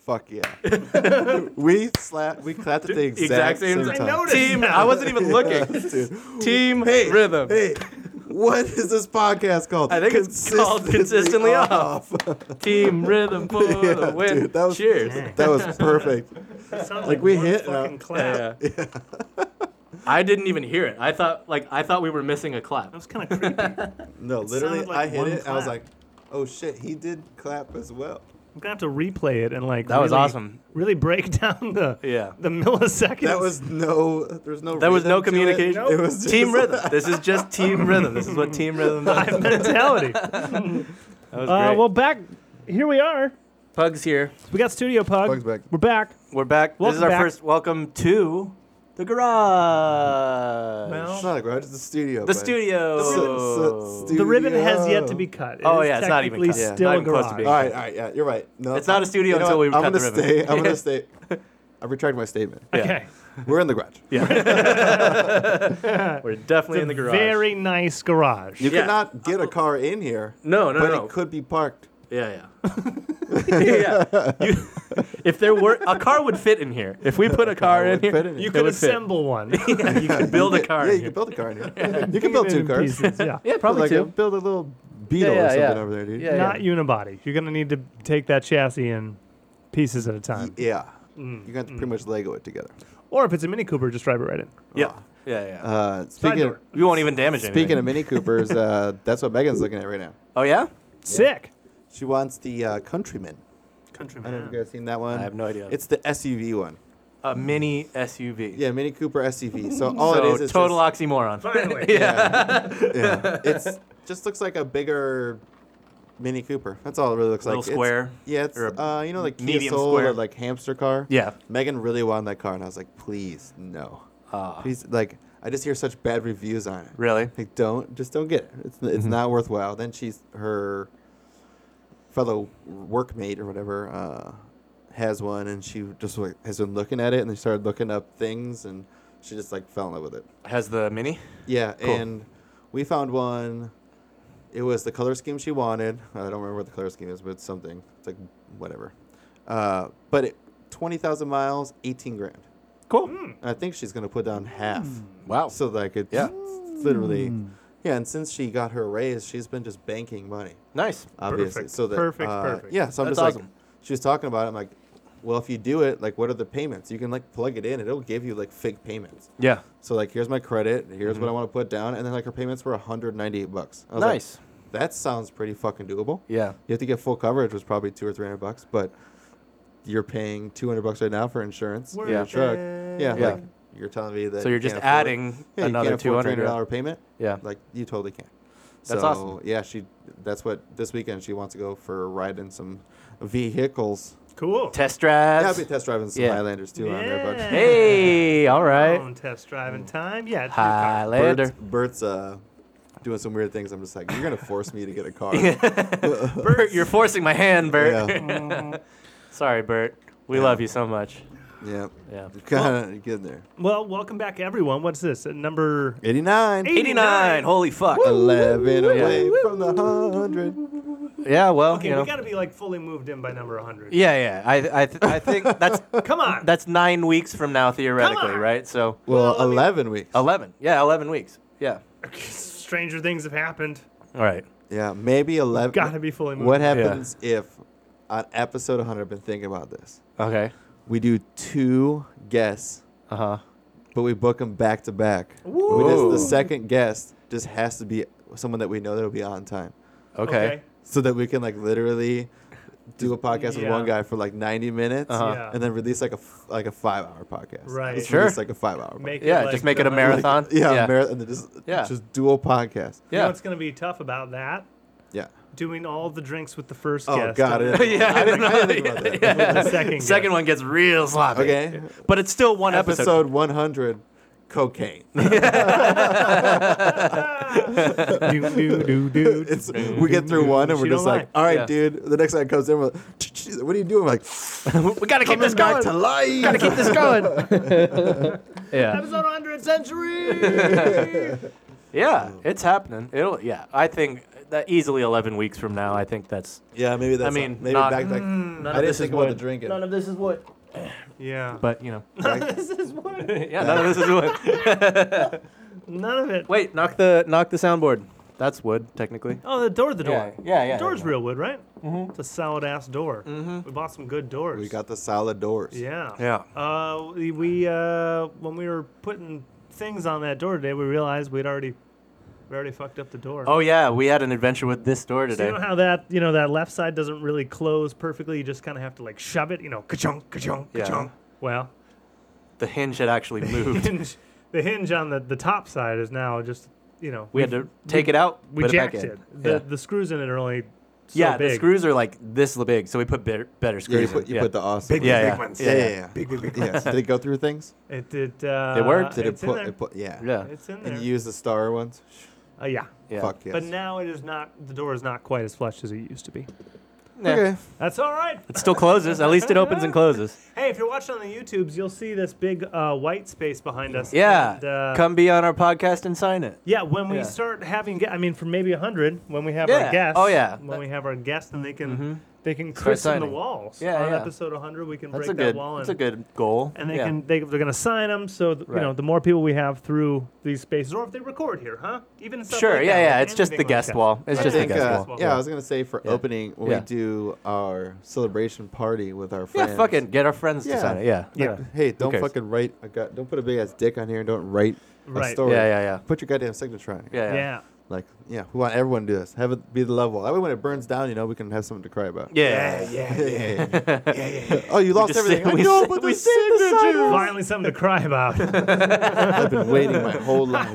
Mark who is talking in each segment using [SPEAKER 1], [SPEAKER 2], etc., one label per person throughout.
[SPEAKER 1] Fuck yeah. we slapped. We clapped at the exact, same, time.
[SPEAKER 2] Team, I wasn't even looking.
[SPEAKER 1] Dude.
[SPEAKER 2] Team rhythm.
[SPEAKER 1] Hey, what is this podcast called?
[SPEAKER 2] I think it's called Consistently Off. Team rhythm for the win.
[SPEAKER 1] Dude, that was
[SPEAKER 2] Cheers.
[SPEAKER 1] that was perfect.
[SPEAKER 3] That sounds
[SPEAKER 1] Like, we
[SPEAKER 3] one
[SPEAKER 1] hit,
[SPEAKER 3] fucking
[SPEAKER 1] uh,
[SPEAKER 3] clap.
[SPEAKER 2] Yeah. I didn't even hear it. I thought like I thought we were missing a clap.
[SPEAKER 3] That was kind of creepy. I'm
[SPEAKER 1] No, literally,
[SPEAKER 3] sounded like
[SPEAKER 1] I hit
[SPEAKER 3] one
[SPEAKER 1] it. I was
[SPEAKER 3] clap.
[SPEAKER 1] like, oh shit, he did clap as well.
[SPEAKER 3] gonna have to replay it and like.
[SPEAKER 2] That was
[SPEAKER 3] really-
[SPEAKER 2] awesome.
[SPEAKER 3] Really break down the
[SPEAKER 2] Yeah.
[SPEAKER 3] the milliseconds.
[SPEAKER 1] That was no. There's no.
[SPEAKER 2] There was no
[SPEAKER 1] rhythm to it.
[SPEAKER 2] communication.
[SPEAKER 1] It was just,
[SPEAKER 2] team rhythm. This is just team rhythm. This is what team rhythm does.
[SPEAKER 3] Live mentality.
[SPEAKER 2] That was
[SPEAKER 3] Uh,
[SPEAKER 2] great.
[SPEAKER 3] well, back here we are.
[SPEAKER 2] Pug's here.
[SPEAKER 3] We got Studio Pug.
[SPEAKER 1] Pug's back.
[SPEAKER 3] We're back.
[SPEAKER 2] We're back. this is
[SPEAKER 3] Welcome
[SPEAKER 2] our
[SPEAKER 3] back.
[SPEAKER 2] first welcome to the garage.
[SPEAKER 3] Well,
[SPEAKER 1] It's not a garage. It's a studio.
[SPEAKER 2] the
[SPEAKER 1] bud.
[SPEAKER 2] studio.
[SPEAKER 1] It's a- it's a
[SPEAKER 3] the ribbon has yet to
[SPEAKER 1] studio.
[SPEAKER 3] be cut. It
[SPEAKER 2] Oh,
[SPEAKER 3] is
[SPEAKER 2] yeah, it's not even
[SPEAKER 3] technically
[SPEAKER 2] cut. Yeah,
[SPEAKER 3] Still
[SPEAKER 2] not
[SPEAKER 3] a
[SPEAKER 2] even close to
[SPEAKER 3] garage.
[SPEAKER 2] being
[SPEAKER 1] All right, all right, yeah, you're right. No,
[SPEAKER 2] It's not a studio
[SPEAKER 1] you know
[SPEAKER 2] until
[SPEAKER 1] what?
[SPEAKER 2] we
[SPEAKER 1] I'm
[SPEAKER 2] cut the
[SPEAKER 1] gonna
[SPEAKER 2] ribbon.
[SPEAKER 1] stay. I'm gonna stay. I retract my statement.
[SPEAKER 3] Okay.
[SPEAKER 1] We're in the garage.
[SPEAKER 2] We're definitely in the garage.
[SPEAKER 3] Very nice garage.
[SPEAKER 1] You
[SPEAKER 2] Yeah.
[SPEAKER 1] could not get a car in here.
[SPEAKER 2] No, no,
[SPEAKER 1] but
[SPEAKER 2] no.
[SPEAKER 1] it could be parked.
[SPEAKER 2] Yeah, yeah. yeah. You, if there were a car would fit in here. If we put a car in
[SPEAKER 1] would
[SPEAKER 2] here,
[SPEAKER 1] fit in
[SPEAKER 2] you
[SPEAKER 1] here.
[SPEAKER 2] could
[SPEAKER 3] could
[SPEAKER 2] would fit.
[SPEAKER 3] assemble one.
[SPEAKER 2] you could build a car.
[SPEAKER 1] Yeah,
[SPEAKER 2] in
[SPEAKER 1] you
[SPEAKER 2] here.
[SPEAKER 1] could build a car in here. You can build two
[SPEAKER 3] In
[SPEAKER 1] cars.
[SPEAKER 3] pieces, yeah.
[SPEAKER 2] yeah, probably
[SPEAKER 1] like
[SPEAKER 2] two.
[SPEAKER 1] A, build a little Beetle
[SPEAKER 2] Yeah, yeah,
[SPEAKER 1] or something
[SPEAKER 2] yeah.
[SPEAKER 1] over there, dude.
[SPEAKER 2] Yeah,
[SPEAKER 3] Not unibody. You're gonna need to take that chassis in pieces at a time.
[SPEAKER 1] Yeah. You're
[SPEAKER 2] Mm,
[SPEAKER 1] gonna have to pretty much Lego it together.
[SPEAKER 3] Or if it's a Mini Cooper, just drive it right in.
[SPEAKER 2] Yeah, yeah, yeah.
[SPEAKER 1] Uh, speaking of,
[SPEAKER 3] door.
[SPEAKER 2] you won't even damage anything.
[SPEAKER 1] speaking of Mini Coopers, uh, that's what Megan's looking at right now.
[SPEAKER 2] oh yeah,
[SPEAKER 3] Sick.
[SPEAKER 1] She wants the uh, Countryman. I don't know if you
[SPEAKER 3] Countryman.
[SPEAKER 1] guys seen that one.
[SPEAKER 2] I have no idea.
[SPEAKER 1] Uh, It's the SUV one.
[SPEAKER 2] a mini SUV.
[SPEAKER 1] Yeah, Mini Cooper SUV. So all
[SPEAKER 2] so
[SPEAKER 1] it is is
[SPEAKER 2] total
[SPEAKER 1] just,
[SPEAKER 2] oxymoron.
[SPEAKER 3] Finally.
[SPEAKER 1] yeah, yeah. It's just looks like a bigger Mini Cooper. That's all it really looks
[SPEAKER 2] Little
[SPEAKER 1] like. It's-
[SPEAKER 2] square.
[SPEAKER 1] yeah, it's
[SPEAKER 2] or a
[SPEAKER 1] uh, you know like Kia
[SPEAKER 2] medium
[SPEAKER 1] Soul
[SPEAKER 2] square.
[SPEAKER 1] or like hamster car.
[SPEAKER 2] Yeah.
[SPEAKER 1] Megan really wanted that car, and I was like, please no.
[SPEAKER 2] Ah.
[SPEAKER 1] Please, like I just hear such bad reviews on it.
[SPEAKER 2] Really?
[SPEAKER 1] Like don't just don't get it. It's it's
[SPEAKER 2] Mm-hmm.
[SPEAKER 1] not worthwhile. Then she's her fellow workmate or whatever uh, has one, and she just like has been looking at it, and they started looking up things, and she just like fell in love with it.
[SPEAKER 2] Has the mini?
[SPEAKER 1] Yeah,
[SPEAKER 2] Cool.
[SPEAKER 1] and we found one. It was the color scheme she wanted. I don't remember what the color scheme is, but it's something. It's like whatever. Uh, but it, twenty thousand miles, eighteen grand.
[SPEAKER 2] Cool.
[SPEAKER 3] Hmm.
[SPEAKER 1] And I think she's gonna put down half.
[SPEAKER 2] Hmm. Wow.
[SPEAKER 1] So like it's
[SPEAKER 2] Yeah.
[SPEAKER 1] literally yeah, and since she got her raise, she's been just banking money,
[SPEAKER 2] Nice.
[SPEAKER 1] obviously.
[SPEAKER 3] Perfect,
[SPEAKER 1] So that
[SPEAKER 3] perfect,
[SPEAKER 1] uh,
[SPEAKER 3] perfect.
[SPEAKER 1] Yeah, so I'm
[SPEAKER 2] That's
[SPEAKER 1] just like
[SPEAKER 2] awesome.
[SPEAKER 1] she was talking about it. I'm like, well, if you do it, like, what are the payments? You can like plug it in. It'll give you like fake payments.
[SPEAKER 2] Yeah.
[SPEAKER 1] So like, here's my credit. Here's what I want to put down, and then like her payments were 198 bucks. I was like,
[SPEAKER 2] Mm-hmm. Nice.
[SPEAKER 1] that sounds pretty fucking doable.
[SPEAKER 2] Yeah.
[SPEAKER 1] You have to get full coverage, was probably two or three hundred bucks, but you're paying 200 bucks right now for insurance for your
[SPEAKER 2] Worth
[SPEAKER 1] truck. Yeah,
[SPEAKER 2] Yeah.
[SPEAKER 1] like you're telling me that.
[SPEAKER 2] So you're
[SPEAKER 1] you
[SPEAKER 2] just
[SPEAKER 1] can't afford-
[SPEAKER 2] adding
[SPEAKER 1] yeah,
[SPEAKER 2] another
[SPEAKER 1] you can't afford
[SPEAKER 2] $200.
[SPEAKER 1] $300 payment.
[SPEAKER 2] Yeah.
[SPEAKER 1] Like you totally can.
[SPEAKER 2] That's
[SPEAKER 1] so,
[SPEAKER 2] awesome.
[SPEAKER 1] Yeah, she. That's what this weekend she wants to go for a ride in some vehicles.
[SPEAKER 3] Cool.
[SPEAKER 2] Test
[SPEAKER 1] Yeah,
[SPEAKER 2] drives.
[SPEAKER 1] I'll be test driving some
[SPEAKER 2] Yeah.
[SPEAKER 1] Highlanders too on there, but
[SPEAKER 3] Yeah.
[SPEAKER 2] hey, all right.
[SPEAKER 3] Own test driving time. Yeah. it's your car.
[SPEAKER 2] Highlander.
[SPEAKER 1] Bert's, Bert's uh, doing some weird things. I'm just like, you're gonna force me to get a car.
[SPEAKER 2] Bert, you're forcing my hand, Bert.
[SPEAKER 1] Yeah,
[SPEAKER 2] Sorry, Bert. We love you so much.
[SPEAKER 1] yeah.
[SPEAKER 2] Yeah.
[SPEAKER 1] Kind of getting there.
[SPEAKER 3] Well, welcome back, everyone. What's this? Uh, Number
[SPEAKER 1] 89.
[SPEAKER 2] 89. Holy fuck.
[SPEAKER 1] 11
[SPEAKER 2] woo,
[SPEAKER 1] away from the 100.
[SPEAKER 2] Yeah, well,
[SPEAKER 3] Okay,
[SPEAKER 2] you know.
[SPEAKER 3] we got to be like fully moved in by number 100.
[SPEAKER 2] yeah, yeah. I, I, th- I think that's
[SPEAKER 3] Come on.
[SPEAKER 2] that's nine weeks from now, theoretically,
[SPEAKER 3] on.
[SPEAKER 2] right? So
[SPEAKER 1] Well,
[SPEAKER 3] Well, I mean-
[SPEAKER 1] 11 weeks.
[SPEAKER 2] 11. Yeah, 11 weeks. Yeah.
[SPEAKER 3] Stranger things have happened.
[SPEAKER 2] All right.
[SPEAKER 1] Yeah, maybe 11.
[SPEAKER 3] Gotta be fully moved.
[SPEAKER 1] What
[SPEAKER 2] Yeah.
[SPEAKER 1] happens if on episode 100, I've been thinking about this.
[SPEAKER 2] Okay.
[SPEAKER 1] We do two guests,
[SPEAKER 2] Uh huh.
[SPEAKER 1] but we book them back to back. We just-
[SPEAKER 2] Ooh.
[SPEAKER 1] The second guest just has to be someone that we know that'll be on time
[SPEAKER 2] Okay.
[SPEAKER 1] so that we can, like, literally do a podcast with one
[SPEAKER 3] Yeah.
[SPEAKER 1] guy for like 90 minutes
[SPEAKER 2] Uh-huh.
[SPEAKER 3] Yeah.
[SPEAKER 1] and then release like a f- like a 5 hour podcast.
[SPEAKER 3] Right.
[SPEAKER 1] Just
[SPEAKER 2] Sure.
[SPEAKER 1] Release like a 5 hour podcast.
[SPEAKER 3] Make
[SPEAKER 2] Yeah,
[SPEAKER 3] like
[SPEAKER 2] just make it
[SPEAKER 3] the
[SPEAKER 2] a marathon.
[SPEAKER 1] Yeah,
[SPEAKER 2] Yeah.
[SPEAKER 1] marathon. and then Just,
[SPEAKER 2] Yeah.
[SPEAKER 1] just dual podcast.
[SPEAKER 3] You know
[SPEAKER 2] Yeah.
[SPEAKER 3] what's going to be tough about that?
[SPEAKER 1] Yeah.
[SPEAKER 3] Doing all the drinks with the first
[SPEAKER 1] Oh
[SPEAKER 3] guest.
[SPEAKER 1] God,
[SPEAKER 3] and
[SPEAKER 1] I didn't,
[SPEAKER 2] Yeah,
[SPEAKER 1] I didn't, I didn't think about that.
[SPEAKER 3] the second
[SPEAKER 2] Second
[SPEAKER 3] guest.
[SPEAKER 2] one gets real sloppy.
[SPEAKER 1] Okay,
[SPEAKER 2] But it's still one episode.
[SPEAKER 1] episode 100, cocaine.
[SPEAKER 3] Ah, do, do, do, do.
[SPEAKER 1] It's we get through one and
[SPEAKER 3] She
[SPEAKER 1] we're just
[SPEAKER 3] don't
[SPEAKER 1] like,
[SPEAKER 3] lie.
[SPEAKER 1] all right,
[SPEAKER 2] Yeah.
[SPEAKER 1] dude. The next guy comes in, we're like, "Ch-ch-ch," what are you doing? We're like,
[SPEAKER 2] we gotta keep this
[SPEAKER 1] coming back
[SPEAKER 2] going.
[SPEAKER 1] to life.
[SPEAKER 2] gotta keep this going. yeah.
[SPEAKER 3] Episode 100 Century!
[SPEAKER 2] Yeah, it's happening. It'll. Yeah, I think that easily 11 weeks from now. I think that's.
[SPEAKER 1] Yeah, maybe that's.
[SPEAKER 2] I mean,
[SPEAKER 1] maybe
[SPEAKER 2] not-
[SPEAKER 1] back. back
[SPEAKER 4] Mm,
[SPEAKER 3] Hmm.
[SPEAKER 2] none of
[SPEAKER 1] I didn't
[SPEAKER 2] this
[SPEAKER 1] think
[SPEAKER 2] is
[SPEAKER 1] about the
[SPEAKER 2] wood.
[SPEAKER 1] drinking.
[SPEAKER 2] None of this is wood.
[SPEAKER 4] Yeah.
[SPEAKER 2] But you know.
[SPEAKER 1] Back-
[SPEAKER 4] this is what.
[SPEAKER 2] yeah, none of this is wood.
[SPEAKER 4] None of it.
[SPEAKER 2] Wait, knock the knock the soundboard. That's wood technically.
[SPEAKER 4] Oh, the door. The door.
[SPEAKER 2] Yeah, yeah, yeah.
[SPEAKER 4] The door's real wood, right?
[SPEAKER 2] Mhm.
[SPEAKER 4] It's a solid ass door. We bought some good doors.
[SPEAKER 1] we got the solid doors.
[SPEAKER 4] Yeah.
[SPEAKER 2] Yeah.
[SPEAKER 4] Uh, we- we uh, when we were putting things on that door today, we realized we'd already we already fucked up the door.
[SPEAKER 2] Oh yeah, we had an adventure with this door
[SPEAKER 4] So
[SPEAKER 2] today.
[SPEAKER 4] you know how that you know that left side doesn't really close perfectly. You just kind of have to like shove it. You know, ka-chunk, ka-chunk,
[SPEAKER 2] Yeah.
[SPEAKER 4] ka-chunk. Well,
[SPEAKER 2] the hinge had actually moved.
[SPEAKER 4] hinge, the hinge on the, the top side is now just you know
[SPEAKER 2] we had to take it out.
[SPEAKER 4] we
[SPEAKER 2] put
[SPEAKER 4] jacked
[SPEAKER 2] it back
[SPEAKER 4] it.
[SPEAKER 2] in.
[SPEAKER 4] The
[SPEAKER 2] yeah,
[SPEAKER 4] the screws in it are only so
[SPEAKER 2] Yeah,
[SPEAKER 4] big.
[SPEAKER 2] the screws are like this big, so we put better, better
[SPEAKER 1] Yeah, you
[SPEAKER 2] screws.
[SPEAKER 1] put
[SPEAKER 2] in.
[SPEAKER 1] you put the awesome.
[SPEAKER 2] yeah, yeah.
[SPEAKER 1] Yeah, yeah, yeah. Big, big, big. Yes. Did it go through things?
[SPEAKER 4] It did. Uh,
[SPEAKER 2] It uh, worked?
[SPEAKER 1] Did it
[SPEAKER 4] it's in
[SPEAKER 1] put,
[SPEAKER 4] there.
[SPEAKER 1] it put? Yeah.
[SPEAKER 2] yeah.
[SPEAKER 4] It's in there.
[SPEAKER 1] And you use the star ones?
[SPEAKER 4] Uh, yeah.
[SPEAKER 2] yeah.
[SPEAKER 1] Fuck yes.
[SPEAKER 4] But now it is not. The door is not quite as flush as it used to be.
[SPEAKER 2] Yeah.
[SPEAKER 1] Okay.
[SPEAKER 4] That's all right.
[SPEAKER 2] It still closes. At least it opens and closes.
[SPEAKER 4] Hey, if you're watching on the YouTubes, you'll see this big uh, white space behind us.
[SPEAKER 2] Yeah.
[SPEAKER 4] And, uh,
[SPEAKER 2] Come be on our podcast and sign it.
[SPEAKER 4] Yeah, when we
[SPEAKER 2] Yeah.
[SPEAKER 4] start having, gue- I mean, for maybe hundred, when we have
[SPEAKER 2] Yeah.
[SPEAKER 4] our guests.
[SPEAKER 2] Oh, yeah.
[SPEAKER 4] When we have our guests, then they can
[SPEAKER 2] Mhm.
[SPEAKER 4] they can christen the
[SPEAKER 2] signing.
[SPEAKER 4] walls.
[SPEAKER 2] Yeah,
[SPEAKER 4] On
[SPEAKER 2] yeah.
[SPEAKER 4] episode 100, we can
[SPEAKER 2] That's
[SPEAKER 4] break
[SPEAKER 2] a
[SPEAKER 4] that
[SPEAKER 2] good.
[SPEAKER 4] wall
[SPEAKER 2] That's a
[SPEAKER 4] and,
[SPEAKER 2] good goal.
[SPEAKER 4] and they
[SPEAKER 2] yeah.
[SPEAKER 4] can they, they're gonna sign them. So th-
[SPEAKER 2] Right.
[SPEAKER 4] you know, the more people we have through these spaces, or if they record here, huh? Even stuff
[SPEAKER 2] Sure.
[SPEAKER 4] like
[SPEAKER 2] yeah.
[SPEAKER 4] that,
[SPEAKER 2] Yeah.
[SPEAKER 4] like
[SPEAKER 2] It's just the
[SPEAKER 4] anything like
[SPEAKER 2] guest
[SPEAKER 4] that.
[SPEAKER 2] wall. It's
[SPEAKER 4] I
[SPEAKER 1] I
[SPEAKER 2] just the
[SPEAKER 1] think,
[SPEAKER 2] guest
[SPEAKER 1] uh,
[SPEAKER 2] wall.
[SPEAKER 4] wall.
[SPEAKER 1] yeah, I was gonna say for
[SPEAKER 2] Yeah.
[SPEAKER 1] opening when
[SPEAKER 2] Yeah.
[SPEAKER 1] we do our celebration party with our
[SPEAKER 2] Yeah.
[SPEAKER 1] friends.
[SPEAKER 2] Fucking get our friends to
[SPEAKER 1] Yeah.
[SPEAKER 2] sign it. Yeah.
[SPEAKER 4] Yeah.
[SPEAKER 1] Hey, don't
[SPEAKER 2] cares?
[SPEAKER 1] fucking write a gut. Don't put a big ass dick on here and don't write
[SPEAKER 4] Right.
[SPEAKER 1] a
[SPEAKER 2] Yeah.
[SPEAKER 1] story.
[SPEAKER 2] Yeah. Yeah.
[SPEAKER 1] Put your goddamn signature on here.
[SPEAKER 2] Yeah.
[SPEAKER 4] Yeah.
[SPEAKER 2] Yeah.
[SPEAKER 4] Yeah.
[SPEAKER 1] Like, yeah, we want everyone to do this. Have it be the love wall. That way, when it burns down, you know, we can have something to cry about.
[SPEAKER 4] Uh,
[SPEAKER 2] Yeah.
[SPEAKER 1] yeah, yeah, Oh, you lost
[SPEAKER 2] just
[SPEAKER 1] everything.
[SPEAKER 2] said-
[SPEAKER 1] I
[SPEAKER 2] we
[SPEAKER 1] know,
[SPEAKER 2] said-
[SPEAKER 1] but
[SPEAKER 2] we
[SPEAKER 1] the
[SPEAKER 2] said the
[SPEAKER 1] signature.
[SPEAKER 4] Finally, something to cry about.
[SPEAKER 1] I've been waiting my whole life.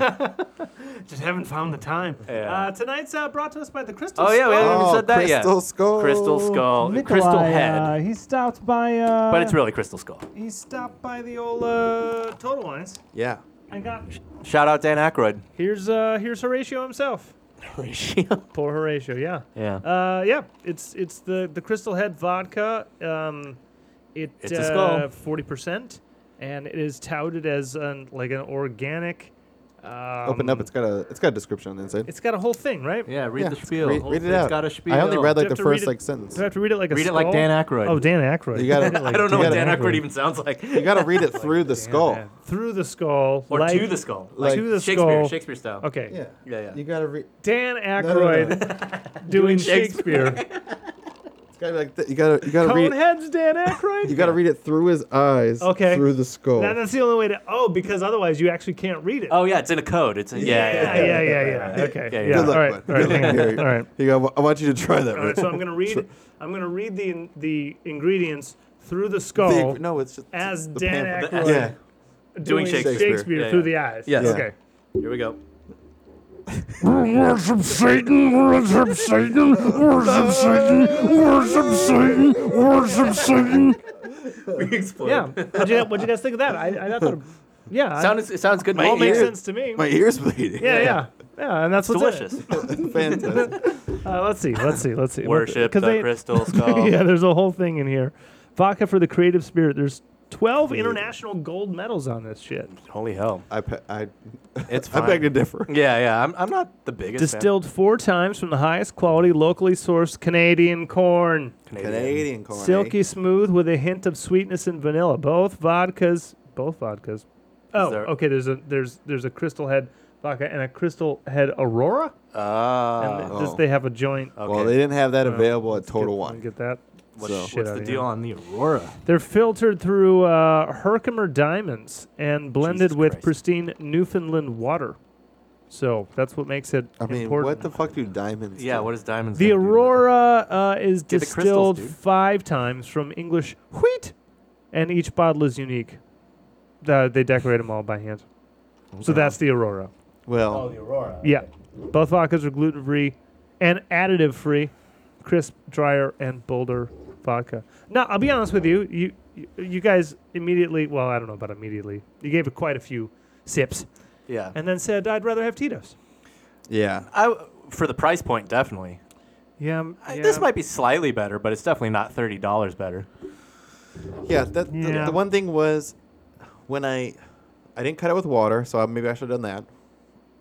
[SPEAKER 4] Just haven't found the time.
[SPEAKER 2] Yeah.
[SPEAKER 4] Uh, tonight's uh, brought to us by the Crystal.
[SPEAKER 2] Oh yeah. We
[SPEAKER 4] Skull.
[SPEAKER 2] haven't
[SPEAKER 1] Oh,
[SPEAKER 2] even said that yet.
[SPEAKER 1] crystal skull.
[SPEAKER 2] Crystal skull. crystal
[SPEAKER 4] Uh, Oh, Nikolai,
[SPEAKER 2] head.
[SPEAKER 4] Uh, he stopped by. Uh,
[SPEAKER 2] but it's really crystal skull.
[SPEAKER 4] He stopped by the old uh, Total Wines
[SPEAKER 1] Yeah.
[SPEAKER 4] and got.
[SPEAKER 2] Shout out Dan Aykroyd.
[SPEAKER 4] Here's uh, here's Horatio himself. Poor Horatio, yeah.
[SPEAKER 2] yeah.
[SPEAKER 4] Uh, yeah, it's it's the the Crystal Head vodka. Um, it, uh,
[SPEAKER 2] It's a skull.
[SPEAKER 4] Forty percent, and it is touted as an like an organic. Um,
[SPEAKER 1] Open up. It's got a. It's got a description on the inside.
[SPEAKER 4] it's got a whole thing, right?
[SPEAKER 2] Yeah. Read
[SPEAKER 1] Yeah,
[SPEAKER 2] the
[SPEAKER 1] just
[SPEAKER 2] spiel.
[SPEAKER 1] read-
[SPEAKER 2] Whole
[SPEAKER 1] read it
[SPEAKER 2] thing's
[SPEAKER 1] out.
[SPEAKER 2] Got a spiel.
[SPEAKER 1] I only read
[SPEAKER 4] Do you
[SPEAKER 1] like
[SPEAKER 4] have
[SPEAKER 1] the
[SPEAKER 4] to read
[SPEAKER 1] first
[SPEAKER 4] it-
[SPEAKER 1] like
[SPEAKER 4] Do I
[SPEAKER 1] sentence.
[SPEAKER 4] have to read it like a
[SPEAKER 2] Read it like
[SPEAKER 4] skull?
[SPEAKER 2] Dan Aykroyd.
[SPEAKER 4] Oh, Dan Aykroyd.
[SPEAKER 1] You gotta-
[SPEAKER 4] Read it like
[SPEAKER 2] I don't know
[SPEAKER 1] You
[SPEAKER 2] what
[SPEAKER 1] gotta-
[SPEAKER 2] Dan Aykroyd even sounds like.
[SPEAKER 1] You got to read it through the skull.
[SPEAKER 4] Yeah. Through the skull,
[SPEAKER 2] Or
[SPEAKER 4] like-
[SPEAKER 2] to the skull.
[SPEAKER 1] like-
[SPEAKER 4] to the
[SPEAKER 2] Shakespeare.
[SPEAKER 4] skull.
[SPEAKER 2] Shakespeare style.
[SPEAKER 4] Okay,
[SPEAKER 2] Yeah. Yeah.
[SPEAKER 1] You got to read.
[SPEAKER 4] Dan
[SPEAKER 1] no, no.
[SPEAKER 4] Aykroyd doing Shakespeare.
[SPEAKER 1] It's got to be like. Th- you got to. You got to read.
[SPEAKER 4] Coneheads Dan Aykroyd.
[SPEAKER 1] You got to read it through his eyes.
[SPEAKER 4] Okay.
[SPEAKER 1] Through the skull.
[SPEAKER 4] That- that's the only way to. Oh, because otherwise you actually can't read it.
[SPEAKER 2] Oh yeah, it's in a code. It's in, yeah, yeah,
[SPEAKER 4] yeah, yeah,
[SPEAKER 2] yeah,
[SPEAKER 4] yeah.
[SPEAKER 2] yeah.
[SPEAKER 4] Okay.
[SPEAKER 2] Yeah, yeah.
[SPEAKER 4] yeah.
[SPEAKER 2] Good
[SPEAKER 1] luck,
[SPEAKER 4] all right,
[SPEAKER 1] bud.
[SPEAKER 4] all
[SPEAKER 1] Good luck.
[SPEAKER 4] right, hang on.
[SPEAKER 1] Here.
[SPEAKER 4] all right.
[SPEAKER 1] You got. I want you to try that.
[SPEAKER 4] All right, so I'm gonna read. I'm gonna read the the ingredients through the skull
[SPEAKER 1] The- no, it's just
[SPEAKER 4] Oh, as
[SPEAKER 1] the
[SPEAKER 4] Dan
[SPEAKER 1] pamphlet.
[SPEAKER 4] Aykroyd
[SPEAKER 1] Yeah.
[SPEAKER 2] doing Shakespeare. Yeah, yeah.
[SPEAKER 4] through the eyes.
[SPEAKER 2] Yes.
[SPEAKER 4] Okay.
[SPEAKER 2] Here we go.
[SPEAKER 5] Worship Satan, worship Satan, worship Satan, worship Satan, worship Satan.
[SPEAKER 2] We explode.
[SPEAKER 4] Yeah. What'd you, what'd you guys think of that? I, I thought. it- Yeah. I,
[SPEAKER 2] Sounds it sounds good. to
[SPEAKER 4] it all
[SPEAKER 2] me.
[SPEAKER 4] makes
[SPEAKER 2] Yeah.
[SPEAKER 4] sense to me.
[SPEAKER 1] My ears bleeding.
[SPEAKER 4] yeah,
[SPEAKER 2] yeah.
[SPEAKER 4] yeah, yeah, and that's
[SPEAKER 2] It's
[SPEAKER 4] what's in it.
[SPEAKER 2] delicious.
[SPEAKER 1] Fantastic.
[SPEAKER 4] Uh, let's see. Let's see. Let's see. What-
[SPEAKER 2] Worship
[SPEAKER 4] 'cause
[SPEAKER 2] the
[SPEAKER 4] they-
[SPEAKER 2] crystal skull.
[SPEAKER 4] yeah, there's a whole thing in here. Vodka for the creative spirit. There's 12 international gold medals on this shit.
[SPEAKER 2] Holy hell.
[SPEAKER 1] I, pe- I,
[SPEAKER 2] It's
[SPEAKER 1] I
[SPEAKER 2] fine.
[SPEAKER 1] beg to differ.
[SPEAKER 2] Yeah, yeah. I'm, I'm not the biggest fan.
[SPEAKER 4] Distilled four times from the highest quality, locally sourced Canadian corn.
[SPEAKER 1] Canadian corn. eh?
[SPEAKER 4] Silky smooth with a hint of sweetness and vanilla. Both vodkas. Both vodkas. Oh,
[SPEAKER 2] there-
[SPEAKER 4] okay. There's a there's there's a Crystal Head vodka and a Crystal Head Aurora.
[SPEAKER 2] Ah.
[SPEAKER 4] And th- this-
[SPEAKER 1] Oh.
[SPEAKER 4] they have a joint. uh,
[SPEAKER 2] okay.
[SPEAKER 1] Well, they didn't have that available at
[SPEAKER 4] Get-
[SPEAKER 1] Total Wine.
[SPEAKER 4] Get that.
[SPEAKER 2] what's
[SPEAKER 1] so-
[SPEAKER 2] what's
[SPEAKER 4] Shit out
[SPEAKER 2] the
[SPEAKER 4] of
[SPEAKER 2] deal
[SPEAKER 4] here.
[SPEAKER 2] on the Aurora?
[SPEAKER 4] They're filtered through uh, Herkimer diamonds and blended
[SPEAKER 2] Jesus
[SPEAKER 4] with
[SPEAKER 2] Christ.
[SPEAKER 4] pristine Newfoundland water. So that's what makes it
[SPEAKER 1] I mean,
[SPEAKER 4] important.
[SPEAKER 1] what the fuck do diamonds?
[SPEAKER 2] Yeah.
[SPEAKER 1] do?
[SPEAKER 2] What is diamonds?
[SPEAKER 4] The
[SPEAKER 2] gonna do?
[SPEAKER 4] Aurora uh, is
[SPEAKER 2] Get the crystals,
[SPEAKER 4] distilled
[SPEAKER 2] dude.
[SPEAKER 4] five times from English wheat, and each bottle is unique. Uh, they decorate them all by hand. So that's the Aurora.
[SPEAKER 1] Well,
[SPEAKER 2] Oh, Aurora.
[SPEAKER 4] Yeah. Both vodkas are gluten free and additive free, crisp, drier, and bolder vodka. Now, I'll be honest with you. You you- you guys immediately, well, I don't know about immediately, you gave it quite a few sips
[SPEAKER 2] Yeah.
[SPEAKER 4] and then said, I'd rather have Tito's.
[SPEAKER 1] yeah.
[SPEAKER 2] I for the price point definitely.
[SPEAKER 4] Yeah.
[SPEAKER 2] I- This might be slightly better, but it's definitely not thirty dollars better.
[SPEAKER 1] Yeah, that,
[SPEAKER 4] Yeah.
[SPEAKER 1] The, the one thing was when I I didn't cut it with water, so I, maybe I should have done that.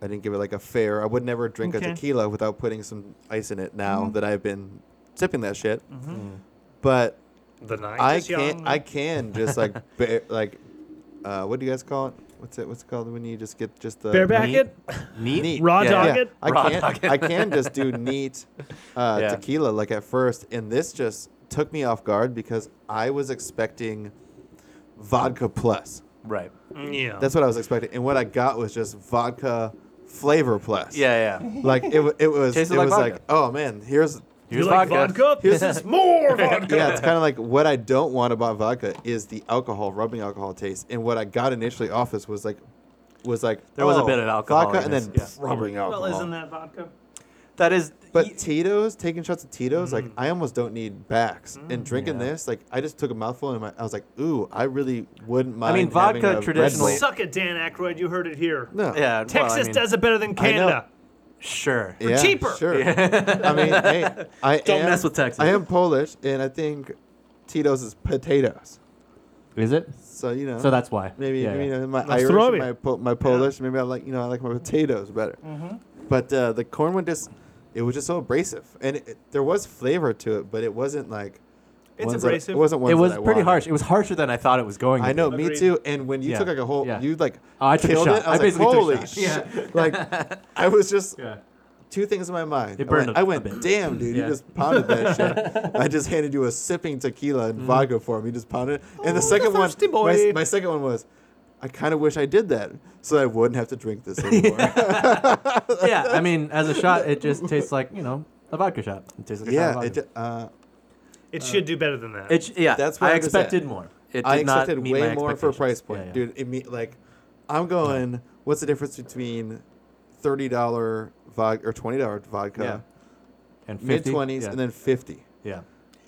[SPEAKER 1] I didn't give it like a fair. I would never drink
[SPEAKER 4] Okay. Mm-hmm.
[SPEAKER 1] a tequila without putting some ice in it. Now that I've been sipping that shit,
[SPEAKER 4] Mhm.
[SPEAKER 2] Mm.
[SPEAKER 1] but
[SPEAKER 4] The night
[SPEAKER 1] I
[SPEAKER 4] is
[SPEAKER 1] can't.
[SPEAKER 4] young.
[SPEAKER 1] I can just like ba- like, uh, what do you guys call it? What's it? What's it called when you just get just the
[SPEAKER 4] bareback
[SPEAKER 6] Neat.
[SPEAKER 4] it.
[SPEAKER 6] Neat.
[SPEAKER 1] neat.
[SPEAKER 4] Raw
[SPEAKER 6] Yeah.
[SPEAKER 4] dog
[SPEAKER 1] Yeah,
[SPEAKER 4] it.
[SPEAKER 1] I
[SPEAKER 6] Raw
[SPEAKER 1] can't.
[SPEAKER 6] dog it.
[SPEAKER 1] I can just do neat uh,
[SPEAKER 6] Yeah.
[SPEAKER 1] tequila like at first, and this just took me off guard because I was expecting vodka plus.
[SPEAKER 6] Right. Oh.
[SPEAKER 4] Yeah.
[SPEAKER 1] That's what I was expecting, and what I got was just vodka flavor plus.
[SPEAKER 6] Yeah, yeah.
[SPEAKER 1] like it. wa- It was.
[SPEAKER 6] Tasted
[SPEAKER 1] it
[SPEAKER 6] like
[SPEAKER 1] was
[SPEAKER 6] vodka.
[SPEAKER 1] like, oh man, here's
[SPEAKER 4] you like vodka?
[SPEAKER 1] here's this
[SPEAKER 4] more vodka.
[SPEAKER 1] yeah, it's kind of like what I don't want about vodka is the alcohol, rubbing alcohol taste. And what I got initially off this was like, was like
[SPEAKER 6] There was a
[SPEAKER 1] oh,
[SPEAKER 6] bit of alcohol
[SPEAKER 1] vodka,
[SPEAKER 6] in
[SPEAKER 1] and then
[SPEAKER 6] this,
[SPEAKER 1] pff, rubbing alcohol.
[SPEAKER 4] Well, isn't that vodka?
[SPEAKER 6] That is. e,
[SPEAKER 1] but Tito's, taking shots of Tito's, like I almost don't need backs. and drinking
[SPEAKER 6] Mm. Yeah.
[SPEAKER 1] this, like I just took a mouthful and my, I was like, ooh, I really wouldn't mind.
[SPEAKER 6] mean,
[SPEAKER 1] having
[SPEAKER 6] vodka
[SPEAKER 1] a Red
[SPEAKER 6] traditionally-
[SPEAKER 1] Bull.
[SPEAKER 4] Suck it, Dan Aykroyd. You heard it here.
[SPEAKER 1] no,
[SPEAKER 6] yeah, well, I
[SPEAKER 4] Texas
[SPEAKER 6] mean,
[SPEAKER 4] does it better than
[SPEAKER 1] I know.
[SPEAKER 4] Canada.
[SPEAKER 6] Sure.
[SPEAKER 1] Yeah,
[SPEAKER 4] cheaper.
[SPEAKER 1] Sure. I mean, hey, I
[SPEAKER 6] Don't
[SPEAKER 1] am-
[SPEAKER 6] mess with Texas.
[SPEAKER 1] I am Polish, and I think Tito's is potatoes.
[SPEAKER 2] Is it?
[SPEAKER 1] So you know.
[SPEAKER 2] So that's why.
[SPEAKER 1] Maybe
[SPEAKER 2] Yeah,
[SPEAKER 1] you
[SPEAKER 2] yeah.
[SPEAKER 1] know my
[SPEAKER 4] That's
[SPEAKER 1] Irish,
[SPEAKER 4] right.
[SPEAKER 1] and my po- my Polish. Maybe I like you know I like my potatoes better.
[SPEAKER 4] Mm-hmm.
[SPEAKER 1] But uh, the corn one just it was just so abrasive, and it, it- there was flavor to it, but it wasn't like
[SPEAKER 4] It's
[SPEAKER 1] ones that-
[SPEAKER 4] abrasive.
[SPEAKER 1] it wasn't ones
[SPEAKER 2] It was
[SPEAKER 1] that I
[SPEAKER 2] pretty
[SPEAKER 1] wanted.
[SPEAKER 2] harsh. It was harsher than I thought it was going.
[SPEAKER 1] I
[SPEAKER 2] to be.
[SPEAKER 1] know, me
[SPEAKER 4] Agreed.
[SPEAKER 1] too. And when you
[SPEAKER 2] Yeah.
[SPEAKER 1] took like a whole,
[SPEAKER 2] Yeah.
[SPEAKER 1] you like
[SPEAKER 2] Oh, I took a
[SPEAKER 1] killed
[SPEAKER 2] shot.
[SPEAKER 1] it.
[SPEAKER 2] I
[SPEAKER 1] I was like,
[SPEAKER 2] basically took a
[SPEAKER 1] holy
[SPEAKER 2] shot."
[SPEAKER 1] shit! Like I was just two things in my mind.
[SPEAKER 6] It
[SPEAKER 1] I went-
[SPEAKER 6] burned a-
[SPEAKER 1] I
[SPEAKER 6] a
[SPEAKER 1] went,
[SPEAKER 6] bit.
[SPEAKER 1] damn, dude,
[SPEAKER 2] Yeah.
[SPEAKER 1] you just pounded that shit. I just handed you a sipping tequila
[SPEAKER 6] Mm-hmm.
[SPEAKER 1] and vodka for him. You just pounded it. And
[SPEAKER 6] Oh,
[SPEAKER 1] the second one,
[SPEAKER 4] thirsty
[SPEAKER 1] my,
[SPEAKER 4] boy.
[SPEAKER 1] s- my second one was, I kind of wish I did that so I wouldn't have to drink this anymore. yeah,
[SPEAKER 2] yeah, I mean, as a shot, it just tastes like you know a vodka shot. It tastes like a shot of
[SPEAKER 1] it,
[SPEAKER 2] vodka.
[SPEAKER 1] ju- uh,
[SPEAKER 4] It should do better than that.
[SPEAKER 6] It, sh- yeah.
[SPEAKER 1] That's
[SPEAKER 6] That's
[SPEAKER 1] what
[SPEAKER 6] what I
[SPEAKER 1] I was at.
[SPEAKER 6] expected more. It did
[SPEAKER 1] I
[SPEAKER 6] not
[SPEAKER 1] expected
[SPEAKER 6] meet
[SPEAKER 1] way
[SPEAKER 6] my
[SPEAKER 1] more for a
[SPEAKER 6] expectations.
[SPEAKER 1] price point,
[SPEAKER 6] Yeah, yeah.
[SPEAKER 1] dude. It me, like, I'm going. What's the difference between thirty dollar vodka or twenty dollar vodka,
[SPEAKER 2] And
[SPEAKER 1] mid
[SPEAKER 2] 50,
[SPEAKER 1] twenties,
[SPEAKER 2] yeah.
[SPEAKER 1] and then fifty?
[SPEAKER 2] yeah.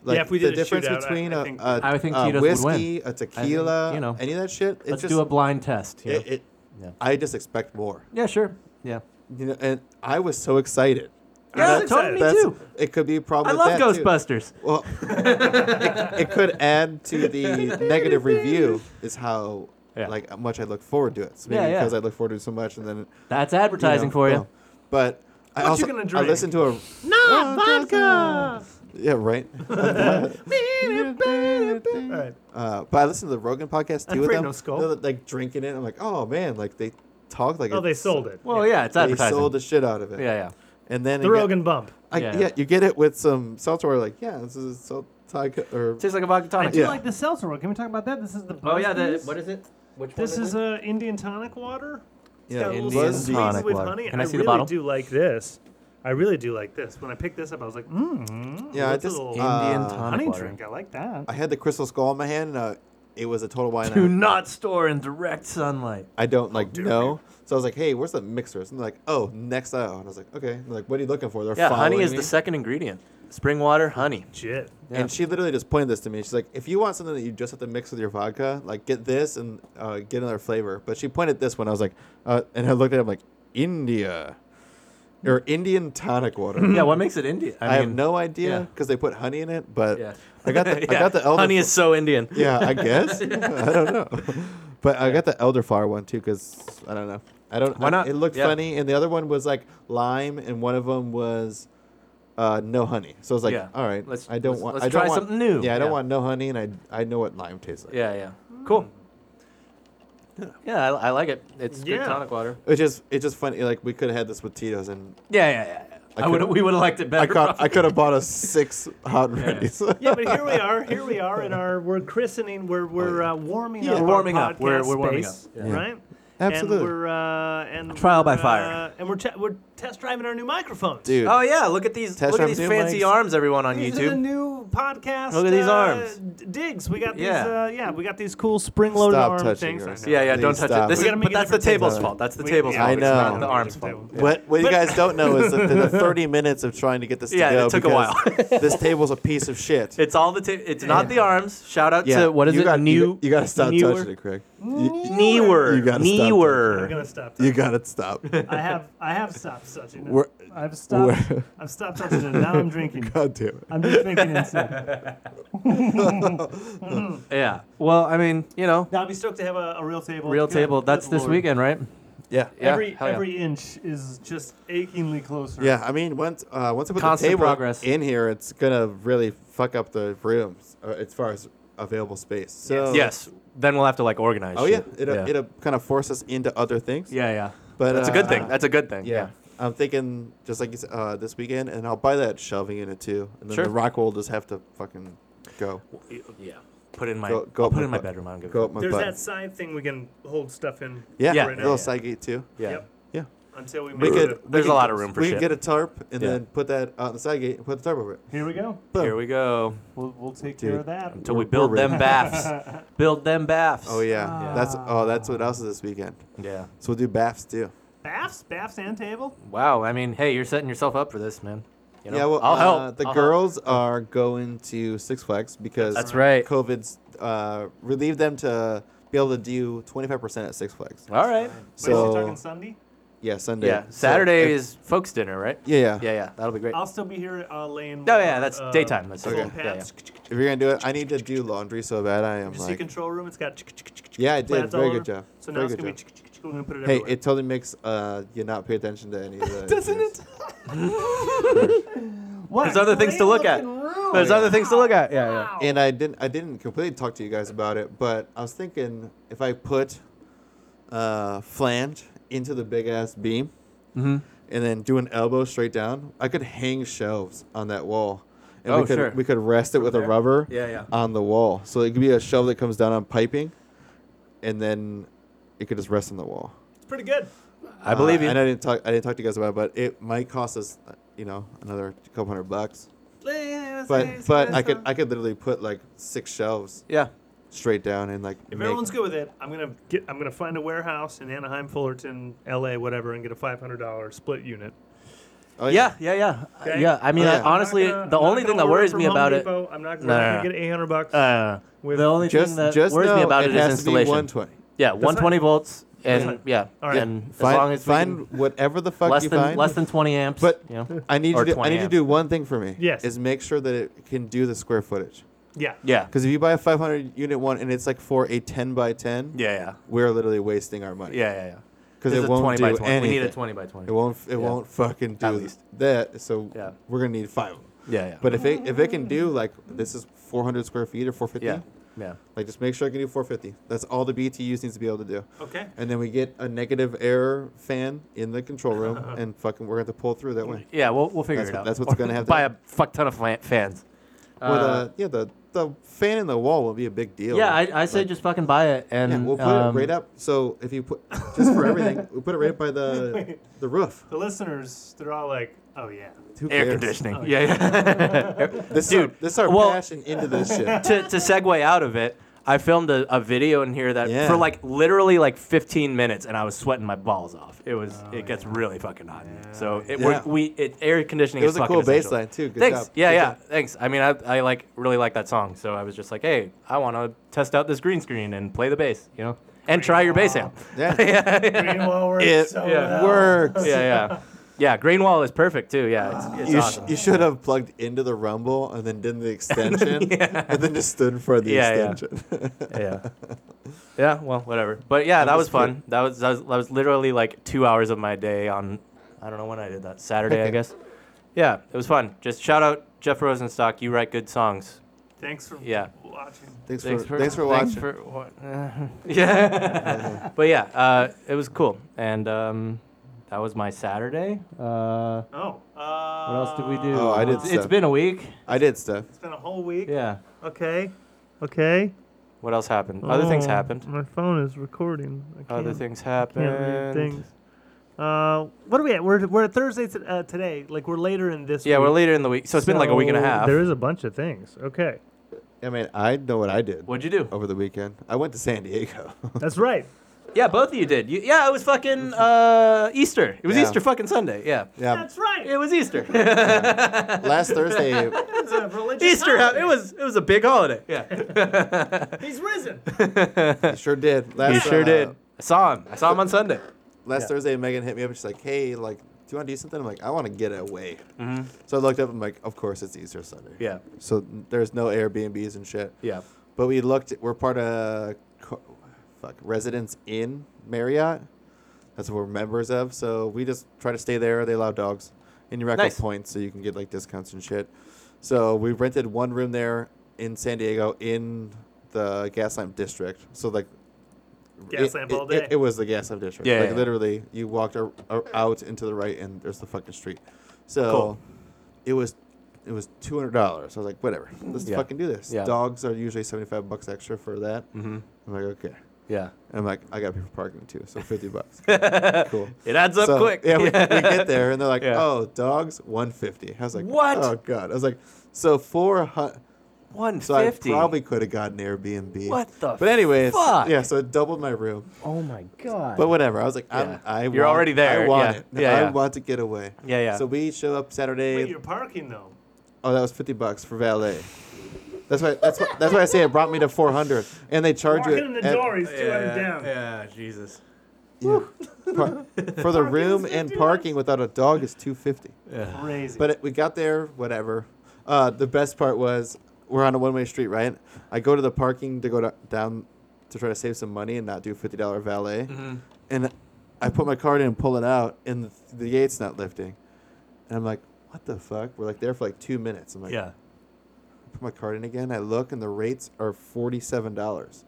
[SPEAKER 1] Like
[SPEAKER 4] if we
[SPEAKER 1] the
[SPEAKER 4] did a
[SPEAKER 1] difference
[SPEAKER 4] shootout, I-
[SPEAKER 1] between
[SPEAKER 4] I
[SPEAKER 1] a
[SPEAKER 4] think-
[SPEAKER 1] a-
[SPEAKER 2] I would think
[SPEAKER 1] a
[SPEAKER 2] Tito's would win.
[SPEAKER 1] whiskey, a tequila,
[SPEAKER 2] you know.
[SPEAKER 1] any of that shit. It's
[SPEAKER 2] Let's
[SPEAKER 1] just
[SPEAKER 2] do a blind test. Yeah.
[SPEAKER 1] it, it,
[SPEAKER 2] Yeah.
[SPEAKER 1] I just expect more.
[SPEAKER 2] yeah, sure. Yeah.
[SPEAKER 1] You know, and I was so excited.
[SPEAKER 4] Yeah,
[SPEAKER 2] Yeah,
[SPEAKER 4] that's
[SPEAKER 2] totally
[SPEAKER 4] it.
[SPEAKER 2] me
[SPEAKER 1] That's
[SPEAKER 2] too.
[SPEAKER 1] it could be a
[SPEAKER 2] I
[SPEAKER 1] problem. with
[SPEAKER 2] love
[SPEAKER 1] that, too.
[SPEAKER 2] Ghostbusters.
[SPEAKER 1] Well, it, it could add to the negative review is how
[SPEAKER 2] Yeah.
[SPEAKER 1] like how much I look forward to it. So maybe
[SPEAKER 2] Yeah, yeah.
[SPEAKER 1] because I look forward to it so much, and then you
[SPEAKER 2] That's advertising
[SPEAKER 1] know,
[SPEAKER 2] for you.
[SPEAKER 1] well, But I
[SPEAKER 4] What you
[SPEAKER 1] also
[SPEAKER 4] gonna
[SPEAKER 1] I
[SPEAKER 4] drink?
[SPEAKER 1] listened to a
[SPEAKER 4] Not vodka.
[SPEAKER 1] yeah right.
[SPEAKER 4] All right.
[SPEAKER 1] Uh, but I listened to the Rogan podcast
[SPEAKER 4] I'm
[SPEAKER 1] too with
[SPEAKER 4] afraid
[SPEAKER 1] them.
[SPEAKER 4] no skull.
[SPEAKER 1] They're, like drinking it, I'm like, oh man, like they talk like.
[SPEAKER 4] Oh, they
[SPEAKER 1] it's-
[SPEAKER 4] sold it.
[SPEAKER 2] Well, yeah, it's
[SPEAKER 1] They
[SPEAKER 2] advertising.
[SPEAKER 1] sold the shit out of it.
[SPEAKER 2] yeah, yeah.
[SPEAKER 1] And then
[SPEAKER 4] The
[SPEAKER 1] it got-
[SPEAKER 4] Rogan bump.
[SPEAKER 1] I,
[SPEAKER 2] Yeah.
[SPEAKER 1] yeah. you get it with some seltzer. Where like, yeah, this is salt vodka or
[SPEAKER 2] Tastes like a vodka
[SPEAKER 4] I
[SPEAKER 2] tonic.
[SPEAKER 4] do
[SPEAKER 1] Yeah.
[SPEAKER 4] like the seltzer one. Can we talk about that? This is the
[SPEAKER 6] Oh yeah. The,
[SPEAKER 4] Buzzbees.
[SPEAKER 6] what is it? Which
[SPEAKER 4] This
[SPEAKER 6] one
[SPEAKER 4] is uh, Indian tonic water. It's
[SPEAKER 1] yeah,
[SPEAKER 4] got a little
[SPEAKER 2] Indian
[SPEAKER 4] sweet
[SPEAKER 1] Buzz-
[SPEAKER 2] tonic
[SPEAKER 4] with
[SPEAKER 2] water.
[SPEAKER 4] honey.
[SPEAKER 2] Can I see the
[SPEAKER 4] really
[SPEAKER 2] bottle?
[SPEAKER 4] do like this. I really do like this. When I picked this up, I was like, mmm.
[SPEAKER 1] Yeah, I
[SPEAKER 4] that's a
[SPEAKER 1] just-
[SPEAKER 4] little
[SPEAKER 1] uh,
[SPEAKER 2] Indian
[SPEAKER 1] Uh,
[SPEAKER 2] tonic
[SPEAKER 4] honey
[SPEAKER 2] water.
[SPEAKER 4] drink. I like that.
[SPEAKER 1] I had the crystal skull in my hand. And, uh, it was a total wine.
[SPEAKER 2] Do
[SPEAKER 1] I,
[SPEAKER 2] not store in direct sunlight.
[SPEAKER 1] I don't like know. So I was like, hey, where's the mixers? And they're like, oh, next aisle. And I was like, okay. And they're like, what are you looking for? They're
[SPEAKER 6] Yeah. Honey
[SPEAKER 1] following
[SPEAKER 6] is
[SPEAKER 1] me.
[SPEAKER 6] the second ingredient. Spring water, honey.
[SPEAKER 4] Shit.
[SPEAKER 2] yeah.
[SPEAKER 1] And she literally just pointed this to me. She's like, if you want something that you just have to mix with your vodka, like get this and uh, get another flavor. But she pointed this one. I was like, uh, and I looked at him like, India, or Indian tonic water.
[SPEAKER 2] Yeah, what makes it Indian?
[SPEAKER 1] I, have no idea
[SPEAKER 2] yeah.
[SPEAKER 1] because they put honey in it, but
[SPEAKER 2] Yeah.
[SPEAKER 1] I got the I
[SPEAKER 6] Yeah,
[SPEAKER 1] got the elder
[SPEAKER 6] honey is so Indian.
[SPEAKER 1] yeah, I guess I don't know, but I got the elderflower one too because I don't know. I don't.
[SPEAKER 2] Why
[SPEAKER 1] I-
[SPEAKER 2] not?
[SPEAKER 1] it looked
[SPEAKER 6] Yeah.
[SPEAKER 1] funny, and the other one was like lime, and one of them was uh, no honey. So I was like,
[SPEAKER 2] Yeah.
[SPEAKER 1] all right,
[SPEAKER 2] Let's-
[SPEAKER 1] I don't
[SPEAKER 2] let's-
[SPEAKER 1] want.
[SPEAKER 2] let's
[SPEAKER 1] I don't
[SPEAKER 2] try
[SPEAKER 1] want,
[SPEAKER 2] something new.
[SPEAKER 1] Yeah, I don't
[SPEAKER 2] Yeah.
[SPEAKER 1] want no honey, and I I know what lime tastes like.
[SPEAKER 6] Yeah. Yeah. Cool. Yeah, I, I like it. It's
[SPEAKER 4] Yeah.
[SPEAKER 6] good tonic water.
[SPEAKER 1] It's just it's just funny. Like we could have had this with Tito's, and
[SPEAKER 2] Yeah, yeah, yeah. yeah. I,
[SPEAKER 1] could-
[SPEAKER 2] would. We would have liked it
[SPEAKER 1] I
[SPEAKER 2] better.
[SPEAKER 1] got I
[SPEAKER 2] probably.
[SPEAKER 1] could have bought us six hot and readies.
[SPEAKER 4] Yeah, but here we are. Here we are in our we're christening. We're we're uh, warming
[SPEAKER 1] Oh, Yeah.
[SPEAKER 4] up.
[SPEAKER 1] We're
[SPEAKER 2] warming
[SPEAKER 4] our
[SPEAKER 2] up. We're-
[SPEAKER 4] podcast
[SPEAKER 2] we're warming
[SPEAKER 4] space,
[SPEAKER 2] up. Yeah.
[SPEAKER 4] Right.
[SPEAKER 1] Absolutely.
[SPEAKER 4] And we're uh, and
[SPEAKER 2] trial by
[SPEAKER 4] we're,
[SPEAKER 2] fire.
[SPEAKER 4] uh, and we're te- we're test driving our new microphones.
[SPEAKER 1] Dude,
[SPEAKER 6] Oh yeah, look at these look
[SPEAKER 1] Test
[SPEAKER 6] at
[SPEAKER 1] drive
[SPEAKER 6] these
[SPEAKER 1] new
[SPEAKER 6] fancy
[SPEAKER 1] mics.
[SPEAKER 6] arms, everyone on
[SPEAKER 4] These are the
[SPEAKER 6] YouTube.
[SPEAKER 4] new podcast.
[SPEAKER 6] Look at these
[SPEAKER 4] uh,
[SPEAKER 6] arms.
[SPEAKER 4] d- digs. We got these.
[SPEAKER 6] Yeah.
[SPEAKER 4] Uh, yeah, we got these cool spring-loaded
[SPEAKER 1] Stop
[SPEAKER 4] arm
[SPEAKER 1] touching
[SPEAKER 4] things. I
[SPEAKER 1] yours.
[SPEAKER 4] know.
[SPEAKER 6] Yeah, yeah, don't
[SPEAKER 1] Please
[SPEAKER 6] touch
[SPEAKER 1] stop.
[SPEAKER 6] it. This
[SPEAKER 4] We
[SPEAKER 6] is,
[SPEAKER 4] gotta make
[SPEAKER 6] but
[SPEAKER 4] a
[SPEAKER 6] that's the
[SPEAKER 4] different
[SPEAKER 6] table's
[SPEAKER 4] table.
[SPEAKER 6] fault. That's the
[SPEAKER 4] We-
[SPEAKER 6] table's
[SPEAKER 4] yeah,
[SPEAKER 6] fault.
[SPEAKER 1] I
[SPEAKER 6] It's not
[SPEAKER 1] know.
[SPEAKER 6] the arm's fault.
[SPEAKER 1] What what you guys don't know is that the 30 minutes of trying to get this to
[SPEAKER 6] Yeah,
[SPEAKER 1] go
[SPEAKER 6] it took a
[SPEAKER 1] because
[SPEAKER 6] while.
[SPEAKER 1] this table's a piece of shit.
[SPEAKER 6] It's all the ta- it's not the arms. Shout out to what is
[SPEAKER 1] you
[SPEAKER 6] it?
[SPEAKER 1] Got,
[SPEAKER 6] new
[SPEAKER 1] you, you gotta stop
[SPEAKER 6] newer?
[SPEAKER 1] touching it, Craig. You,
[SPEAKER 6] newer
[SPEAKER 1] You gotta stop
[SPEAKER 4] I'm
[SPEAKER 6] newer.
[SPEAKER 4] gonna stop.
[SPEAKER 1] you gotta stop.
[SPEAKER 4] I have I have stopped touching it.
[SPEAKER 1] We're,
[SPEAKER 4] I've stopped.
[SPEAKER 1] we're,
[SPEAKER 4] I've stopped touching it. Now I'm drinking.
[SPEAKER 1] God damn it.
[SPEAKER 4] I'm just thinking instead.
[SPEAKER 6] Yeah. Well, I mean, you know,
[SPEAKER 4] Now I'd be stoked to have a, a real table.
[SPEAKER 2] Real
[SPEAKER 4] Good.
[SPEAKER 2] table. That's
[SPEAKER 4] Good
[SPEAKER 2] this
[SPEAKER 4] lord.
[SPEAKER 2] weekend, right?
[SPEAKER 1] Yeah.
[SPEAKER 2] Yeah,
[SPEAKER 3] every
[SPEAKER 2] hell yeah.
[SPEAKER 3] every inch is just achingly closer.
[SPEAKER 1] Yeah, I mean, once uh, once I put
[SPEAKER 7] Constant
[SPEAKER 1] the table
[SPEAKER 7] progress.
[SPEAKER 1] in here, it's gonna really fuck up the rooms uh, as far as available space. So
[SPEAKER 2] Yes. Then we'll have to like organize.
[SPEAKER 1] Oh yeah,
[SPEAKER 2] shit.
[SPEAKER 1] it'll
[SPEAKER 2] yeah.
[SPEAKER 1] it'll kind of force us into other things.
[SPEAKER 7] Yeah, yeah.
[SPEAKER 1] but
[SPEAKER 2] That's a
[SPEAKER 1] uh,
[SPEAKER 2] good thing. That's a good thing.
[SPEAKER 1] yeah. I'm thinking just like you said, uh, this weekend, and I'll buy that shelving unit too, and then
[SPEAKER 2] Sure.
[SPEAKER 1] the rock will just have to fucking go
[SPEAKER 2] Yeah. Yeah. Put it in my.
[SPEAKER 1] Go- go
[SPEAKER 2] I'll
[SPEAKER 1] up
[SPEAKER 2] put
[SPEAKER 1] my
[SPEAKER 2] it in my
[SPEAKER 1] butt.
[SPEAKER 2] bedroom. I don't give a
[SPEAKER 1] go up
[SPEAKER 2] fuck.
[SPEAKER 1] my
[SPEAKER 3] There's
[SPEAKER 1] butt.
[SPEAKER 3] that side thing we can hold stuff in.
[SPEAKER 1] yeah,
[SPEAKER 2] Yeah.
[SPEAKER 1] a
[SPEAKER 3] right now.
[SPEAKER 1] little side gate too.
[SPEAKER 2] Yeah.
[SPEAKER 3] Yep.
[SPEAKER 1] Yeah,
[SPEAKER 3] Until we
[SPEAKER 1] we
[SPEAKER 3] make
[SPEAKER 1] could.
[SPEAKER 3] it.
[SPEAKER 1] we
[SPEAKER 2] There's
[SPEAKER 1] could-
[SPEAKER 2] a lot of room for
[SPEAKER 1] we
[SPEAKER 2] shit.
[SPEAKER 1] could get a tarp and
[SPEAKER 2] Yeah.
[SPEAKER 1] then put that out on the side gate and put the tarp over it.
[SPEAKER 3] Here we go.
[SPEAKER 1] Boom.
[SPEAKER 2] Here we go.
[SPEAKER 3] We'll, we'll take
[SPEAKER 1] Dude.
[SPEAKER 3] care of that.
[SPEAKER 2] Until we
[SPEAKER 1] We're-
[SPEAKER 2] build
[SPEAKER 1] we're
[SPEAKER 2] them
[SPEAKER 1] ready.
[SPEAKER 2] baths. build them baths.
[SPEAKER 1] Oh yeah, that's oh that's what else is this weekend.
[SPEAKER 2] Yeah.
[SPEAKER 1] So we'll do baths too.
[SPEAKER 3] Baths, baths, and table.
[SPEAKER 2] Wow. I mean, hey, you're setting yourself up for this, man. You know?
[SPEAKER 1] yeah, well,
[SPEAKER 2] I'll
[SPEAKER 1] uh,
[SPEAKER 2] help.
[SPEAKER 1] The
[SPEAKER 2] I'll help.
[SPEAKER 1] girls are going to Six Flags because
[SPEAKER 2] That's right.
[SPEAKER 1] COVID's uh, relieved them to be able to do 25% at Six Flags.
[SPEAKER 2] All right.
[SPEAKER 3] So,
[SPEAKER 1] So-
[SPEAKER 3] talking Sunday?
[SPEAKER 1] Yeah, Sunday.
[SPEAKER 2] Yeah.
[SPEAKER 1] So
[SPEAKER 2] Saturday
[SPEAKER 1] if-
[SPEAKER 2] is folks' dinner, right?
[SPEAKER 1] Yeah, yeah,
[SPEAKER 2] Yeah. Yeah. That'll be great.
[SPEAKER 3] I'll still be here uh, laying.
[SPEAKER 2] No, Oh, yeah,
[SPEAKER 3] more,
[SPEAKER 2] that's
[SPEAKER 3] uh,
[SPEAKER 2] daytime. That's
[SPEAKER 3] little
[SPEAKER 1] okay.
[SPEAKER 2] Yeah,
[SPEAKER 3] pads.
[SPEAKER 1] If you're gonna do it, I need to do laundry so bad. I am
[SPEAKER 3] You see
[SPEAKER 1] like,
[SPEAKER 3] control room. It's got.
[SPEAKER 1] yeah, I did.
[SPEAKER 3] plants all
[SPEAKER 1] Very
[SPEAKER 3] over.
[SPEAKER 1] good job.
[SPEAKER 3] So now
[SPEAKER 1] Very
[SPEAKER 3] it's
[SPEAKER 1] good
[SPEAKER 3] gonna
[SPEAKER 1] job.
[SPEAKER 3] be. We're gonna put it
[SPEAKER 1] Hey,
[SPEAKER 3] everywhere.
[SPEAKER 1] it totally makes uh, you not pay attention to any of the.
[SPEAKER 7] Doesn't it?
[SPEAKER 3] What
[SPEAKER 2] There's other things to look at. There's other things to look at. Yeah. Yeah.
[SPEAKER 1] And I didn't. I didn't completely talk to you guys about it, but I was thinking if I put uh, flange into the big ass beam,
[SPEAKER 2] Mm-hmm.
[SPEAKER 1] and then do an elbow straight down, I could hang shelves on that wall, and
[SPEAKER 2] Oh,
[SPEAKER 1] we could
[SPEAKER 2] sure.
[SPEAKER 1] we could rest it with a rubber
[SPEAKER 2] Yeah, yeah.
[SPEAKER 1] on the wall. So it could be a shelf that comes down on piping, and then it could just rest on the wall.
[SPEAKER 3] It's pretty good.
[SPEAKER 2] I believe
[SPEAKER 1] Uh,
[SPEAKER 2] you.
[SPEAKER 1] And I didn't talk. I didn't talk to you guys about it, but it might cost us, uh, you know, another couple hundred bucks. But but I could I could literally put like six shelves
[SPEAKER 2] Yeah.
[SPEAKER 1] straight down and like.
[SPEAKER 3] If
[SPEAKER 1] make-
[SPEAKER 3] everyone's good with it, I'm gonna get. I'm gonna find a warehouse in Anaheim, Fullerton, L.A., whatever, and get a $500 split unit.
[SPEAKER 1] oh,
[SPEAKER 2] Yeah, yeah, yeah, Uh,
[SPEAKER 3] Okay.
[SPEAKER 2] yeah. I mean,
[SPEAKER 1] Oh,
[SPEAKER 2] I-
[SPEAKER 1] yeah.
[SPEAKER 2] honestly,
[SPEAKER 3] I'm not gonna-
[SPEAKER 2] the
[SPEAKER 3] I'm not
[SPEAKER 2] only
[SPEAKER 3] gonna
[SPEAKER 2] thing that
[SPEAKER 3] order
[SPEAKER 2] worries
[SPEAKER 3] from
[SPEAKER 2] me
[SPEAKER 3] Home
[SPEAKER 2] about it,
[SPEAKER 3] Depot. I'm not
[SPEAKER 2] No,
[SPEAKER 3] gonna,
[SPEAKER 2] no,
[SPEAKER 3] I'm not
[SPEAKER 2] no.
[SPEAKER 3] gonna get 800 bucks.
[SPEAKER 2] uh,
[SPEAKER 3] with-
[SPEAKER 7] the only
[SPEAKER 1] Just
[SPEAKER 7] thing that
[SPEAKER 1] just
[SPEAKER 7] worries me
[SPEAKER 1] know
[SPEAKER 7] about it
[SPEAKER 1] it
[SPEAKER 7] is
[SPEAKER 1] has to be
[SPEAKER 7] installation.
[SPEAKER 1] 120.
[SPEAKER 2] yeah, 120 volts,
[SPEAKER 3] That's
[SPEAKER 2] and yeah,
[SPEAKER 3] All right.
[SPEAKER 2] and as
[SPEAKER 1] find
[SPEAKER 2] long as we
[SPEAKER 1] find
[SPEAKER 2] can-
[SPEAKER 1] whatever the fuck
[SPEAKER 2] less
[SPEAKER 1] you
[SPEAKER 2] than
[SPEAKER 1] find.
[SPEAKER 2] less than 20 amps,
[SPEAKER 1] But-
[SPEAKER 2] you know?
[SPEAKER 1] I need
[SPEAKER 2] or
[SPEAKER 1] you to, I
[SPEAKER 2] 20
[SPEAKER 1] need to do one thing for me.
[SPEAKER 3] Yes.
[SPEAKER 1] Is make sure that it can do the square footage.
[SPEAKER 3] yeah.
[SPEAKER 2] yeah,
[SPEAKER 1] Because if you buy a 500 unit one and it's like for a 10 by 10,
[SPEAKER 2] yeah, yeah,
[SPEAKER 1] we're literally wasting our money.
[SPEAKER 2] yeah, yeah, yeah.
[SPEAKER 1] 'Cause
[SPEAKER 2] This
[SPEAKER 1] it
[SPEAKER 2] is a
[SPEAKER 1] won't
[SPEAKER 2] 20
[SPEAKER 1] do
[SPEAKER 2] by 20. We need a
[SPEAKER 1] anything.
[SPEAKER 2] 20 by
[SPEAKER 1] It
[SPEAKER 2] 20.
[SPEAKER 1] won't. It won't fucking do
[SPEAKER 2] least.
[SPEAKER 1] that. So
[SPEAKER 2] Yeah.
[SPEAKER 1] we're gonna need five. of 'em.
[SPEAKER 2] Yeah, yeah,
[SPEAKER 1] But if it if it can do like this is 400 square feet or 450,
[SPEAKER 2] yeah, yeah.
[SPEAKER 1] like just make sure it can do 450. That's all the BTUs needs to be able to do.
[SPEAKER 3] Okay.
[SPEAKER 1] And then we get a negative error fan in the control room, and fucking we're gonna have to pull through that way.
[SPEAKER 2] Yeah, we'll, we'll figure
[SPEAKER 1] That's
[SPEAKER 2] it
[SPEAKER 1] what-
[SPEAKER 2] out.
[SPEAKER 1] that's what's gonna have to-
[SPEAKER 2] Buy a fuck ton of flan- fans.
[SPEAKER 1] well,
[SPEAKER 2] Uh,
[SPEAKER 1] the, yeah, the the fan in the wall will be a big deal.
[SPEAKER 7] Yeah, I, I say just fucking buy it and
[SPEAKER 1] Yeah, we'll put
[SPEAKER 7] um,
[SPEAKER 1] it right up. So if you put just for everything, we put it right up by the the roof.
[SPEAKER 3] The listeners, they're all like, "Oh yeah."
[SPEAKER 1] Who
[SPEAKER 2] air
[SPEAKER 1] cares?
[SPEAKER 2] conditioning. yeah, yeah.
[SPEAKER 1] This is our,
[SPEAKER 2] Dude,
[SPEAKER 1] this is our
[SPEAKER 2] well-
[SPEAKER 1] passion into this shit.
[SPEAKER 2] to, to segue out of it, I filmed a, a video in here that
[SPEAKER 1] Yeah.
[SPEAKER 2] for like literally like 15 minutes, and I was sweating my balls off. It was it gets really fucking hot. in here. So it
[SPEAKER 1] Yeah.
[SPEAKER 2] we're we it air conditioning.
[SPEAKER 1] It
[SPEAKER 2] is
[SPEAKER 1] was a
[SPEAKER 2] fucking
[SPEAKER 1] cool
[SPEAKER 2] essential.
[SPEAKER 1] baseline too. Good
[SPEAKER 2] Thanks.
[SPEAKER 1] job.
[SPEAKER 2] Yeah,
[SPEAKER 1] Good
[SPEAKER 2] yeah.
[SPEAKER 1] job.
[SPEAKER 2] Thanks. I mean, I, I like really like that song, so I was just like, hey, I want to test out this green screen and play the bass, you know, and try your bass amp.
[SPEAKER 1] Yeah.
[SPEAKER 2] yeah, yeah,
[SPEAKER 3] Green wall works
[SPEAKER 1] It
[SPEAKER 3] so
[SPEAKER 2] yeah.
[SPEAKER 3] well.
[SPEAKER 1] works.
[SPEAKER 2] yeah. Yeah, green wall is perfect too.
[SPEAKER 3] Ah.
[SPEAKER 2] Yeah, it's, it's
[SPEAKER 1] You,
[SPEAKER 2] awesome.
[SPEAKER 1] sh- you should have plugged into the rumble and then did the extension and then just stood for the
[SPEAKER 2] Yeah, yeah.
[SPEAKER 1] extension.
[SPEAKER 2] yeah. Yeah, well, whatever. But yeah, that was
[SPEAKER 1] just kidding.
[SPEAKER 2] fun. That was, that was that was literally like two hours of my day on I don't know when I did that. Saturday, I guess. Yeah, it was fun. Just shout out Jeff Rosenstock. You write good songs.
[SPEAKER 3] Thanks for
[SPEAKER 2] Yeah.
[SPEAKER 3] watching.
[SPEAKER 1] thanks, for, thanks for watching.
[SPEAKER 3] Uh-huh.
[SPEAKER 2] for wa- yeah. but yeah, uh, it was cool, and um, that was my Saturday.
[SPEAKER 7] Uh,
[SPEAKER 3] Oh. Uh, what
[SPEAKER 7] what else did we do?
[SPEAKER 1] Oh, I did
[SPEAKER 7] It's- it's
[SPEAKER 1] stuff.
[SPEAKER 7] been a week.
[SPEAKER 1] I did stuff.
[SPEAKER 3] It's been a whole week.
[SPEAKER 7] Yeah.
[SPEAKER 3] Okay. Okay.
[SPEAKER 2] What else happened? Other things
[SPEAKER 3] Oh,
[SPEAKER 2] happened.
[SPEAKER 3] My phone is recording. I can't,
[SPEAKER 2] Other things
[SPEAKER 3] can't read
[SPEAKER 2] happened.
[SPEAKER 3] things. Uh, what are we at? We're we're at Thursday t- uh, today. Like we're later in this.
[SPEAKER 2] Yeah,
[SPEAKER 3] week.
[SPEAKER 2] we're later in the week, so it's been like a week and a
[SPEAKER 3] So
[SPEAKER 2] half.
[SPEAKER 3] There is a bunch of things. Okay,
[SPEAKER 1] I mean, I know what I did
[SPEAKER 2] What'd you do?
[SPEAKER 1] over the weekend. I went to San Diego.
[SPEAKER 3] that's right.
[SPEAKER 2] Yeah, both of you did. You, yeah, it was fucking uh, Easter. It was
[SPEAKER 1] Yeah.
[SPEAKER 2] Easter fucking Sunday. Yeah.
[SPEAKER 1] yeah,
[SPEAKER 3] That's right.
[SPEAKER 2] It was Easter.
[SPEAKER 1] last Thursday.
[SPEAKER 3] was a religious
[SPEAKER 2] Easter. ha-
[SPEAKER 3] holiday.
[SPEAKER 2] It was. It was a big holiday. Yeah.
[SPEAKER 3] He's risen.
[SPEAKER 1] I sure did. Last,
[SPEAKER 2] You sure
[SPEAKER 1] uh,
[SPEAKER 2] did. I saw him. I saw him on Sunday.
[SPEAKER 1] Last Thursday, Megan hit me up. She's like, "Hey, like, do you want to do something?" I'm like, "I want to get away." So I looked up. I'm like, "Of course, it's Easter Sunday."
[SPEAKER 2] Yeah.
[SPEAKER 1] So there's no Airbnbs and shit.
[SPEAKER 2] Yeah.
[SPEAKER 1] But we looked. We're part of, co- fuck, Residence Inn Marriott. I That's what we're members of. So we just try to stay there. They allow dogs, and you rack
[SPEAKER 2] Nice.
[SPEAKER 1] up points so you can get like discounts and shit. So we rented one room there in San Diego in the Gaslamp district. So like. it-
[SPEAKER 3] Gaslamp
[SPEAKER 1] it,
[SPEAKER 3] all
[SPEAKER 1] It,
[SPEAKER 3] day.
[SPEAKER 1] it was the Gaslamp district.
[SPEAKER 2] Yeah,
[SPEAKER 1] like
[SPEAKER 2] yeah.
[SPEAKER 1] literally, you walked ar- ar- out into the right, and there's the fucking street. So,
[SPEAKER 2] Cool.
[SPEAKER 1] it was, it was two hundred dollars. I was like, whatever, let's
[SPEAKER 2] Yeah.
[SPEAKER 1] fucking do this.
[SPEAKER 2] Yeah.
[SPEAKER 1] Dogs are usually seventy five bucks extra for that.
[SPEAKER 2] Mm-hmm.
[SPEAKER 1] I'm like, okay.
[SPEAKER 2] Yeah.
[SPEAKER 1] I'm like, I gotta pay for parking too, so fifty bucks. cool.
[SPEAKER 2] It adds up
[SPEAKER 1] So,
[SPEAKER 2] quick.
[SPEAKER 1] Yeah, we, we get there and they're like,
[SPEAKER 2] Yeah.
[SPEAKER 1] oh, dogs, one fifty. I was like,
[SPEAKER 2] What?
[SPEAKER 1] Oh god. I was like, so four hundred.
[SPEAKER 2] One
[SPEAKER 1] So I
[SPEAKER 2] fifty.
[SPEAKER 1] probably could have gotten Airbnb.
[SPEAKER 2] What the
[SPEAKER 1] But anyways,
[SPEAKER 2] fuck?
[SPEAKER 1] yeah. So it doubled my room.
[SPEAKER 7] Oh my god.
[SPEAKER 1] But whatever. I was like, I'm,
[SPEAKER 2] Yeah.
[SPEAKER 1] I
[SPEAKER 2] You're
[SPEAKER 1] want-
[SPEAKER 2] already there,
[SPEAKER 1] I want
[SPEAKER 2] yeah.
[SPEAKER 1] it.
[SPEAKER 2] Yeah,
[SPEAKER 1] I
[SPEAKER 2] yeah.
[SPEAKER 1] want to get away.
[SPEAKER 2] Yeah, yeah.
[SPEAKER 1] So we show up Saturday.
[SPEAKER 3] Wait, you're parking though.
[SPEAKER 1] Oh, that was fifty bucks for valet. That's why. That's why. That's why I say it brought me to four hundred, and they charge
[SPEAKER 3] Walking
[SPEAKER 1] you.
[SPEAKER 3] in the
[SPEAKER 1] at-
[SPEAKER 3] door, he's 200 down.
[SPEAKER 2] Yeah, Jesus.
[SPEAKER 1] Yeah. Par- for the room
[SPEAKER 3] is
[SPEAKER 1] and
[SPEAKER 3] 50
[SPEAKER 1] parking without a dog is 250
[SPEAKER 3] Crazy.
[SPEAKER 1] but it, we got there whatever uh, the best part was we're on a one-way street right i go to the parking to go to, down to try to save some money and not do $50 valet
[SPEAKER 3] Mm-hmm.
[SPEAKER 2] Mm-hmm.
[SPEAKER 1] and i put my card in and pull it out and the, the gate's not lifting and i'm like what the fuck we're like there for like two minutes i'm like
[SPEAKER 2] Yeah.
[SPEAKER 1] put my card in again. I look, and the rates are forty-seven dollars.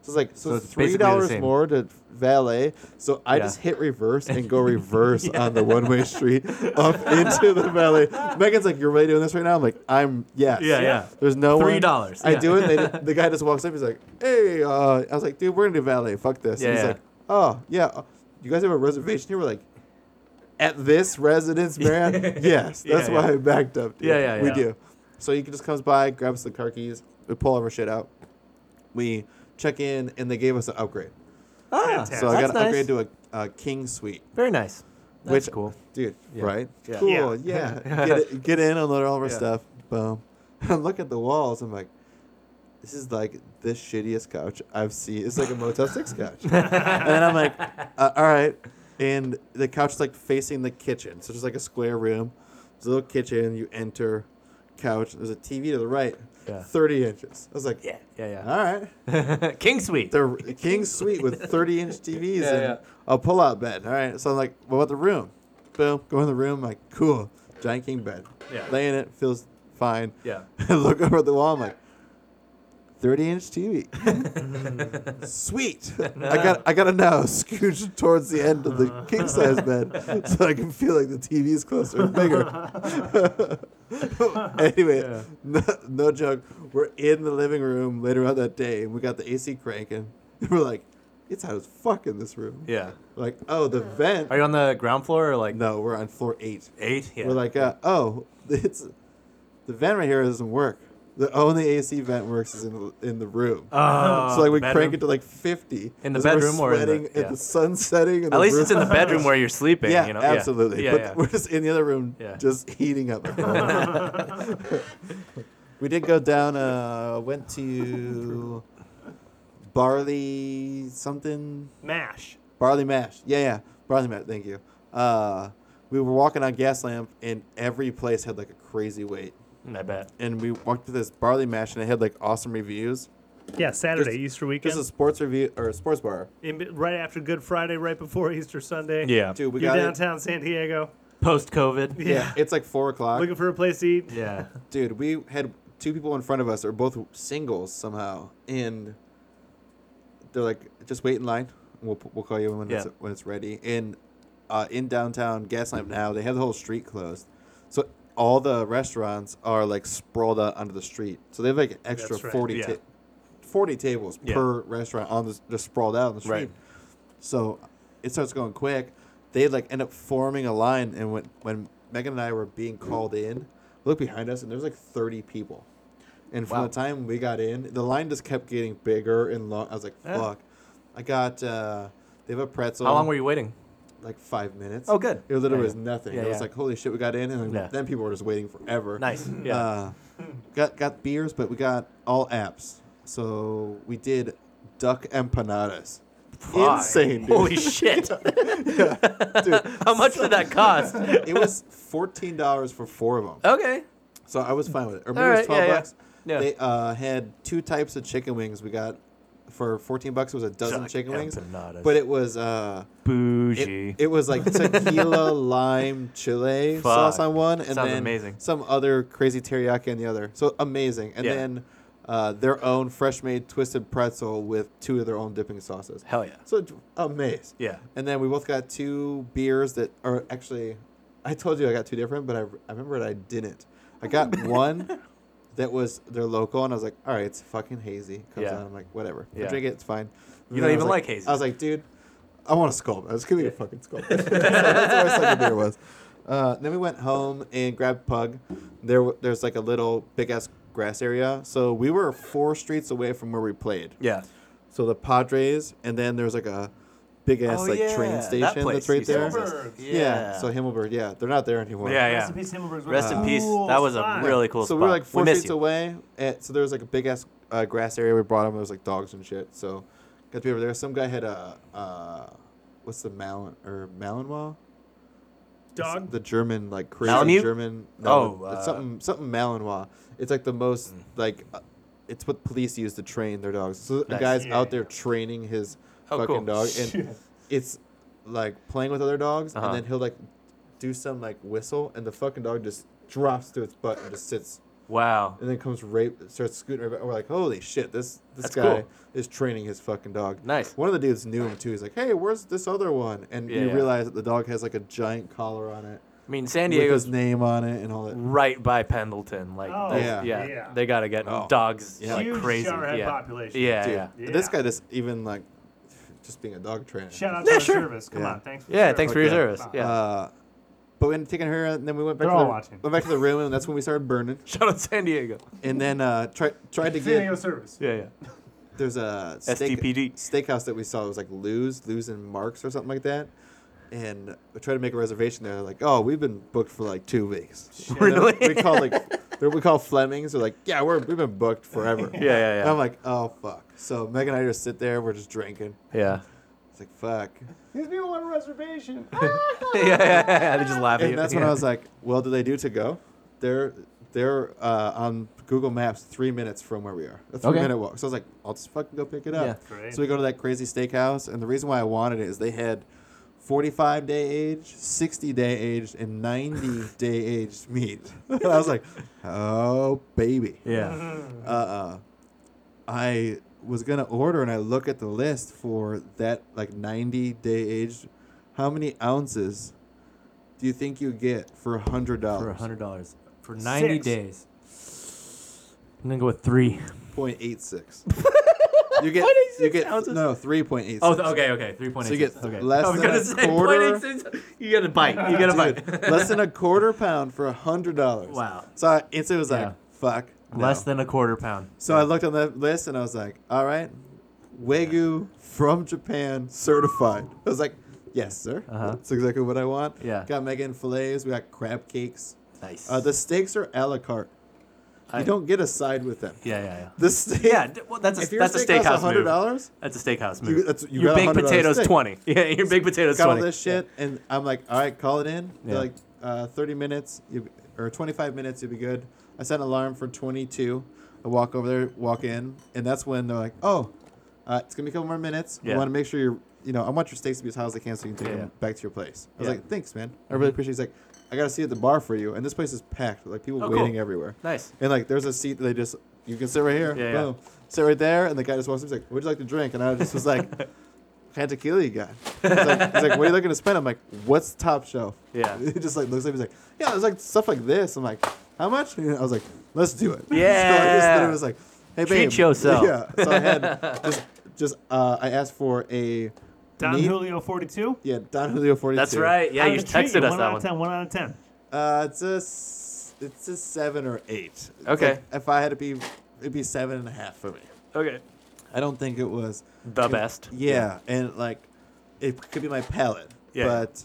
[SPEAKER 1] So it's like so,
[SPEAKER 7] So
[SPEAKER 1] it's
[SPEAKER 7] it's
[SPEAKER 1] three
[SPEAKER 7] basically the
[SPEAKER 1] dollars
[SPEAKER 7] same.
[SPEAKER 1] more to valet. So I
[SPEAKER 2] Yeah.
[SPEAKER 1] just hit reverse and go reverse on the one-way street up into the valet. Megan's like, "You're really doing this right now?" I'm like, "I'm yes."
[SPEAKER 7] Yeah, yeah.
[SPEAKER 1] There's no one-
[SPEAKER 7] $3,
[SPEAKER 1] I
[SPEAKER 7] yeah.
[SPEAKER 1] do it. They, the guy just walks up. He's like, "Hey," uh, I was like, "Dude, we're gonna do valet. Fuck this."
[SPEAKER 2] Yeah,
[SPEAKER 1] and he's
[SPEAKER 2] yeah.
[SPEAKER 1] like, "Oh yeah, uh, you guys have a reservation here?" We're like. At this residence, man. yes, that's
[SPEAKER 2] Yeah,
[SPEAKER 1] why
[SPEAKER 2] yeah.
[SPEAKER 1] I backed up. Dude.
[SPEAKER 2] Yeah, yeah,
[SPEAKER 1] We
[SPEAKER 2] yeah.
[SPEAKER 1] do. So he just comes by, grabs the car keys, we pull all of our shit out. We check in, and they gave us an upgrade.
[SPEAKER 7] ah,
[SPEAKER 3] So
[SPEAKER 1] So I got
[SPEAKER 7] that's
[SPEAKER 1] to
[SPEAKER 7] nice.
[SPEAKER 1] upgrade to a, a king suite,
[SPEAKER 7] very nice. That's
[SPEAKER 1] which
[SPEAKER 7] cool.
[SPEAKER 1] dude,
[SPEAKER 7] Yeah.
[SPEAKER 1] right?
[SPEAKER 7] Yeah.
[SPEAKER 1] Cool, yeah. Get, it, get in, unload all of our
[SPEAKER 7] Yeah.
[SPEAKER 1] stuff. Boom. I look at the walls. I'm like, this is like the shittiest couch I've seen. It's like a Motel Six couch. and then I'm like, uh, all right. And the couch is like facing the kitchen, so there's like a square room. There's a little kitchen. You enter, couch. There's a TV to the right.
[SPEAKER 2] Yeah.
[SPEAKER 1] 30 inches. I was like,
[SPEAKER 2] Yeah, yeah,
[SPEAKER 1] all right.
[SPEAKER 2] yeah. King Suite.
[SPEAKER 1] The r- king suite with 30 inch TVs
[SPEAKER 7] Yeah,
[SPEAKER 1] and
[SPEAKER 7] yeah.
[SPEAKER 1] a pull out bed. All right. So I'm like, what about the room? Boom. Go in the room. like, cool. Giant king bed.
[SPEAKER 2] Yeah.
[SPEAKER 1] Lay in it. Feels fine.
[SPEAKER 2] Yeah.
[SPEAKER 1] I look over at the wall. I'm like, 30 inch TV. Sweet. I got I got to now scooch towards the end of the king size bed so I can feel like the TV's closer and bigger. anyway, no, no joke. We're in the living room later on that day, and we got the AC cranking. And we're like, it's hot as fuck in this room.
[SPEAKER 2] Yeah.
[SPEAKER 1] Like, oh, the vent.
[SPEAKER 2] Are you on the ground floor or like
[SPEAKER 1] no, we're on floor eight.
[SPEAKER 2] eight? Yeah.
[SPEAKER 1] We're like, uh, oh, it's the vent right here doesn't work. The only AC vent works is in the, in the room.
[SPEAKER 2] oh,
[SPEAKER 1] so like we
[SPEAKER 2] bedroom?
[SPEAKER 1] crank it to like fifty
[SPEAKER 2] In the
[SPEAKER 1] as we're
[SPEAKER 2] bedroom or in the-
[SPEAKER 1] sweating
[SPEAKER 2] yeah.
[SPEAKER 1] at the sun setting. and
[SPEAKER 2] At least
[SPEAKER 1] roof-
[SPEAKER 2] it's in the bedroom where you're sleeping.
[SPEAKER 1] yeah,
[SPEAKER 2] you know?
[SPEAKER 1] absolutely.
[SPEAKER 2] Yeah,
[SPEAKER 1] but
[SPEAKER 2] yeah.
[SPEAKER 1] we're just in the other room,
[SPEAKER 2] Yeah.
[SPEAKER 1] just heating up. we did go down. Uh, went to barley something.
[SPEAKER 3] Mash.
[SPEAKER 1] Barley mash. Yeah, yeah. Barley mash. Thank you. Uh, we were walking on Gaslamp, and every place had like a crazy wait.
[SPEAKER 2] I bet.
[SPEAKER 1] And we walked to this barley mash, and it had like awesome reviews.
[SPEAKER 3] Yeah, Saturday,
[SPEAKER 1] Just-
[SPEAKER 3] Easter
[SPEAKER 1] This
[SPEAKER 3] weekend.
[SPEAKER 1] is a sports review or a sports bar.
[SPEAKER 3] In be- right after Good Friday, right before Easter Sunday.
[SPEAKER 2] Yeah.
[SPEAKER 1] Dude, we
[SPEAKER 3] You're
[SPEAKER 1] got it.
[SPEAKER 3] downtown San Diego.
[SPEAKER 2] Post COVID.
[SPEAKER 1] Yeah. it's like four o'clock.
[SPEAKER 3] Looking for a place to eat.
[SPEAKER 7] Yeah.
[SPEAKER 1] Dude, we had two people in front of us, are both singles somehow, and they're like, "Just wait in line. We'll we'll call you when
[SPEAKER 2] Yeah.
[SPEAKER 1] it's when it's ready." And uh, in downtown Gaslamp now, they have the whole street closed, so all the restaurants are like sprawled out onto the street. So they have like an extra
[SPEAKER 3] That's right,
[SPEAKER 1] forty
[SPEAKER 2] yeah.
[SPEAKER 1] ta- forty tables
[SPEAKER 2] Yeah.
[SPEAKER 1] per restaurant on the just sprawled out on the street.
[SPEAKER 2] Right.
[SPEAKER 1] So it starts going quick. They like end up forming a line, and when when Megan and I were being
[SPEAKER 2] Mm-hmm.
[SPEAKER 1] called in, we look behind us, and there's like thirty people. And from
[SPEAKER 7] Wow.
[SPEAKER 1] the time we got in, the line just kept getting bigger and long. I was like,
[SPEAKER 2] Yeah.
[SPEAKER 1] "Fuck!" I got uh, they have a pretzel.
[SPEAKER 2] How long were you waiting?
[SPEAKER 1] Like five minutes.
[SPEAKER 2] Oh, good.
[SPEAKER 1] It literally
[SPEAKER 2] Yeah,
[SPEAKER 1] was
[SPEAKER 2] yeah.
[SPEAKER 1] nothing.
[SPEAKER 2] Yeah,
[SPEAKER 1] it was
[SPEAKER 2] yeah.
[SPEAKER 1] like, "Holy shit, we got in!" And then,
[SPEAKER 2] Yeah.
[SPEAKER 1] then people were just waiting forever.
[SPEAKER 2] Nice. Yeah.
[SPEAKER 1] Uh, got got beers, but we got all apps. So we did duck empanadas.
[SPEAKER 2] Fuck.
[SPEAKER 1] Uh, Insane. Dude.
[SPEAKER 2] Holy shit.
[SPEAKER 1] dude,
[SPEAKER 2] How much did that cost?
[SPEAKER 1] it was fourteen dollars for four of them.
[SPEAKER 2] Okay.
[SPEAKER 1] So I was fine with it. Or maybe it was
[SPEAKER 2] Alright, Oh. yeah,
[SPEAKER 1] twelve
[SPEAKER 2] yeah.
[SPEAKER 1] bucks.
[SPEAKER 2] Yeah.
[SPEAKER 1] They uh, had two types of chicken wings. We got for fourteen bucks. It was a dozen
[SPEAKER 2] Duck
[SPEAKER 1] chicken wings,
[SPEAKER 2] empanadas.
[SPEAKER 1] but it was uh,
[SPEAKER 2] Boo. bougie.
[SPEAKER 1] It, it was like tequila, lime, chile sauce
[SPEAKER 2] Fuck.
[SPEAKER 1] on one, and
[SPEAKER 2] Sounds
[SPEAKER 1] then
[SPEAKER 2] amazing.
[SPEAKER 1] some other crazy teriyaki on the other. So amazing. And
[SPEAKER 2] Yeah.
[SPEAKER 1] then uh, their own fresh made twisted pretzel with two of their own dipping sauces.
[SPEAKER 2] Hell yeah.
[SPEAKER 1] So j- amazed.
[SPEAKER 2] Yeah.
[SPEAKER 1] And then we both got two beers that are actually, I told you I got two different, but I, I remembered I didn't. I got one that was their local, and I was like, all right, it's fucking hazy. Comes
[SPEAKER 2] Yeah.
[SPEAKER 1] out, I'm like, whatever. I
[SPEAKER 2] Yeah.
[SPEAKER 1] drink it, it's fine. And
[SPEAKER 2] You don't
[SPEAKER 1] I was
[SPEAKER 2] even like hazy.
[SPEAKER 1] I was like, dude, I want a sculpt. I was gonna be a fucking sculpt. That's what our second beer was. Uh, then we went home and grabbed Pug. There, w- there's like a little big ass grass area. So we were four streets away from where we played.
[SPEAKER 2] Yeah.
[SPEAKER 1] So the Padres, and then there's like a big ass
[SPEAKER 2] Oh,
[SPEAKER 1] like
[SPEAKER 2] yeah,
[SPEAKER 1] train
[SPEAKER 2] that
[SPEAKER 1] station
[SPEAKER 2] place
[SPEAKER 1] that's right
[SPEAKER 2] used to
[SPEAKER 1] there.
[SPEAKER 2] exist.
[SPEAKER 1] Yeah. So Himmelberg, yeah, they're not there anymore.
[SPEAKER 2] Yeah,
[SPEAKER 4] Rest
[SPEAKER 2] yeah.
[SPEAKER 4] in peace, Himmelberg's
[SPEAKER 2] Rest in
[SPEAKER 4] Rock.
[SPEAKER 2] peace.
[SPEAKER 4] Cool
[SPEAKER 2] That was a
[SPEAKER 4] spot.
[SPEAKER 2] really cool
[SPEAKER 1] So
[SPEAKER 2] spot.
[SPEAKER 1] we were like four
[SPEAKER 2] miss
[SPEAKER 1] streets
[SPEAKER 2] you.
[SPEAKER 1] away. And so there was like a big ass uh, grass area. We brought them. There was like dogs and shit. So got to be over there. Some guy had a uh, what's the Malin or Malinois? It's
[SPEAKER 4] Dog.
[SPEAKER 1] The German like crazy
[SPEAKER 2] Malamute?
[SPEAKER 1] German.
[SPEAKER 2] Oh, uh, mm.
[SPEAKER 1] it's something something Malinois. It's like the most like uh, it's what police use to train their dogs. So the
[SPEAKER 2] Nice.
[SPEAKER 1] guy's
[SPEAKER 4] Yeah,
[SPEAKER 1] out there training his
[SPEAKER 2] Oh,
[SPEAKER 1] fucking
[SPEAKER 2] cool.
[SPEAKER 1] dog, and it's like playing with other dogs,
[SPEAKER 2] Uh-huh.
[SPEAKER 1] and then he'll like do some like whistle, and the fucking dog just drops to its butt and just sits
[SPEAKER 2] Wow.
[SPEAKER 1] and then comes right starts scooting right back. We're like, holy shit, this this
[SPEAKER 2] That's
[SPEAKER 1] guy
[SPEAKER 2] cool.
[SPEAKER 1] is training his fucking dog.
[SPEAKER 2] Nice.
[SPEAKER 1] One of the dudes knew him too. He's like, hey, where's this other one? And
[SPEAKER 2] Yeah,
[SPEAKER 1] you
[SPEAKER 2] yeah.
[SPEAKER 1] realize that the dog has like a giant collar on it,
[SPEAKER 2] I mean, San
[SPEAKER 1] with his
[SPEAKER 2] Diego's
[SPEAKER 1] name on it, and all that.
[SPEAKER 2] right by Pendleton. Like,
[SPEAKER 4] Oh,
[SPEAKER 2] that's-
[SPEAKER 1] Yeah.
[SPEAKER 2] yeah.
[SPEAKER 4] yeah.
[SPEAKER 2] They gotta get
[SPEAKER 1] Oh.
[SPEAKER 2] dogs
[SPEAKER 1] Yeah.
[SPEAKER 2] like
[SPEAKER 4] Huge
[SPEAKER 2] crazy.
[SPEAKER 4] showerhead
[SPEAKER 2] Yeah.
[SPEAKER 4] population.
[SPEAKER 2] Yeah,
[SPEAKER 1] Dude,
[SPEAKER 2] yeah.
[SPEAKER 4] Yeah.
[SPEAKER 1] this guy just even like just being a dog trainer.
[SPEAKER 4] Shout out to our service. Come
[SPEAKER 1] Yeah.
[SPEAKER 4] on, thanks. For
[SPEAKER 2] Yeah,
[SPEAKER 4] your
[SPEAKER 2] thanks for
[SPEAKER 4] service.
[SPEAKER 2] your service.
[SPEAKER 4] Come on.
[SPEAKER 2] Yeah.
[SPEAKER 1] Uh, but we ended up taking her, and then we went back.
[SPEAKER 4] They're
[SPEAKER 1] to the,
[SPEAKER 4] all watching.
[SPEAKER 1] Went back to the room, and that's when we started burning.
[SPEAKER 2] Shout out San Diego.
[SPEAKER 1] And then uh, tried tried to
[SPEAKER 4] San Diego
[SPEAKER 1] get
[SPEAKER 4] service.
[SPEAKER 2] Yeah, yeah.
[SPEAKER 1] there's a steak,
[SPEAKER 2] STPD.
[SPEAKER 1] steakhouse that we saw. It was like Lou's, Lou's and Mark's or something like that. And we tried to make a reservation there. They're like, oh, we've been booked for like two weeks. And then
[SPEAKER 2] Really?
[SPEAKER 1] We call like they're- we call Flemings. They're like, yeah, we're, we've been booked forever.
[SPEAKER 2] Yeah, yeah,
[SPEAKER 1] And
[SPEAKER 2] yeah.
[SPEAKER 1] I'm like, oh fuck. So Meg and I just sit there. We're just drinking.
[SPEAKER 2] Yeah.
[SPEAKER 1] It's like fuck.
[SPEAKER 4] These people want a reservation.
[SPEAKER 2] yeah, yeah, yeah. They just laugh at you.
[SPEAKER 1] And that's
[SPEAKER 2] yeah.
[SPEAKER 1] when I was like, well, do they do to go? They're they're uh, on Google Maps three minutes from where we are. A three
[SPEAKER 7] Okay.
[SPEAKER 1] minute walk. So I was like, I'll just fucking go pick it up.
[SPEAKER 7] Yeah.
[SPEAKER 4] Great.
[SPEAKER 1] So we go to that crazy steakhouse, and the reason why I wanted it is they had 45 day aged, 60 day aged, and 90 day aged meat. and I was like, oh baby.
[SPEAKER 7] Yeah.
[SPEAKER 4] Mm-hmm.
[SPEAKER 1] Uh, uh, I was gonna order, and I look at the list for that like 90 day aged. How many ounces do you think you get for a hundred
[SPEAKER 7] For
[SPEAKER 1] dollars?
[SPEAKER 7] hundred dollars. For ninety
[SPEAKER 4] Six.
[SPEAKER 7] days. I'm gonna go with three.
[SPEAKER 1] Point eight six. You get you get no three point eight six.
[SPEAKER 7] Oh, th- okay, okay. Three point eight.
[SPEAKER 1] So you get
[SPEAKER 7] okay.
[SPEAKER 1] less
[SPEAKER 7] I was
[SPEAKER 1] than
[SPEAKER 7] gonna
[SPEAKER 1] a
[SPEAKER 7] say
[SPEAKER 1] quarter-
[SPEAKER 7] 0.86. You get a bite. You get a bite.
[SPEAKER 1] Dude, less than a quarter pound for a hundred dollars.
[SPEAKER 7] Wow.
[SPEAKER 1] So I instantly was like,
[SPEAKER 7] Yeah.
[SPEAKER 1] fuck. no.
[SPEAKER 7] Less than a quarter pound.
[SPEAKER 1] So I looked on that list and I was like, all right, Wagyu from Japan certified. I was like, yes, sir.
[SPEAKER 7] Uh-huh.
[SPEAKER 1] That's exactly what I want.
[SPEAKER 7] Yeah.
[SPEAKER 1] Got Megan fillets. We got crab cakes.
[SPEAKER 7] Nice.
[SPEAKER 1] Uh, the steaks are a la carte.
[SPEAKER 7] I-
[SPEAKER 1] you don't get a side with them.
[SPEAKER 7] yeah, yeah, yeah.
[SPEAKER 1] The steak.
[SPEAKER 2] Yeah, d- well, that's
[SPEAKER 1] If
[SPEAKER 2] a,
[SPEAKER 1] your
[SPEAKER 2] that's a
[SPEAKER 1] steak
[SPEAKER 2] steakhouse
[SPEAKER 1] costs
[SPEAKER 2] move.
[SPEAKER 1] $100,
[SPEAKER 2] That's a steakhouse
[SPEAKER 1] You-
[SPEAKER 2] move.
[SPEAKER 1] that's- you
[SPEAKER 2] your
[SPEAKER 1] got a
[SPEAKER 2] baked
[SPEAKER 1] $100
[SPEAKER 2] potatoes
[SPEAKER 1] steak.
[SPEAKER 2] twenty. Yeah, your baked potatoes
[SPEAKER 1] got all
[SPEAKER 2] twenty.
[SPEAKER 1] this shit, and I'm like, all right, call it in. They're
[SPEAKER 7] Yeah.
[SPEAKER 1] like, uh, 30 minutes you, or 25 minutes, you'll be good. I set an alarm for 22. I walk over there, walk in, and that's when they're like, oh, uh, it's gonna be a couple more minutes. You
[SPEAKER 2] Yeah.
[SPEAKER 1] want to make sure you're, you know, I want your steaks to be as hot as they can, so you can take
[SPEAKER 7] Yeah.
[SPEAKER 1] them back to your place. I was
[SPEAKER 2] Yeah. Mm-hmm.
[SPEAKER 1] like, thanks, man. I really appreciate. it. He's like, I gotta see at the bar for you, and this place is packed, with, like people
[SPEAKER 2] Oh, cool.
[SPEAKER 1] waiting everywhere.
[SPEAKER 2] Nice.
[SPEAKER 1] And like, there's a seat that they just you can sit right here.
[SPEAKER 2] Yeah, yeah.
[SPEAKER 1] Boom. Sit right there, and the guy just walks up. He's like, "Would you like to drink?" And I just was like, "What kind of tequila you got?" He's like, he's like, "What are you looking to spend?" I'm like, "What's top shelf?"
[SPEAKER 2] Yeah.
[SPEAKER 1] He just like looks at me. He's like, "Yeah, it's like stuff like this." I'm like, "How much?" And I was like, "Let's do it." so I just
[SPEAKER 2] Yeah.
[SPEAKER 1] literally was like, "Hey, babe."
[SPEAKER 2] Treat yourself.
[SPEAKER 1] Yeah. So I had just just uh, I asked for a
[SPEAKER 4] Don
[SPEAKER 1] neat-
[SPEAKER 4] Julio 42.
[SPEAKER 1] Yeah, Don Julio 42.
[SPEAKER 2] That's right. Yeah,
[SPEAKER 4] How
[SPEAKER 2] you
[SPEAKER 4] to treat
[SPEAKER 2] texted us
[SPEAKER 4] one
[SPEAKER 2] that
[SPEAKER 4] out
[SPEAKER 2] one.
[SPEAKER 4] of ten. One out of ten.
[SPEAKER 1] Uh, it's a s- it's a seven or eight. It's
[SPEAKER 2] Okay.
[SPEAKER 1] like, if I had to be, it'd be seven and a half for me.
[SPEAKER 2] Okay.
[SPEAKER 1] I don't think it was.
[SPEAKER 2] The best.
[SPEAKER 1] Yeah, and like, it could be my palate.
[SPEAKER 2] Yeah.
[SPEAKER 1] But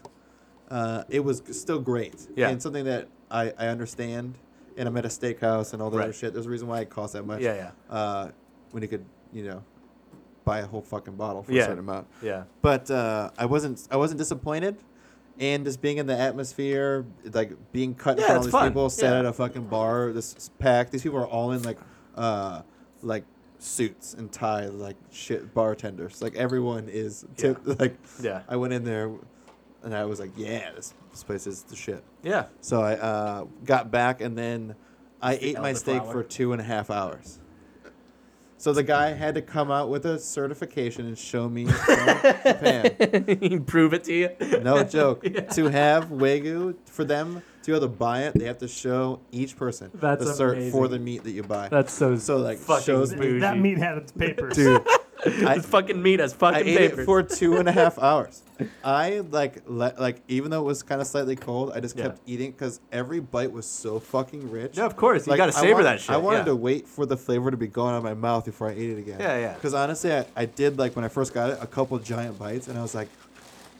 [SPEAKER 1] uh, it was g- still great.
[SPEAKER 2] Yeah.
[SPEAKER 1] And something that I, I understand. And I'm at a steakhouse and all that
[SPEAKER 2] Right.
[SPEAKER 1] other shit. There's a reason why it costs that much.
[SPEAKER 2] Yeah, yeah.
[SPEAKER 1] Uh, when you could, you know, buy a whole fucking bottle for
[SPEAKER 2] Yeah.
[SPEAKER 1] a certain amount
[SPEAKER 2] Yeah.
[SPEAKER 1] but uh, I wasn't I wasn't disappointed. And just being in the atmosphere, like being cut
[SPEAKER 2] Yeah,
[SPEAKER 1] from all
[SPEAKER 2] it's
[SPEAKER 1] these
[SPEAKER 2] fun.
[SPEAKER 1] people, sat
[SPEAKER 2] Yeah.
[SPEAKER 1] at a fucking bar, this is packed. These people are all in like, uh, like suits and ties like shit bartenders. Like everyone is tip, like
[SPEAKER 2] Yeah.
[SPEAKER 1] I went in there and I was like, yeah, this, this place is the shit.
[SPEAKER 2] Yeah.
[SPEAKER 1] So I uh, got back and then I ate my steak
[SPEAKER 2] elderflower.
[SPEAKER 1] for two and a half hours. So the guy had to come out with a certification and show me from Japan.
[SPEAKER 2] Prove it to you.
[SPEAKER 1] No joke. To have wagyu for them to be able to buy it, they have to show each person
[SPEAKER 7] That's
[SPEAKER 1] the cert for
[SPEAKER 7] amazing.
[SPEAKER 1] the meat that you buy.
[SPEAKER 7] That's so.
[SPEAKER 1] so like
[SPEAKER 2] fucking
[SPEAKER 1] shows me.
[SPEAKER 2] bougie.
[SPEAKER 4] That meat had its papers.
[SPEAKER 1] Dude,
[SPEAKER 2] It's fucking meat as
[SPEAKER 1] I
[SPEAKER 2] fucking
[SPEAKER 1] ate
[SPEAKER 2] papers.
[SPEAKER 1] it for two and a half hours. I like le- like even though it was kind of slightly cold, I just
[SPEAKER 2] Yeah.
[SPEAKER 1] kept eating because every bite was so fucking rich.
[SPEAKER 2] yeah, of course. You
[SPEAKER 1] Like,
[SPEAKER 2] gotta
[SPEAKER 1] I
[SPEAKER 2] savor
[SPEAKER 1] wanted-
[SPEAKER 2] that shit.
[SPEAKER 1] I wanted
[SPEAKER 2] yeah.
[SPEAKER 1] to wait for the flavor to be gone out of my mouth before I ate it again.
[SPEAKER 2] Yeah, yeah.
[SPEAKER 1] Because honestly, I, I did like when I first got it, a couple giant bites, and I was like,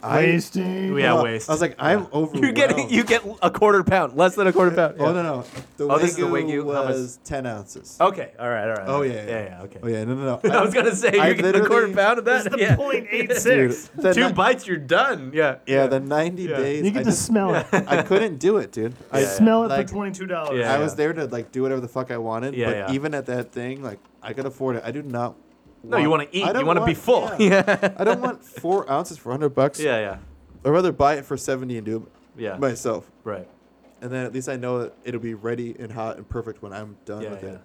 [SPEAKER 1] I,
[SPEAKER 4] Wasting.
[SPEAKER 2] Oh, Yeah,
[SPEAKER 1] well,
[SPEAKER 2] waste.
[SPEAKER 1] I was like, I'm overwhelmed.
[SPEAKER 2] you get you get a quarter pound, less than a quarter pound.
[SPEAKER 1] Oh no no. The
[SPEAKER 2] Oh,
[SPEAKER 1] wagyu,
[SPEAKER 2] this is the wagyu, how much?
[SPEAKER 1] was ten ounces.
[SPEAKER 2] Okay. All right. All right.
[SPEAKER 1] Oh,
[SPEAKER 2] all right.
[SPEAKER 1] yeah, yeah.
[SPEAKER 2] Yeah. Yeah. Okay.
[SPEAKER 1] Oh yeah, no no no.
[SPEAKER 2] I was gonna say
[SPEAKER 1] I
[SPEAKER 2] you get a quarter
[SPEAKER 1] literally-
[SPEAKER 2] pound of that.
[SPEAKER 3] It's the
[SPEAKER 2] yeah.
[SPEAKER 3] point eight six.
[SPEAKER 1] Dude, the
[SPEAKER 2] Two
[SPEAKER 1] ni-
[SPEAKER 2] bites, you're done. Yeah.
[SPEAKER 1] Yeah, the ninety
[SPEAKER 2] Yeah.
[SPEAKER 1] days.
[SPEAKER 4] You get
[SPEAKER 1] I,
[SPEAKER 4] to
[SPEAKER 1] just,
[SPEAKER 4] smell it.
[SPEAKER 1] I couldn't do it, dude. I,
[SPEAKER 2] Yeah.
[SPEAKER 4] Smell it
[SPEAKER 1] Like-
[SPEAKER 4] for twenty-two dollars.
[SPEAKER 2] Yeah.
[SPEAKER 1] I was there to like do whatever the fuck I wanted.
[SPEAKER 2] Yeah,
[SPEAKER 1] but
[SPEAKER 2] yeah.
[SPEAKER 1] even at that thing, like I could afford it. I do not.
[SPEAKER 2] No, you want to eat.
[SPEAKER 1] I
[SPEAKER 2] You
[SPEAKER 1] don't
[SPEAKER 2] want to be full.
[SPEAKER 1] yeah.
[SPEAKER 2] Yeah.
[SPEAKER 1] I don't want four ounces for hundred bucks.
[SPEAKER 2] Yeah. Yeah.
[SPEAKER 1] I'd rather buy it for seventy and do
[SPEAKER 2] Yeah.
[SPEAKER 1] it myself.
[SPEAKER 2] Right.
[SPEAKER 1] And then at least I know that it'll be ready and hot and perfect when I'm done
[SPEAKER 2] Yeah,
[SPEAKER 1] with
[SPEAKER 2] yeah.
[SPEAKER 1] it.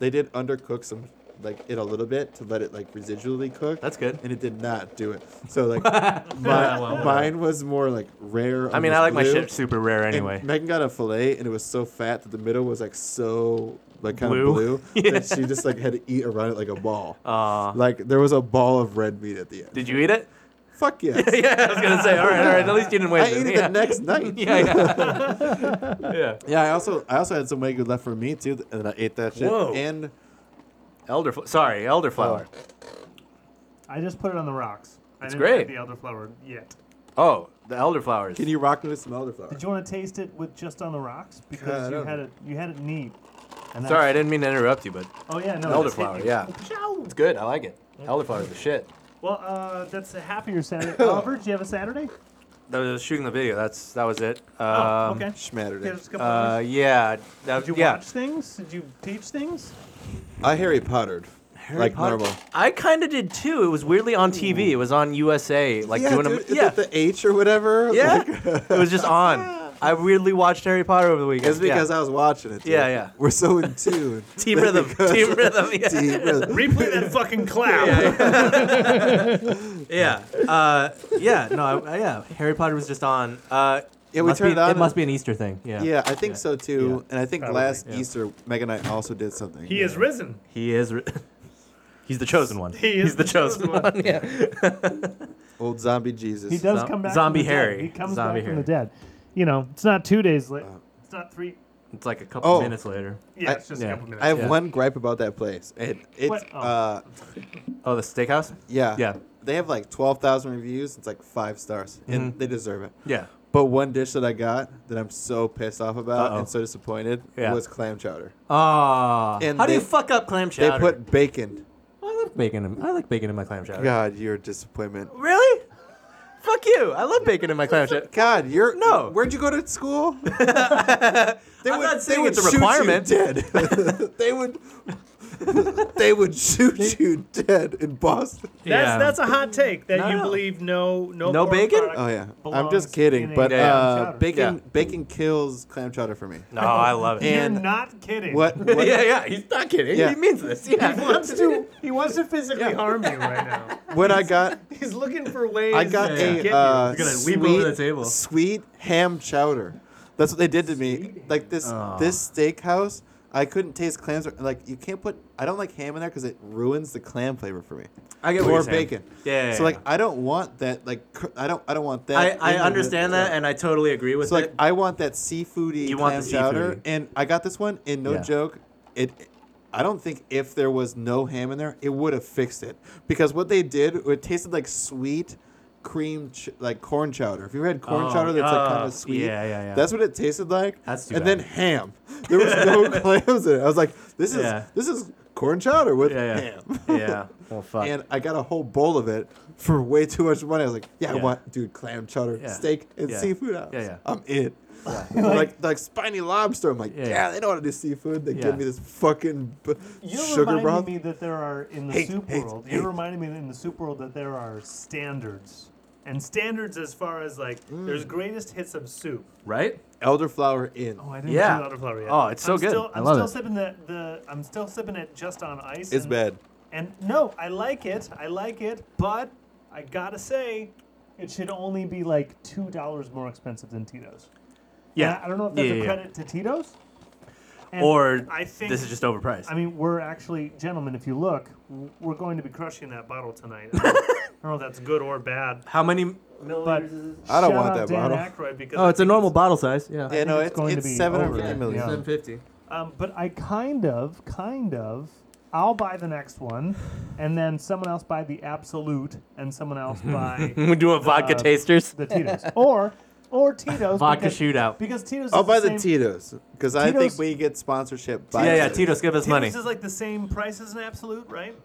[SPEAKER 1] They did undercook some like it a little bit to let it like residually cook.
[SPEAKER 2] That's good.
[SPEAKER 1] and it did not do it. So like my, mine was more like rare.
[SPEAKER 2] I mean,
[SPEAKER 1] almost
[SPEAKER 2] I like my
[SPEAKER 1] blue.
[SPEAKER 2] shit super rare
[SPEAKER 1] And
[SPEAKER 2] anyway.
[SPEAKER 1] Megan got a fillet and it was so fat that the middle was like so like kind
[SPEAKER 2] Blue?
[SPEAKER 1] of blue
[SPEAKER 2] Yeah.
[SPEAKER 1] that she just like had to eat around it like a ball.
[SPEAKER 2] Aw.
[SPEAKER 1] like there was a ball of red meat at the end.
[SPEAKER 2] Uh, Did you eat it?
[SPEAKER 1] Fuck yes.
[SPEAKER 2] yeah. I was gonna say. All right. All right. At least you didn't
[SPEAKER 1] I
[SPEAKER 2] waste
[SPEAKER 1] ate
[SPEAKER 2] it.
[SPEAKER 1] it
[SPEAKER 2] yeah.
[SPEAKER 1] the next night.
[SPEAKER 2] yeah. Yeah. yeah.
[SPEAKER 1] Yeah, I also I also had some wagyu left for me too, and I ate that shit.
[SPEAKER 2] Whoa.
[SPEAKER 1] And
[SPEAKER 2] Elderflower. Sorry, elderflower.
[SPEAKER 4] I just put it on the rocks. I
[SPEAKER 2] It's
[SPEAKER 4] didn't add
[SPEAKER 2] great.
[SPEAKER 4] The elderflower yet.
[SPEAKER 2] Oh, the elderflowers.
[SPEAKER 1] can you rock me with some elderflower?
[SPEAKER 4] Did you want to taste it with just on the rocks
[SPEAKER 1] God, I
[SPEAKER 4] because you
[SPEAKER 1] don't
[SPEAKER 4] had it you had it neat. And that's-
[SPEAKER 2] Sorry, I didn't mean to interrupt you, but
[SPEAKER 4] Oh yeah, no. that's
[SPEAKER 2] elderflower.
[SPEAKER 4] it.
[SPEAKER 2] Yeah. It's good. I like it. Elderflower is the shit.
[SPEAKER 4] Well, uh, that's a happier Saturday. Oliver, do you have a Saturday?
[SPEAKER 2] That was shooting the video. That's that was it. Um,
[SPEAKER 4] oh, okay.
[SPEAKER 1] Schmattered
[SPEAKER 4] There's
[SPEAKER 1] it.
[SPEAKER 4] a couple
[SPEAKER 2] Uh,
[SPEAKER 4] others.
[SPEAKER 2] yeah. That,
[SPEAKER 4] Did you
[SPEAKER 2] yeah.
[SPEAKER 4] watch things? Did you teach things?
[SPEAKER 1] I Harry Pottered. like
[SPEAKER 2] Pod-
[SPEAKER 1] normal.
[SPEAKER 2] I kind of did too. It was weirdly on TV. It was on USA, like
[SPEAKER 1] yeah,
[SPEAKER 2] doing
[SPEAKER 1] dude,
[SPEAKER 2] a
[SPEAKER 1] is
[SPEAKER 2] yeah,
[SPEAKER 1] it the H or whatever?
[SPEAKER 2] yeah.
[SPEAKER 1] Like,
[SPEAKER 2] it was just on. I weirdly watched Harry Potter over the weekend.
[SPEAKER 1] it's because I was watching it. dude.
[SPEAKER 2] Yeah, yeah.
[SPEAKER 1] We're so in tune.
[SPEAKER 2] I, team rhythm, team rhythm. Yeah,
[SPEAKER 1] Deep rhythm.
[SPEAKER 3] Replay that fucking cloud.
[SPEAKER 2] yeah, uh, yeah. No, I, I- yeah. Harry Potter was just on. Uh,
[SPEAKER 1] Yeah, we
[SPEAKER 2] must
[SPEAKER 1] turned
[SPEAKER 2] be,
[SPEAKER 1] it on.
[SPEAKER 2] must be an Easter thing. Yeah.
[SPEAKER 1] Yeah, I think so too. And I think
[SPEAKER 3] Probably,
[SPEAKER 1] last
[SPEAKER 2] yeah.
[SPEAKER 1] Easter, Megan and I also did something.
[SPEAKER 3] He is risen.
[SPEAKER 2] He is. Re- He's the chosen one.
[SPEAKER 3] He
[SPEAKER 2] He's
[SPEAKER 3] is
[SPEAKER 2] the,
[SPEAKER 3] the
[SPEAKER 2] chosen,
[SPEAKER 3] chosen
[SPEAKER 2] one. Yeah.
[SPEAKER 1] Old zombie Jesus.
[SPEAKER 4] He does
[SPEAKER 2] Zom-
[SPEAKER 4] come back.
[SPEAKER 2] Zombie
[SPEAKER 4] from the dead.
[SPEAKER 2] Harry.
[SPEAKER 4] He comes
[SPEAKER 2] Zombie
[SPEAKER 4] back from the
[SPEAKER 2] Harry. Uh,
[SPEAKER 4] dead. You know, it's not two days later. it's not three.
[SPEAKER 2] It's like a couple
[SPEAKER 1] Oh.
[SPEAKER 2] minutes later.
[SPEAKER 4] Yeah,
[SPEAKER 1] I-
[SPEAKER 4] it's just
[SPEAKER 2] yeah.
[SPEAKER 4] a couple minutes.
[SPEAKER 1] I have
[SPEAKER 2] Yeah.
[SPEAKER 1] one gripe about that place. It, it's
[SPEAKER 4] What? Oh.
[SPEAKER 1] uh,
[SPEAKER 2] Oh, the steakhouse.
[SPEAKER 1] yeah,
[SPEAKER 2] Yeah.
[SPEAKER 1] They have like twelve thousand reviews. It's like five stars, and they deserve it.
[SPEAKER 2] Yeah.
[SPEAKER 1] But one dish that I got that I'm so pissed off about
[SPEAKER 2] Uh-oh.
[SPEAKER 1] and so disappointed
[SPEAKER 2] Yeah.
[SPEAKER 1] was clam chowder.
[SPEAKER 2] Ah.
[SPEAKER 1] And
[SPEAKER 2] How do you
[SPEAKER 1] they-
[SPEAKER 2] fuck up clam chowder?
[SPEAKER 1] They put bacon.
[SPEAKER 2] I love bacon. In, I like bacon in my clam chowder.
[SPEAKER 1] God, your disappointment.
[SPEAKER 2] Really? Fuck you. I love bacon in my clam chowder.
[SPEAKER 1] God, you're
[SPEAKER 2] No.
[SPEAKER 1] Where'd you go to school? they
[SPEAKER 2] I'm not
[SPEAKER 1] they
[SPEAKER 2] saying it's a
[SPEAKER 1] shoot you
[SPEAKER 2] requirement.
[SPEAKER 1] dead. they would. they would shoot you dead in Boston.
[SPEAKER 3] That's
[SPEAKER 2] Yeah.
[SPEAKER 3] that's a hot take that
[SPEAKER 2] No,
[SPEAKER 3] you
[SPEAKER 2] no.
[SPEAKER 3] believe no no
[SPEAKER 2] No
[SPEAKER 3] foreign
[SPEAKER 2] bacon?
[SPEAKER 3] product-
[SPEAKER 1] Oh yeah, I'm
[SPEAKER 4] belongs
[SPEAKER 1] just kidding.
[SPEAKER 4] in a
[SPEAKER 1] But
[SPEAKER 2] clam
[SPEAKER 1] uh,
[SPEAKER 4] chowder.
[SPEAKER 1] bacon bacon kills clam chowder for me.
[SPEAKER 2] No, I love it.
[SPEAKER 1] And-
[SPEAKER 4] You're not kidding.
[SPEAKER 1] What? what
[SPEAKER 2] yeah, yeah. He's not kidding.
[SPEAKER 1] Yeah.
[SPEAKER 2] He means this. Yeah.
[SPEAKER 4] He wants to physically harm you right now.
[SPEAKER 1] When I got
[SPEAKER 4] He's looking for ways.
[SPEAKER 1] I got
[SPEAKER 2] Yeah, yeah.
[SPEAKER 1] a uh,
[SPEAKER 2] You're gonna
[SPEAKER 1] sweet,
[SPEAKER 2] leap over the table.
[SPEAKER 1] sweet ham chowder. That's what they did to me. Like this
[SPEAKER 2] Oh.
[SPEAKER 1] this steakhouse, I couldn't taste clams. or- Like you can't put. I don't like ham in there because it ruins the clam flavor for me.
[SPEAKER 2] I get what
[SPEAKER 1] Or
[SPEAKER 2] you're saying.
[SPEAKER 1] bacon.
[SPEAKER 2] Yeah, yeah,
[SPEAKER 1] So like
[SPEAKER 2] yeah.
[SPEAKER 1] I don't want that. Like cr- I don't I don't want that.
[SPEAKER 2] I,
[SPEAKER 1] in
[SPEAKER 2] I
[SPEAKER 1] there.
[SPEAKER 2] understand that, and I totally agree with
[SPEAKER 1] So like
[SPEAKER 2] it.
[SPEAKER 1] I want that seafoody
[SPEAKER 2] You
[SPEAKER 1] clam
[SPEAKER 2] want the
[SPEAKER 1] chowder,
[SPEAKER 2] seafoody.
[SPEAKER 1] and I got this one. And no
[SPEAKER 2] Yeah.
[SPEAKER 1] joke, it. I don't think if there was no ham in there, it would have fixed it because what they did, it tasted like sweet cream, ch- like corn chowder. If you had corn
[SPEAKER 2] Oh,
[SPEAKER 1] chowder, that's like kind
[SPEAKER 2] uh,
[SPEAKER 1] of sweet.
[SPEAKER 2] yeah, yeah, yeah.
[SPEAKER 1] That's what it tasted like.
[SPEAKER 2] That's too
[SPEAKER 1] and
[SPEAKER 2] bad.
[SPEAKER 1] then ham. There was no clams in it. I was like, this is
[SPEAKER 2] Yeah.
[SPEAKER 1] this is corn chowder with
[SPEAKER 2] Yeah, yeah.
[SPEAKER 1] ham.
[SPEAKER 2] yeah. Well, fuck.
[SPEAKER 1] And I got a whole bowl of it for way too much money. I was like, yeah, I
[SPEAKER 2] Yeah.
[SPEAKER 1] want, dude, clam chowder,
[SPEAKER 2] Yeah.
[SPEAKER 1] steak, and
[SPEAKER 2] Yeah.
[SPEAKER 1] seafood. I was-
[SPEAKER 2] Yeah, yeah.
[SPEAKER 1] I'm in. like, like spiny lobster. I'm like, yeah,
[SPEAKER 7] Yeah, yeah.
[SPEAKER 1] they don't want to do seafood. They
[SPEAKER 7] Yeah.
[SPEAKER 1] give me this fucking b-
[SPEAKER 4] You're
[SPEAKER 1] sugar
[SPEAKER 4] reminding
[SPEAKER 1] broth.
[SPEAKER 4] me that there are in the
[SPEAKER 1] Hate,
[SPEAKER 4] soup
[SPEAKER 1] hate,
[SPEAKER 4] world.
[SPEAKER 1] hate.
[SPEAKER 4] You're reminding me that in the soup world that there are standards, and standards as far as like
[SPEAKER 2] Mm.
[SPEAKER 4] there's greatest hits of soup.
[SPEAKER 2] Right?
[SPEAKER 1] Elderflower in.
[SPEAKER 4] Oh, I didn't
[SPEAKER 2] Yeah.
[SPEAKER 4] do elderflower yet.
[SPEAKER 2] Oh, it's so
[SPEAKER 4] I'm
[SPEAKER 2] good.
[SPEAKER 4] Still,
[SPEAKER 7] I
[SPEAKER 4] I'm
[SPEAKER 7] love
[SPEAKER 4] still
[SPEAKER 7] it.
[SPEAKER 4] sipping the, the I'm still sipping it just on ice.
[SPEAKER 1] It's
[SPEAKER 4] and-
[SPEAKER 1] bad.
[SPEAKER 4] And no, I like it. I like it, but I gotta say, it should only be like two dollars more expensive than Tito's. And I don't know if that's
[SPEAKER 2] Yeah,
[SPEAKER 4] a
[SPEAKER 2] yeah, yeah.
[SPEAKER 4] credit to Tito's. And
[SPEAKER 2] Or
[SPEAKER 4] I think
[SPEAKER 2] this is just overpriced.
[SPEAKER 4] I mean, we're actually, gentlemen, if you look, w- we're going to be crushing that bottle tonight. I don't, I don't know if that's good or bad,
[SPEAKER 2] How many?
[SPEAKER 4] but
[SPEAKER 1] I don't
[SPEAKER 4] shout
[SPEAKER 1] want
[SPEAKER 4] out
[SPEAKER 1] that
[SPEAKER 4] Dan
[SPEAKER 1] bottle.
[SPEAKER 4] Aykroyd because
[SPEAKER 7] Oh,
[SPEAKER 4] I
[SPEAKER 7] it's a
[SPEAKER 4] think
[SPEAKER 7] normal bottle size. Yeah.
[SPEAKER 1] Yeah, no,
[SPEAKER 4] it's
[SPEAKER 1] it's,
[SPEAKER 4] going to
[SPEAKER 1] it's
[SPEAKER 4] be
[SPEAKER 1] seven
[SPEAKER 4] over
[SPEAKER 1] hundred fifty
[SPEAKER 4] that.
[SPEAKER 1] million.
[SPEAKER 4] Yeah.
[SPEAKER 7] 750.
[SPEAKER 4] Um, but I kind of, kind of, I'll buy the next one, and then someone else buy the absolute, and someone else buy
[SPEAKER 2] We're doing vodka
[SPEAKER 4] Uh,
[SPEAKER 2] tasters.
[SPEAKER 4] the Tito's or or Tito's
[SPEAKER 2] Vodka
[SPEAKER 4] because,
[SPEAKER 2] shootout.
[SPEAKER 4] because Tito's.
[SPEAKER 1] I'll
[SPEAKER 4] is
[SPEAKER 1] buy the,
[SPEAKER 4] same-
[SPEAKER 1] Tito's because I think
[SPEAKER 4] Tito's-
[SPEAKER 1] we get sponsorship. By
[SPEAKER 2] Yeah, yeah. Tito's, give us
[SPEAKER 4] Tito's
[SPEAKER 2] money.
[SPEAKER 4] is like the same price as an absolute, right?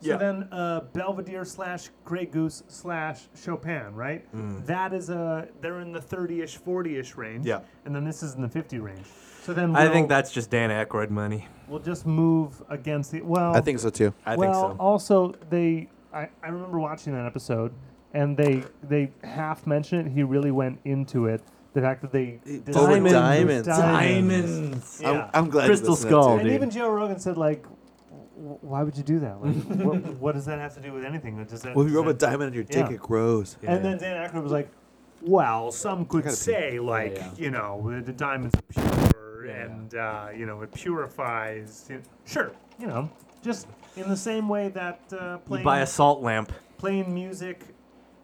[SPEAKER 4] So
[SPEAKER 2] Yeah.
[SPEAKER 4] then uh, Belvedere slash Grey Goose slash Chopin, right? That is a they're in the thirty-ish, forty-ish range.
[SPEAKER 2] Mm. Yeah.
[SPEAKER 4] And then this is in the fifty range. So then
[SPEAKER 2] I
[SPEAKER 4] we'll-
[SPEAKER 2] think that's just Dan Aykroyd money.
[SPEAKER 4] we'll just move against the well.
[SPEAKER 1] I think so too.
[SPEAKER 2] I
[SPEAKER 4] well,
[SPEAKER 2] think so.
[SPEAKER 4] also they, I, I remember watching that episode, and they they half mentioned it. He really went into it. The fact that they designed
[SPEAKER 1] over
[SPEAKER 4] those
[SPEAKER 1] diamonds.
[SPEAKER 7] Diamonds.
[SPEAKER 4] Yeah.
[SPEAKER 1] I'm, I'm glad. you
[SPEAKER 7] Crystal
[SPEAKER 1] listened to that,
[SPEAKER 7] Skull,
[SPEAKER 1] too.
[SPEAKER 4] and
[SPEAKER 7] Oh, dude.
[SPEAKER 4] even Joe Rogan said like, "W- why would you do that? Like, what, what does that have to do with anything? That does that?
[SPEAKER 1] Well, if you
[SPEAKER 4] does
[SPEAKER 1] rub a
[SPEAKER 4] that-
[SPEAKER 1] diamond on your dick,
[SPEAKER 4] Yeah.
[SPEAKER 1] it grows.
[SPEAKER 4] And then Dan Aykroyd was like, well, some could
[SPEAKER 1] gotta pee.
[SPEAKER 4] say like,
[SPEAKER 7] yeah.
[SPEAKER 4] you know, the, the diamonds are pure,
[SPEAKER 7] Yeah, yeah.
[SPEAKER 4] and uh, you know, it purifies. you- sure, you know, just in the same way that uh,
[SPEAKER 2] You
[SPEAKER 4] playing
[SPEAKER 2] buy a salt lamp,
[SPEAKER 4] playing music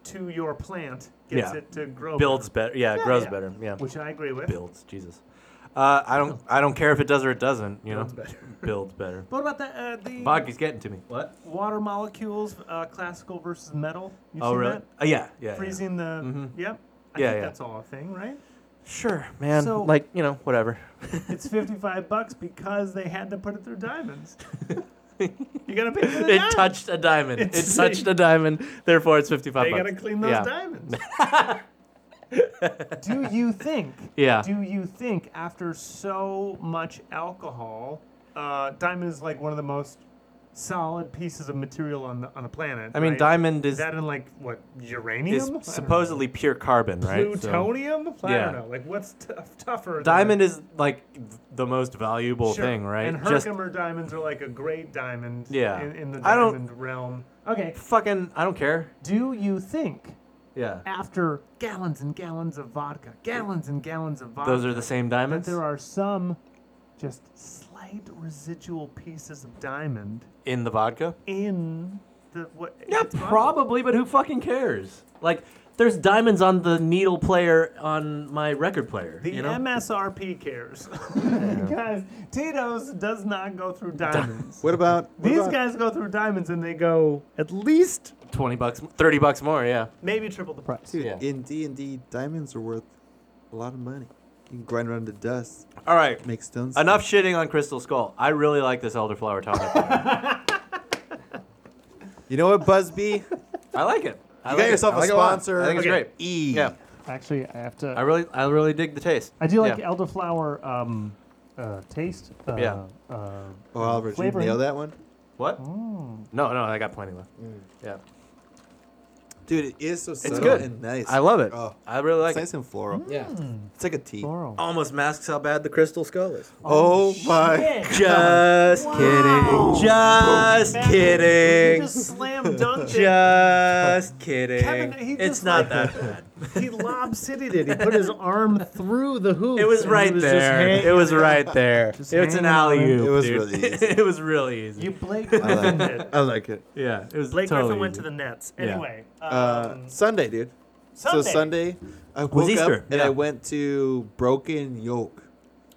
[SPEAKER 4] to your plant gets
[SPEAKER 2] Yeah.
[SPEAKER 4] it to grow
[SPEAKER 2] builds better. Yeah,
[SPEAKER 4] Yeah,
[SPEAKER 2] grows
[SPEAKER 4] yeah.
[SPEAKER 2] better. Yeah.
[SPEAKER 4] better, which I agree with.
[SPEAKER 2] builds. Jesus. Uh, I don't. I don't care if it does or it doesn't. You know,
[SPEAKER 4] Builds better.
[SPEAKER 2] builds better.
[SPEAKER 4] What about the uh, the
[SPEAKER 2] Vodka's getting to me. What?
[SPEAKER 4] water molecules, uh, classical versus metal? You
[SPEAKER 2] oh
[SPEAKER 4] seen
[SPEAKER 2] really?
[SPEAKER 4] that?
[SPEAKER 2] Uh, yeah, yeah. Mm-hmm. yeah.
[SPEAKER 4] Freezing the yep. I
[SPEAKER 2] Yeah,
[SPEAKER 4] think
[SPEAKER 2] yeah.
[SPEAKER 4] that's all a thing, right?
[SPEAKER 2] Sure, man.
[SPEAKER 4] So-
[SPEAKER 2] like you know, whatever.
[SPEAKER 4] It's fifty-five bucks because they had to put it through diamonds. you gotta pay for the
[SPEAKER 2] It
[SPEAKER 4] diamonds.
[SPEAKER 2] touched a diamond.
[SPEAKER 4] It's-
[SPEAKER 2] it touched a diamond. Therefore, it's fifty-five.
[SPEAKER 4] They
[SPEAKER 2] bucks.
[SPEAKER 4] gotta clean those
[SPEAKER 2] yeah.
[SPEAKER 4] diamonds. do you think?
[SPEAKER 2] Yeah.
[SPEAKER 4] Do you think after so much alcohol, uh, diamond is like one of the most solid pieces of material on the on the planet?
[SPEAKER 2] I mean,
[SPEAKER 4] right?
[SPEAKER 2] diamond
[SPEAKER 4] Is
[SPEAKER 2] is
[SPEAKER 4] that in like what uranium? I
[SPEAKER 2] is
[SPEAKER 4] don't know.
[SPEAKER 2] supposedly pure carbon, right? So-
[SPEAKER 4] plutonium. I
[SPEAKER 2] Yeah.
[SPEAKER 4] don't know. Like what's tough tougher?
[SPEAKER 2] diamond
[SPEAKER 4] than,
[SPEAKER 2] is like th- the most valuable
[SPEAKER 4] Sure.
[SPEAKER 2] thing, right?
[SPEAKER 4] And
[SPEAKER 2] Just
[SPEAKER 4] Herkimer diamonds are like a great diamond.
[SPEAKER 2] Yeah.
[SPEAKER 4] In, in the
[SPEAKER 2] I don't-
[SPEAKER 4] diamond realm. Okay.
[SPEAKER 2] fucking. I don't care.
[SPEAKER 4] Do you think
[SPEAKER 2] Yeah.
[SPEAKER 4] after gallons and gallons of vodka, gallons and gallons of vodka,
[SPEAKER 2] Those are the same
[SPEAKER 4] that
[SPEAKER 2] diamonds
[SPEAKER 4] there are some just slight residual pieces of diamond
[SPEAKER 2] in the vodka.
[SPEAKER 4] in the what?
[SPEAKER 7] Yeah,
[SPEAKER 4] it's vodka.
[SPEAKER 7] probably, but who fucking cares? Like, there's diamonds on the needle player on my record player.
[SPEAKER 4] The
[SPEAKER 7] you know?
[SPEAKER 4] MSRP cares, guys. Tito's does not go through diamonds.
[SPEAKER 1] What about what
[SPEAKER 4] These
[SPEAKER 1] about-
[SPEAKER 4] guys go through diamonds and they go at least
[SPEAKER 2] Twenty bucks, thirty bucks more. Yeah.
[SPEAKER 4] maybe triple the price.
[SPEAKER 1] Dude,
[SPEAKER 2] Yeah.
[SPEAKER 1] in D and D, diamonds are worth a lot of money. You can grind around to dust,
[SPEAKER 2] All right.
[SPEAKER 1] make stones.
[SPEAKER 2] Enough shitting on Crystal Skull. I really like this elderflower topic.
[SPEAKER 1] You know what, Busby? you
[SPEAKER 2] I like it. I
[SPEAKER 1] got
[SPEAKER 2] like it.
[SPEAKER 1] yourself
[SPEAKER 2] I
[SPEAKER 1] a
[SPEAKER 2] like it lot.
[SPEAKER 1] sponsor.
[SPEAKER 2] I think it's
[SPEAKER 1] Okay.
[SPEAKER 2] great.
[SPEAKER 1] E.
[SPEAKER 2] Yeah,
[SPEAKER 4] Actually, I have to.
[SPEAKER 2] I really, I really dig the taste.
[SPEAKER 4] I do like
[SPEAKER 2] Yeah.
[SPEAKER 4] elderflower um, uh, taste. Uh,
[SPEAKER 2] Yeah.
[SPEAKER 4] Uh, Mm,
[SPEAKER 1] Oh, Oliver, did you
[SPEAKER 4] Flavoring.
[SPEAKER 1] nail that one?
[SPEAKER 2] What?
[SPEAKER 4] Mm-hmm.
[SPEAKER 2] No, no, I got plenty left. Yeah,
[SPEAKER 1] Dude, it is so subtle
[SPEAKER 2] good.
[SPEAKER 1] and nice.
[SPEAKER 2] I love it.
[SPEAKER 1] Oh,
[SPEAKER 2] I really
[SPEAKER 1] it's
[SPEAKER 2] like it.
[SPEAKER 1] nice and floral.
[SPEAKER 7] Yeah.
[SPEAKER 1] It's like a tea.
[SPEAKER 4] Mm. floral.
[SPEAKER 2] Almost masks how bad the Crystal Skull is.
[SPEAKER 1] Oh, my.
[SPEAKER 4] Shit.
[SPEAKER 2] Just kidding. Just
[SPEAKER 4] Man,
[SPEAKER 2] kidding.
[SPEAKER 4] He just slam dunked it.
[SPEAKER 2] Just kidding.
[SPEAKER 4] Kevin, he
[SPEAKER 2] it's
[SPEAKER 4] just,
[SPEAKER 2] not
[SPEAKER 4] like-
[SPEAKER 2] that bad.
[SPEAKER 4] He lob citied it. He put his arm through the hoop.
[SPEAKER 2] It was
[SPEAKER 4] and
[SPEAKER 2] right
[SPEAKER 4] he was just
[SPEAKER 2] there.
[SPEAKER 4] hanging
[SPEAKER 2] It was
[SPEAKER 4] out.
[SPEAKER 2] right there. It's an
[SPEAKER 4] hanging out.
[SPEAKER 2] alley oop.
[SPEAKER 1] It was really easy.
[SPEAKER 2] it was really easy.
[SPEAKER 4] You Blake
[SPEAKER 1] I
[SPEAKER 4] Griffin
[SPEAKER 1] like it.
[SPEAKER 4] did.
[SPEAKER 1] I like it.
[SPEAKER 2] Yeah, it was
[SPEAKER 4] Blake
[SPEAKER 2] totally
[SPEAKER 4] Griffin went
[SPEAKER 2] easy.
[SPEAKER 4] to the Nets.
[SPEAKER 2] Yeah.
[SPEAKER 4] Anyway,
[SPEAKER 1] Uh,
[SPEAKER 4] um,
[SPEAKER 1] Sunday, dude.
[SPEAKER 4] Sunday,
[SPEAKER 1] So Sunday, I woke
[SPEAKER 2] Easter,
[SPEAKER 1] up and
[SPEAKER 2] yeah.
[SPEAKER 1] I went to Broken Yolk.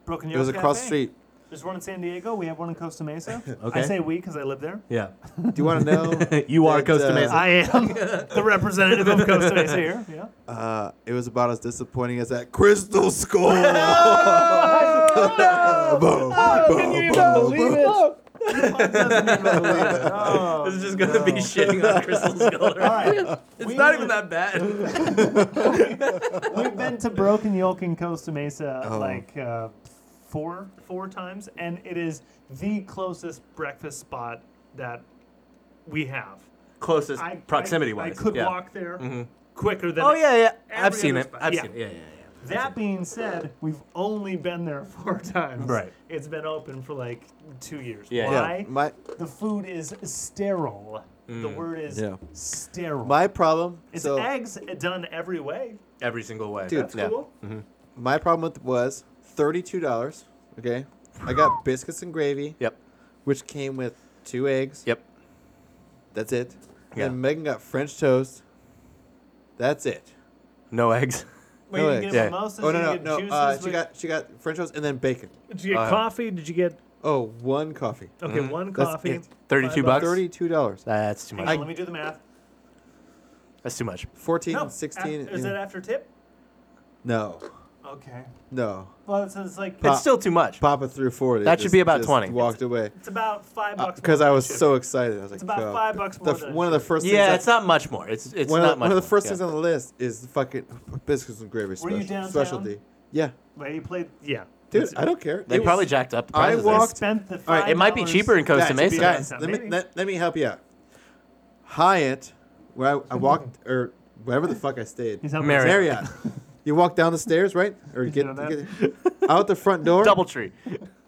[SPEAKER 4] Broken
[SPEAKER 1] It was
[SPEAKER 4] Yoke
[SPEAKER 1] across the
[SPEAKER 4] Cafe.
[SPEAKER 1] street.
[SPEAKER 4] There's one in San Diego. We have one in Costa Mesa. I
[SPEAKER 2] Okay.
[SPEAKER 4] say we because I live there.
[SPEAKER 2] Yeah.
[SPEAKER 1] Do you want to know?
[SPEAKER 2] You are
[SPEAKER 1] that,
[SPEAKER 2] Costa
[SPEAKER 1] uh,
[SPEAKER 2] Mesa.
[SPEAKER 4] I am the representative of Costa Mesa here. Yeah.
[SPEAKER 1] Uh, it was about as disappointing as that Crystal Skull.
[SPEAKER 4] Oh, can you even believe it? Oh,
[SPEAKER 2] This is just gonna be shitting on Crystal's color.
[SPEAKER 4] All right.
[SPEAKER 2] It's
[SPEAKER 4] We
[SPEAKER 2] not
[SPEAKER 4] went-
[SPEAKER 2] even that bad.
[SPEAKER 4] We've been to Broken Yolk in Costa Mesa
[SPEAKER 1] Oh.
[SPEAKER 4] like uh, four four times, and it is the closest breakfast spot that we have.
[SPEAKER 2] Closest
[SPEAKER 4] I,
[SPEAKER 2] proximity
[SPEAKER 4] I,
[SPEAKER 2] wise.
[SPEAKER 4] I could
[SPEAKER 2] yeah.
[SPEAKER 4] walk there quicker than.
[SPEAKER 2] Oh yeah, yeah.
[SPEAKER 4] Every
[SPEAKER 2] I've seen
[SPEAKER 4] other
[SPEAKER 2] it.
[SPEAKER 4] spot.
[SPEAKER 2] I've
[SPEAKER 4] Yeah.
[SPEAKER 2] seen it. Yeah, yeah, yeah.
[SPEAKER 4] That being said, we've only been there four times.
[SPEAKER 2] Right.
[SPEAKER 4] It's been open for like two years.
[SPEAKER 2] Yeah.
[SPEAKER 1] Yeah,
[SPEAKER 4] Why?
[SPEAKER 1] my
[SPEAKER 4] The food is sterile. The
[SPEAKER 2] Mm.
[SPEAKER 4] word is
[SPEAKER 1] Yeah.
[SPEAKER 4] sterile.
[SPEAKER 1] my problem.
[SPEAKER 4] it's
[SPEAKER 1] so
[SPEAKER 4] eggs done every way.
[SPEAKER 2] Every single way.
[SPEAKER 1] Dude.
[SPEAKER 4] That's
[SPEAKER 1] Yeah.
[SPEAKER 4] cool.
[SPEAKER 1] my problem with was thirty-two dollars. Okay, I got biscuits and gravy,
[SPEAKER 2] Yep.
[SPEAKER 1] which came with two eggs.
[SPEAKER 2] Yep.
[SPEAKER 1] That's it.
[SPEAKER 2] Yeah.
[SPEAKER 1] And Megan got French toast. That's it.
[SPEAKER 2] No eggs.
[SPEAKER 4] Wait,
[SPEAKER 1] No
[SPEAKER 4] you
[SPEAKER 1] eggs.
[SPEAKER 4] get
[SPEAKER 2] Yeah.
[SPEAKER 4] mimosas,
[SPEAKER 1] oh no
[SPEAKER 4] you
[SPEAKER 1] no
[SPEAKER 4] get
[SPEAKER 1] no!
[SPEAKER 4] juices
[SPEAKER 1] Uh, she
[SPEAKER 4] with-
[SPEAKER 1] got Uh-huh. she got French toast and then bacon.
[SPEAKER 3] Did you get
[SPEAKER 2] Uh,
[SPEAKER 3] coffee? Did you get
[SPEAKER 1] Oh, one coffee.
[SPEAKER 3] okay? One
[SPEAKER 1] Mm-hmm. That's
[SPEAKER 3] coffee.
[SPEAKER 1] it.
[SPEAKER 2] Thirty-two
[SPEAKER 4] Five
[SPEAKER 2] bucks.
[SPEAKER 1] Thirty-two dollars.
[SPEAKER 2] That's too
[SPEAKER 4] Hang
[SPEAKER 2] much.
[SPEAKER 4] on,
[SPEAKER 1] I-
[SPEAKER 4] let me do the math.
[SPEAKER 2] That's too much.
[SPEAKER 1] 14,
[SPEAKER 4] No,
[SPEAKER 1] 16.
[SPEAKER 4] af- is
[SPEAKER 1] yeah.
[SPEAKER 4] that after tip?
[SPEAKER 1] no,
[SPEAKER 4] Okay.
[SPEAKER 1] no.
[SPEAKER 4] Well, it's, it's like
[SPEAKER 1] Pop-
[SPEAKER 4] it's,
[SPEAKER 2] It's still too much.
[SPEAKER 1] Papa threw forty.
[SPEAKER 2] That should
[SPEAKER 1] just-
[SPEAKER 2] be about
[SPEAKER 1] just
[SPEAKER 2] 20.
[SPEAKER 1] Walked away
[SPEAKER 4] about five bucks.
[SPEAKER 1] because Uh,
[SPEAKER 4] more
[SPEAKER 1] I
[SPEAKER 4] than
[SPEAKER 1] was
[SPEAKER 4] chip.
[SPEAKER 1] so excited. I was like,
[SPEAKER 4] It's about
[SPEAKER 1] "Yo."
[SPEAKER 4] five bucks more.
[SPEAKER 1] The,
[SPEAKER 4] than
[SPEAKER 1] one of the
[SPEAKER 4] chip.
[SPEAKER 1] first
[SPEAKER 2] Yeah, it's
[SPEAKER 1] things. I-
[SPEAKER 2] not much more. It's it's
[SPEAKER 1] one
[SPEAKER 2] not
[SPEAKER 1] of, the-
[SPEAKER 2] much.
[SPEAKER 1] one of the
[SPEAKER 2] more.
[SPEAKER 1] first
[SPEAKER 2] Yeah.
[SPEAKER 1] things on the list is fucking biscuits and gravy
[SPEAKER 4] Were you
[SPEAKER 1] special,
[SPEAKER 4] downtown?
[SPEAKER 1] specialty. Yeah,
[SPEAKER 4] Wait, you played. Yeah.
[SPEAKER 1] dude, I don't care.
[SPEAKER 2] They
[SPEAKER 1] It was-
[SPEAKER 2] probably jacked up the
[SPEAKER 1] I
[SPEAKER 2] prices.
[SPEAKER 4] I
[SPEAKER 1] walked-
[SPEAKER 4] spent the. $5
[SPEAKER 2] All right, it might be cheaper in Costa
[SPEAKER 1] guys,
[SPEAKER 2] Mesa.
[SPEAKER 1] Guys,
[SPEAKER 4] Maybe.
[SPEAKER 1] let me let, let me help you out. Hyatt, where I, I walked or wherever the fuck I stayed.
[SPEAKER 4] He's helping
[SPEAKER 2] Mary.
[SPEAKER 4] us.
[SPEAKER 1] Marriott. You walk down the stairs, right? Or get,
[SPEAKER 4] know that?
[SPEAKER 1] get- out the front door.
[SPEAKER 2] DoubleTree.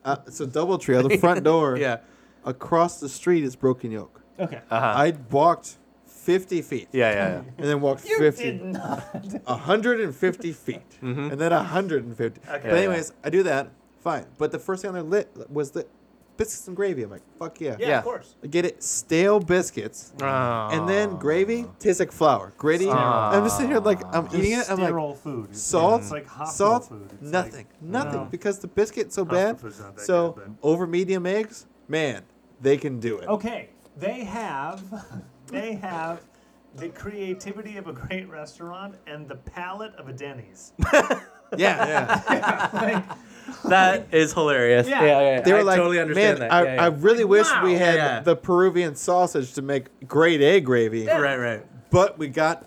[SPEAKER 1] Uh, it's a double tree out the front door.
[SPEAKER 2] Yeah.
[SPEAKER 1] Across the street is Broken Yoke.
[SPEAKER 4] Okay.
[SPEAKER 2] Uh huh.
[SPEAKER 1] I walked 50 feet.
[SPEAKER 2] Yeah, yeah,
[SPEAKER 1] And then walked
[SPEAKER 4] you
[SPEAKER 1] 50.
[SPEAKER 4] did not.
[SPEAKER 1] 150 feet,
[SPEAKER 2] Mm-hmm.
[SPEAKER 1] and then 150. But
[SPEAKER 2] Yeah,
[SPEAKER 1] anyways, I do that, fine. But the first thing on their lit was the biscuits and gravy. I'm like, fuck yeah.
[SPEAKER 4] Yeah,
[SPEAKER 2] Yeah.
[SPEAKER 4] of course.
[SPEAKER 1] I get it, stale biscuits,
[SPEAKER 2] yeah.
[SPEAKER 1] and then gravy tastes like flour. Gritty. I'm just sitting here like I'm
[SPEAKER 4] Just
[SPEAKER 1] eating it. I'm like
[SPEAKER 4] sterile food. It's-
[SPEAKER 1] salt,
[SPEAKER 4] It's like hospital
[SPEAKER 1] salt,
[SPEAKER 4] food. It's like-
[SPEAKER 1] nothing, nothing,
[SPEAKER 4] no.
[SPEAKER 1] because the biscuit's so
[SPEAKER 4] Hospital
[SPEAKER 1] bad.
[SPEAKER 4] food's not that
[SPEAKER 1] so
[SPEAKER 4] good,
[SPEAKER 1] over medium eggs, man, they can do it.
[SPEAKER 4] Okay, they have, they have the creativity of a great restaurant and the palate of a Denny's.
[SPEAKER 1] Yeah, yeah.
[SPEAKER 4] Like,
[SPEAKER 2] That is hilarious.
[SPEAKER 4] Yeah. Yeah, yeah,
[SPEAKER 1] They were like, man, I, I really wish we
[SPEAKER 2] wow."
[SPEAKER 1] had
[SPEAKER 2] Yeah.
[SPEAKER 1] the Peruvian sausage to make great egg gravy.
[SPEAKER 2] right, right.
[SPEAKER 1] but we got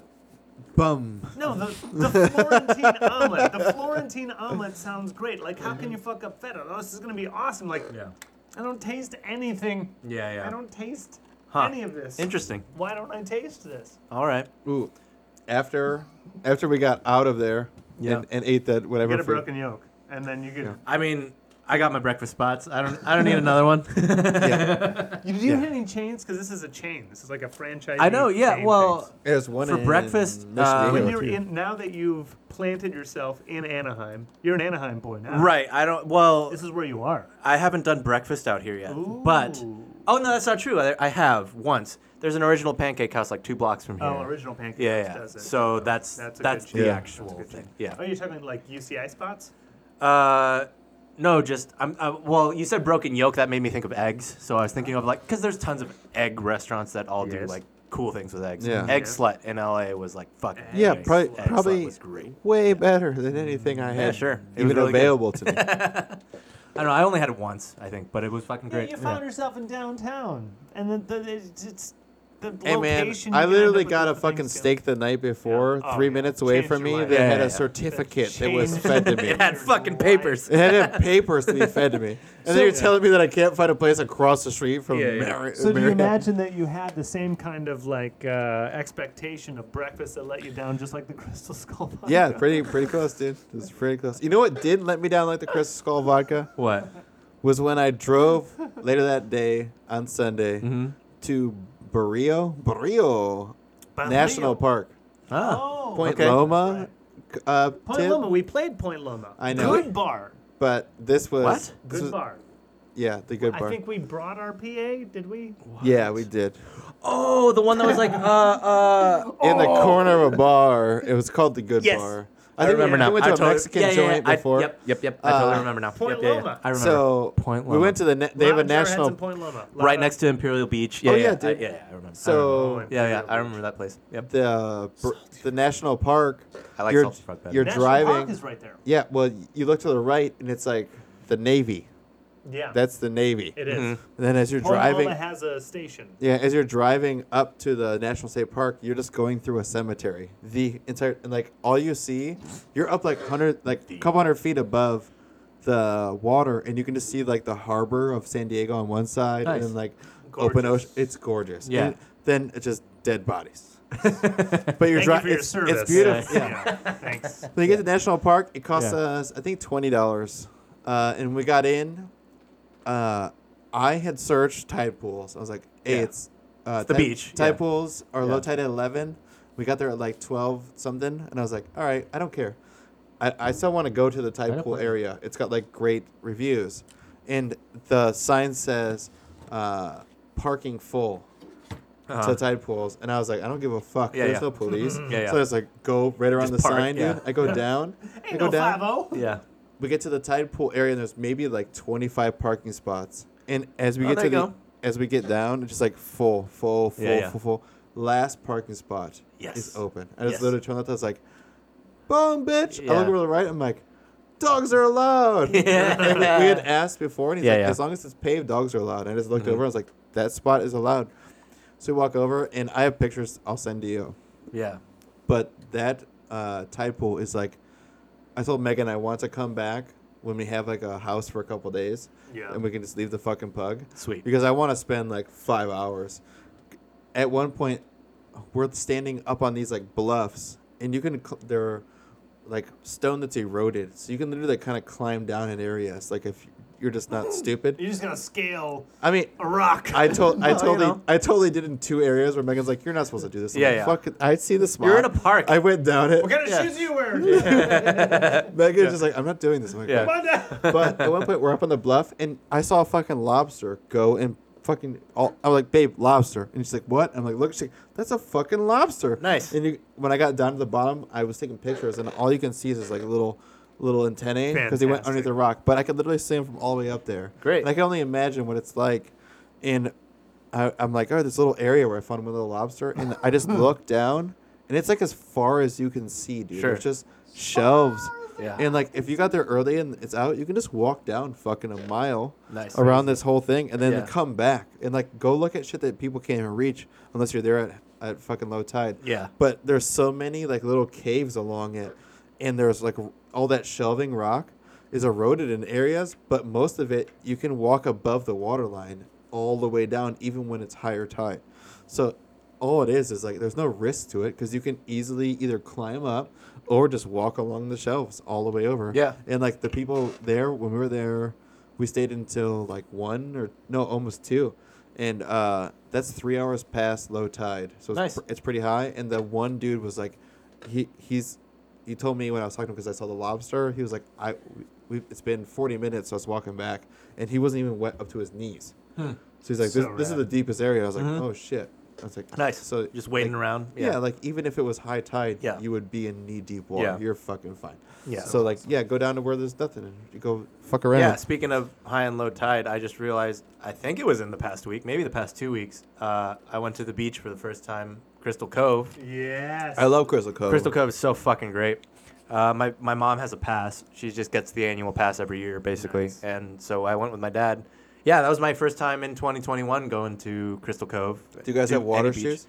[SPEAKER 1] bum.
[SPEAKER 4] no, the, the Florentine omelet. The Florentine omelet sounds great. Like, how can you fuck up feta? Oh, this is gonna be awesome. Like,
[SPEAKER 2] Yeah,
[SPEAKER 4] I don't taste anything.
[SPEAKER 2] yeah, yeah.
[SPEAKER 4] I don't taste
[SPEAKER 2] Huh.
[SPEAKER 4] any of this.
[SPEAKER 2] Interesting.
[SPEAKER 4] Why don't I taste this?
[SPEAKER 2] All right.
[SPEAKER 1] Ooh, after after we got out of there
[SPEAKER 2] Yeah.
[SPEAKER 1] and, and ate that whatever.
[SPEAKER 4] Get a
[SPEAKER 1] food-
[SPEAKER 4] broken yolk, and then you get.
[SPEAKER 2] I mean, I got my breakfast spots. I don't. I don't need another one.
[SPEAKER 4] You, do you hit any chains? Because this is a chain. This is like a franchise.
[SPEAKER 2] I know. Yeah.
[SPEAKER 4] chain
[SPEAKER 2] Well,
[SPEAKER 4] thing.
[SPEAKER 1] There's one
[SPEAKER 2] For
[SPEAKER 1] in
[SPEAKER 2] breakfast,
[SPEAKER 1] Michigan
[SPEAKER 2] uh,
[SPEAKER 4] When
[SPEAKER 1] too.
[SPEAKER 4] Um, you're in, now that you've planted yourself in Anaheim, you're an Anaheim boy now.
[SPEAKER 2] right. I don't. Well,
[SPEAKER 4] This is where you are.
[SPEAKER 2] I haven't done breakfast out here yet. But oh no, that's not true. I, I have once. There's an original pancake house like two blocks from here.
[SPEAKER 4] Oh, original pancake.
[SPEAKER 2] Yeah,
[SPEAKER 4] House
[SPEAKER 2] yeah.
[SPEAKER 4] does it.
[SPEAKER 2] So that's that's,
[SPEAKER 4] that's a
[SPEAKER 2] the
[SPEAKER 4] good
[SPEAKER 1] choice.
[SPEAKER 2] actual
[SPEAKER 4] That's a good
[SPEAKER 2] thing.
[SPEAKER 4] choice.
[SPEAKER 2] Yeah.
[SPEAKER 4] Oh, you're talking like UCI spots?
[SPEAKER 2] Uh, no, just I'm. I, well, you said broken yolk. That made me think of eggs. So I was thinking of like because there's tons of egg restaurants that all do
[SPEAKER 4] Yes.
[SPEAKER 2] like cool things with eggs.
[SPEAKER 1] Yeah.
[SPEAKER 2] Egg
[SPEAKER 4] Yeah.
[SPEAKER 2] slut in LA was like fucking.
[SPEAKER 1] Yeah,
[SPEAKER 2] amazing.
[SPEAKER 1] probably
[SPEAKER 2] Egg
[SPEAKER 1] probably
[SPEAKER 2] slut was great.
[SPEAKER 1] way better than anything I had.
[SPEAKER 2] sure. It was
[SPEAKER 1] Even
[SPEAKER 2] really good.
[SPEAKER 1] available to me.
[SPEAKER 2] I don't know. I only had it once, I think, but it was fucking great.
[SPEAKER 4] you found yourself in downtown, and then the, it's, it's the
[SPEAKER 1] Hey man,
[SPEAKER 4] location.
[SPEAKER 1] I literally got a fucking steak the night before,
[SPEAKER 4] Yeah. Oh,
[SPEAKER 1] three
[SPEAKER 4] yeah.
[SPEAKER 1] minutes away
[SPEAKER 4] Changed
[SPEAKER 1] from
[SPEAKER 4] your
[SPEAKER 1] me.
[SPEAKER 4] life.
[SPEAKER 1] They
[SPEAKER 2] Yeah,
[SPEAKER 1] had
[SPEAKER 2] yeah,
[SPEAKER 1] a
[SPEAKER 2] yeah.
[SPEAKER 1] certificate that was fed to me.
[SPEAKER 2] it had fucking papers.
[SPEAKER 1] It had papers to be fed to me. And then you're telling me that I can't find a place across the street from
[SPEAKER 2] Yeah, yeah.
[SPEAKER 1] Mary-
[SPEAKER 4] So do you
[SPEAKER 1] Mary-
[SPEAKER 4] imagine that you had the same kind of like uh, expectation of breakfast that let you down, just like the Crystal Skull?
[SPEAKER 1] Yeah,
[SPEAKER 4] vodka?
[SPEAKER 1] pretty pretty close, dude. It was pretty close. You know what did let me down like the Crystal Skull vodka
[SPEAKER 2] What?
[SPEAKER 1] was when I drove later that day on Sunday
[SPEAKER 2] Mm-hmm.
[SPEAKER 1] to Barrio Barrio
[SPEAKER 4] But
[SPEAKER 1] National
[SPEAKER 4] Leo-
[SPEAKER 1] Park,
[SPEAKER 2] Ah.
[SPEAKER 4] Oh,
[SPEAKER 1] Point
[SPEAKER 2] Okay.
[SPEAKER 1] Loma. c- Uh,
[SPEAKER 4] Point
[SPEAKER 1] tip,
[SPEAKER 4] Loma. We played Point Loma.
[SPEAKER 1] I know.
[SPEAKER 4] Good bar.
[SPEAKER 1] But this was
[SPEAKER 2] What?
[SPEAKER 1] This
[SPEAKER 4] Good
[SPEAKER 1] was,
[SPEAKER 4] bar.
[SPEAKER 1] Yeah, the good
[SPEAKER 4] I
[SPEAKER 1] part.
[SPEAKER 4] think we brought our PA. Did we?
[SPEAKER 1] Yeah, we did.
[SPEAKER 2] Oh, the one that was like, uh, uh.
[SPEAKER 1] In
[SPEAKER 4] Oh.
[SPEAKER 1] the corner of a bar, it was called the Good
[SPEAKER 2] Yes.
[SPEAKER 1] Bar.
[SPEAKER 2] I, remember
[SPEAKER 1] we,
[SPEAKER 2] now.
[SPEAKER 1] We went to
[SPEAKER 2] I
[SPEAKER 1] a
[SPEAKER 2] totally-
[SPEAKER 1] Mexican
[SPEAKER 2] yeah, yeah, yeah,
[SPEAKER 1] joint
[SPEAKER 2] I-
[SPEAKER 1] before.
[SPEAKER 2] yep, yep, yep. I totally
[SPEAKER 1] Uh,
[SPEAKER 2] remember now.
[SPEAKER 4] Point
[SPEAKER 2] yeah, yeah, yeah.
[SPEAKER 4] Loma.
[SPEAKER 2] I remember.
[SPEAKER 1] So
[SPEAKER 2] Point
[SPEAKER 1] we
[SPEAKER 2] Loma.
[SPEAKER 1] went to the na- they have a
[SPEAKER 4] Lounge Air Heads
[SPEAKER 1] national
[SPEAKER 4] in Point Loma.
[SPEAKER 2] right next to Imperial Beach. Yeah,
[SPEAKER 1] Oh,
[SPEAKER 2] yeah,
[SPEAKER 1] yeah,
[SPEAKER 2] I,
[SPEAKER 1] dude.
[SPEAKER 2] yeah, yeah, I remember. I remember.
[SPEAKER 1] so
[SPEAKER 4] Oh,
[SPEAKER 2] yeah, yeah, I remember that place. Yep.
[SPEAKER 1] the uh, br- the national park.
[SPEAKER 2] I like
[SPEAKER 1] you're,
[SPEAKER 2] Salty Frog better.
[SPEAKER 1] You're
[SPEAKER 4] National
[SPEAKER 1] driving.
[SPEAKER 4] Park is right there.
[SPEAKER 1] yeah, well, you look to the right and it's like the Navy.
[SPEAKER 4] Yeah.
[SPEAKER 1] That's the Navy.
[SPEAKER 4] it is.
[SPEAKER 1] And then as you're
[SPEAKER 4] Ponderola
[SPEAKER 1] driving,
[SPEAKER 4] has a station.
[SPEAKER 1] yeah, as you're driving up to the National State Park, you're just going through a cemetery. The entire and like all you see, you're up like hundred, like a couple hundred feet above the water, and you can just see like the harbor of San Diego on one side,
[SPEAKER 7] Nice.
[SPEAKER 1] and like open ocean. It's gorgeous.
[SPEAKER 7] Yeah.
[SPEAKER 1] And then it's just dead bodies. but you're
[SPEAKER 4] Thank you
[SPEAKER 1] driving.
[SPEAKER 4] for your
[SPEAKER 1] it's,
[SPEAKER 4] service.
[SPEAKER 1] it's beautiful. Yeah.
[SPEAKER 4] Thanks.
[SPEAKER 1] When you get to National Park, it costs us, I think, twenty dollars. Uh, and we got in. Uh, I had searched tide pools. I was like, "Hey,
[SPEAKER 2] Yeah.
[SPEAKER 1] it's, uh,
[SPEAKER 2] the
[SPEAKER 1] tide-
[SPEAKER 2] beach,
[SPEAKER 1] Tide
[SPEAKER 2] yeah.
[SPEAKER 1] pools are
[SPEAKER 2] Yeah.
[SPEAKER 1] low tide at eleven. We got there at like twelve something, and I was like, "All right, I don't care. I, I still want to go to the tide
[SPEAKER 7] don't
[SPEAKER 1] pool
[SPEAKER 7] blame
[SPEAKER 1] area. It's got like great reviews, and the sign says uh, parking full."
[SPEAKER 2] Uh-huh.
[SPEAKER 1] To tide pools, and I was like, I don't give a fuck.
[SPEAKER 2] Yeah,
[SPEAKER 1] There's
[SPEAKER 2] yeah.
[SPEAKER 1] no police.
[SPEAKER 2] Yeah, yeah.
[SPEAKER 1] So I just like go right around
[SPEAKER 2] Just
[SPEAKER 1] the
[SPEAKER 2] park,
[SPEAKER 1] sign,
[SPEAKER 2] yeah.
[SPEAKER 1] dude. I go down. I
[SPEAKER 4] Ain't
[SPEAKER 1] go
[SPEAKER 4] no
[SPEAKER 1] down.
[SPEAKER 4] five oh? zero.
[SPEAKER 2] Yeah.
[SPEAKER 1] We get to the tide pool area, and there's maybe like 25 parking spots. And as we
[SPEAKER 2] Oh,
[SPEAKER 1] get
[SPEAKER 2] there
[SPEAKER 1] to
[SPEAKER 2] you
[SPEAKER 1] the,
[SPEAKER 2] go.
[SPEAKER 1] as we get down, it's just like full, full, full,
[SPEAKER 2] Yeah, yeah.
[SPEAKER 1] full, full. Last parking spot
[SPEAKER 2] Yes.
[SPEAKER 1] is open. I just
[SPEAKER 2] Yes.
[SPEAKER 1] literally turned left. I was like, boom, bitch. I look
[SPEAKER 2] Yeah.
[SPEAKER 1] over to the right. I'm like, dogs are allowed. And we, we had asked before, and he's
[SPEAKER 2] Yeah,
[SPEAKER 1] like,
[SPEAKER 2] yeah. Mm-hmm.
[SPEAKER 1] as long as it's paved, dogs are allowed. And I just looked over. I was like, that spot is allowed. So we walk over, and I have pictures. I'll send to you
[SPEAKER 2] Yeah.
[SPEAKER 1] but that uh, tide pool is like i told megan i want to come back when we have like a house for a couple days
[SPEAKER 4] Yeah.
[SPEAKER 1] and we can just leave the fucking pug
[SPEAKER 2] Sweet.
[SPEAKER 1] because i want to spend like five hours at one point we're standing up on these like bluffs and you can cl- there are like stone that's eroded so you can literally kind of climb down in areas like if you're just not stupid
[SPEAKER 4] You're just gonna scale
[SPEAKER 1] i mean
[SPEAKER 4] a rock.
[SPEAKER 1] I told I
[SPEAKER 2] you
[SPEAKER 1] totally
[SPEAKER 2] know.
[SPEAKER 1] I totally did in two areas where Megan's like, You're not supposed to do this. I'm
[SPEAKER 2] Yeah,
[SPEAKER 1] like,
[SPEAKER 2] yeah.
[SPEAKER 1] Fuck, it. I see the spot.
[SPEAKER 2] You're in a park.
[SPEAKER 1] I went down it.
[SPEAKER 4] what kind of
[SPEAKER 2] Yeah.
[SPEAKER 4] shoes you wear?
[SPEAKER 1] Megan's just like, I'm not doing this. I'm like,
[SPEAKER 2] Yeah.
[SPEAKER 4] Come on down.
[SPEAKER 1] But at one point, we're up on the bluff, and I saw a fucking lobster go and fucking. All, I'm like, babe, lobster. And she's like, what? I'm like, look, she's like, that's a fucking lobster.
[SPEAKER 2] Nice.
[SPEAKER 1] And you, when I got down to the bottom, I was taking pictures, and all you can see is this like little, little antennae because he went
[SPEAKER 4] Fantastic.
[SPEAKER 1] underneath the rock. But I could literally see him from all the way up there.
[SPEAKER 2] Great.
[SPEAKER 1] And I can only imagine what it's like. And I, I'm like, oh, this little area where I found one little lobster, and I just look down, and it's like as far as you can see, dude.
[SPEAKER 2] Sure.
[SPEAKER 1] It's just shelves.
[SPEAKER 2] Yeah.
[SPEAKER 1] And like, if you got there early and it's out, you can just walk down fucking a mile
[SPEAKER 2] Nice.
[SPEAKER 1] around this whole thing, and then
[SPEAKER 2] Yeah.
[SPEAKER 1] come back and like go look at shit that people can't even reach unless you're there at at fucking low tide.
[SPEAKER 2] Yeah.
[SPEAKER 1] But there's so many like little caves along it, and there's like r- all that shelving rock is eroded in areas, but most of it you can walk above the water line all the way down, even when it's higher tide. So all it is is like there's no risk to it because you can easily either climb up or just walk along the shelves all the way over.
[SPEAKER 2] Yeah.
[SPEAKER 1] And like the people there when we were there, we stayed until like one or no, almost two, and uh, that's three hours past low tide, so it's,
[SPEAKER 2] Nice.
[SPEAKER 1] pr- it's pretty high. And the one dude was like, he he's he told me when I was talking to him because I saw the lobster. He was like, I we it's been forty minutes, so I was walking back, and he wasn't even wet up to his knees.
[SPEAKER 2] Hmm.
[SPEAKER 1] So he's like, this,
[SPEAKER 4] So
[SPEAKER 1] this is the
[SPEAKER 4] rad.
[SPEAKER 1] deepest area. I was like, oh shit. I was like,
[SPEAKER 2] Mm-hmm. Nice.
[SPEAKER 1] So
[SPEAKER 2] Just waiting
[SPEAKER 1] like,
[SPEAKER 2] around.
[SPEAKER 1] yeah. like even if it was high tide,
[SPEAKER 2] Yeah.
[SPEAKER 1] you would be in knee deep water.
[SPEAKER 2] Yeah.
[SPEAKER 1] You're fucking fine.
[SPEAKER 2] Yeah.
[SPEAKER 1] So like, yeah, go down to where there's nothing and you go fuck around.
[SPEAKER 2] Yeah, speaking of high and low tide, I just realized I think it was in the past week, maybe the past two weeks. Uh, I went to the beach for the first time, Crystal Cove.
[SPEAKER 4] Yes.
[SPEAKER 1] I love Crystal Cove.
[SPEAKER 2] Crystal Cove is so fucking great. Uh, my my mom has a pass. She just gets the annual pass every year, basically.
[SPEAKER 4] Nice.
[SPEAKER 2] And so I went with my dad. Yeah, that was my first time in 2021 going to Crystal Cove.
[SPEAKER 1] Do you guys have
[SPEAKER 2] any
[SPEAKER 1] water
[SPEAKER 2] beach.
[SPEAKER 1] shoes?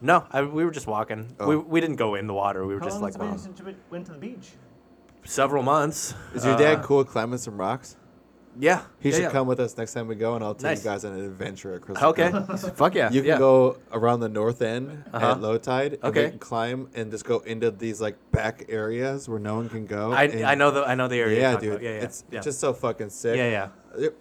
[SPEAKER 2] No, I, we were just walking.
[SPEAKER 1] Oh.
[SPEAKER 2] We, we didn't go in the water. We were
[SPEAKER 4] How
[SPEAKER 2] just
[SPEAKER 4] long
[SPEAKER 2] like
[SPEAKER 4] has it
[SPEAKER 1] um,
[SPEAKER 4] been
[SPEAKER 2] well,
[SPEAKER 4] since you went- went to the beach?
[SPEAKER 2] several months.
[SPEAKER 1] Is your
[SPEAKER 2] Uh,
[SPEAKER 1] dad cool with climbing some rocks?
[SPEAKER 2] Yeah,
[SPEAKER 1] He
[SPEAKER 2] yeah,
[SPEAKER 1] should
[SPEAKER 2] yeah.
[SPEAKER 1] come with us next time we go, and I'll take
[SPEAKER 2] Nice.
[SPEAKER 1] you guys on an adventure at Crystal
[SPEAKER 2] Okay,
[SPEAKER 1] Cove.
[SPEAKER 2] fuck yeah.
[SPEAKER 1] You can
[SPEAKER 2] yeah.
[SPEAKER 1] go around the north end
[SPEAKER 2] Uh-huh.
[SPEAKER 1] at low tide. And
[SPEAKER 2] Okay.
[SPEAKER 1] We can climb and just go into these like back areas where no one can go. and-
[SPEAKER 2] I, I know the I know the area. you're
[SPEAKER 1] Yeah,
[SPEAKER 2] talking
[SPEAKER 1] dude.
[SPEAKER 2] about. Yeah, yeah,
[SPEAKER 1] It's
[SPEAKER 2] yeah.
[SPEAKER 1] just so fucking sick.
[SPEAKER 2] yeah, yeah.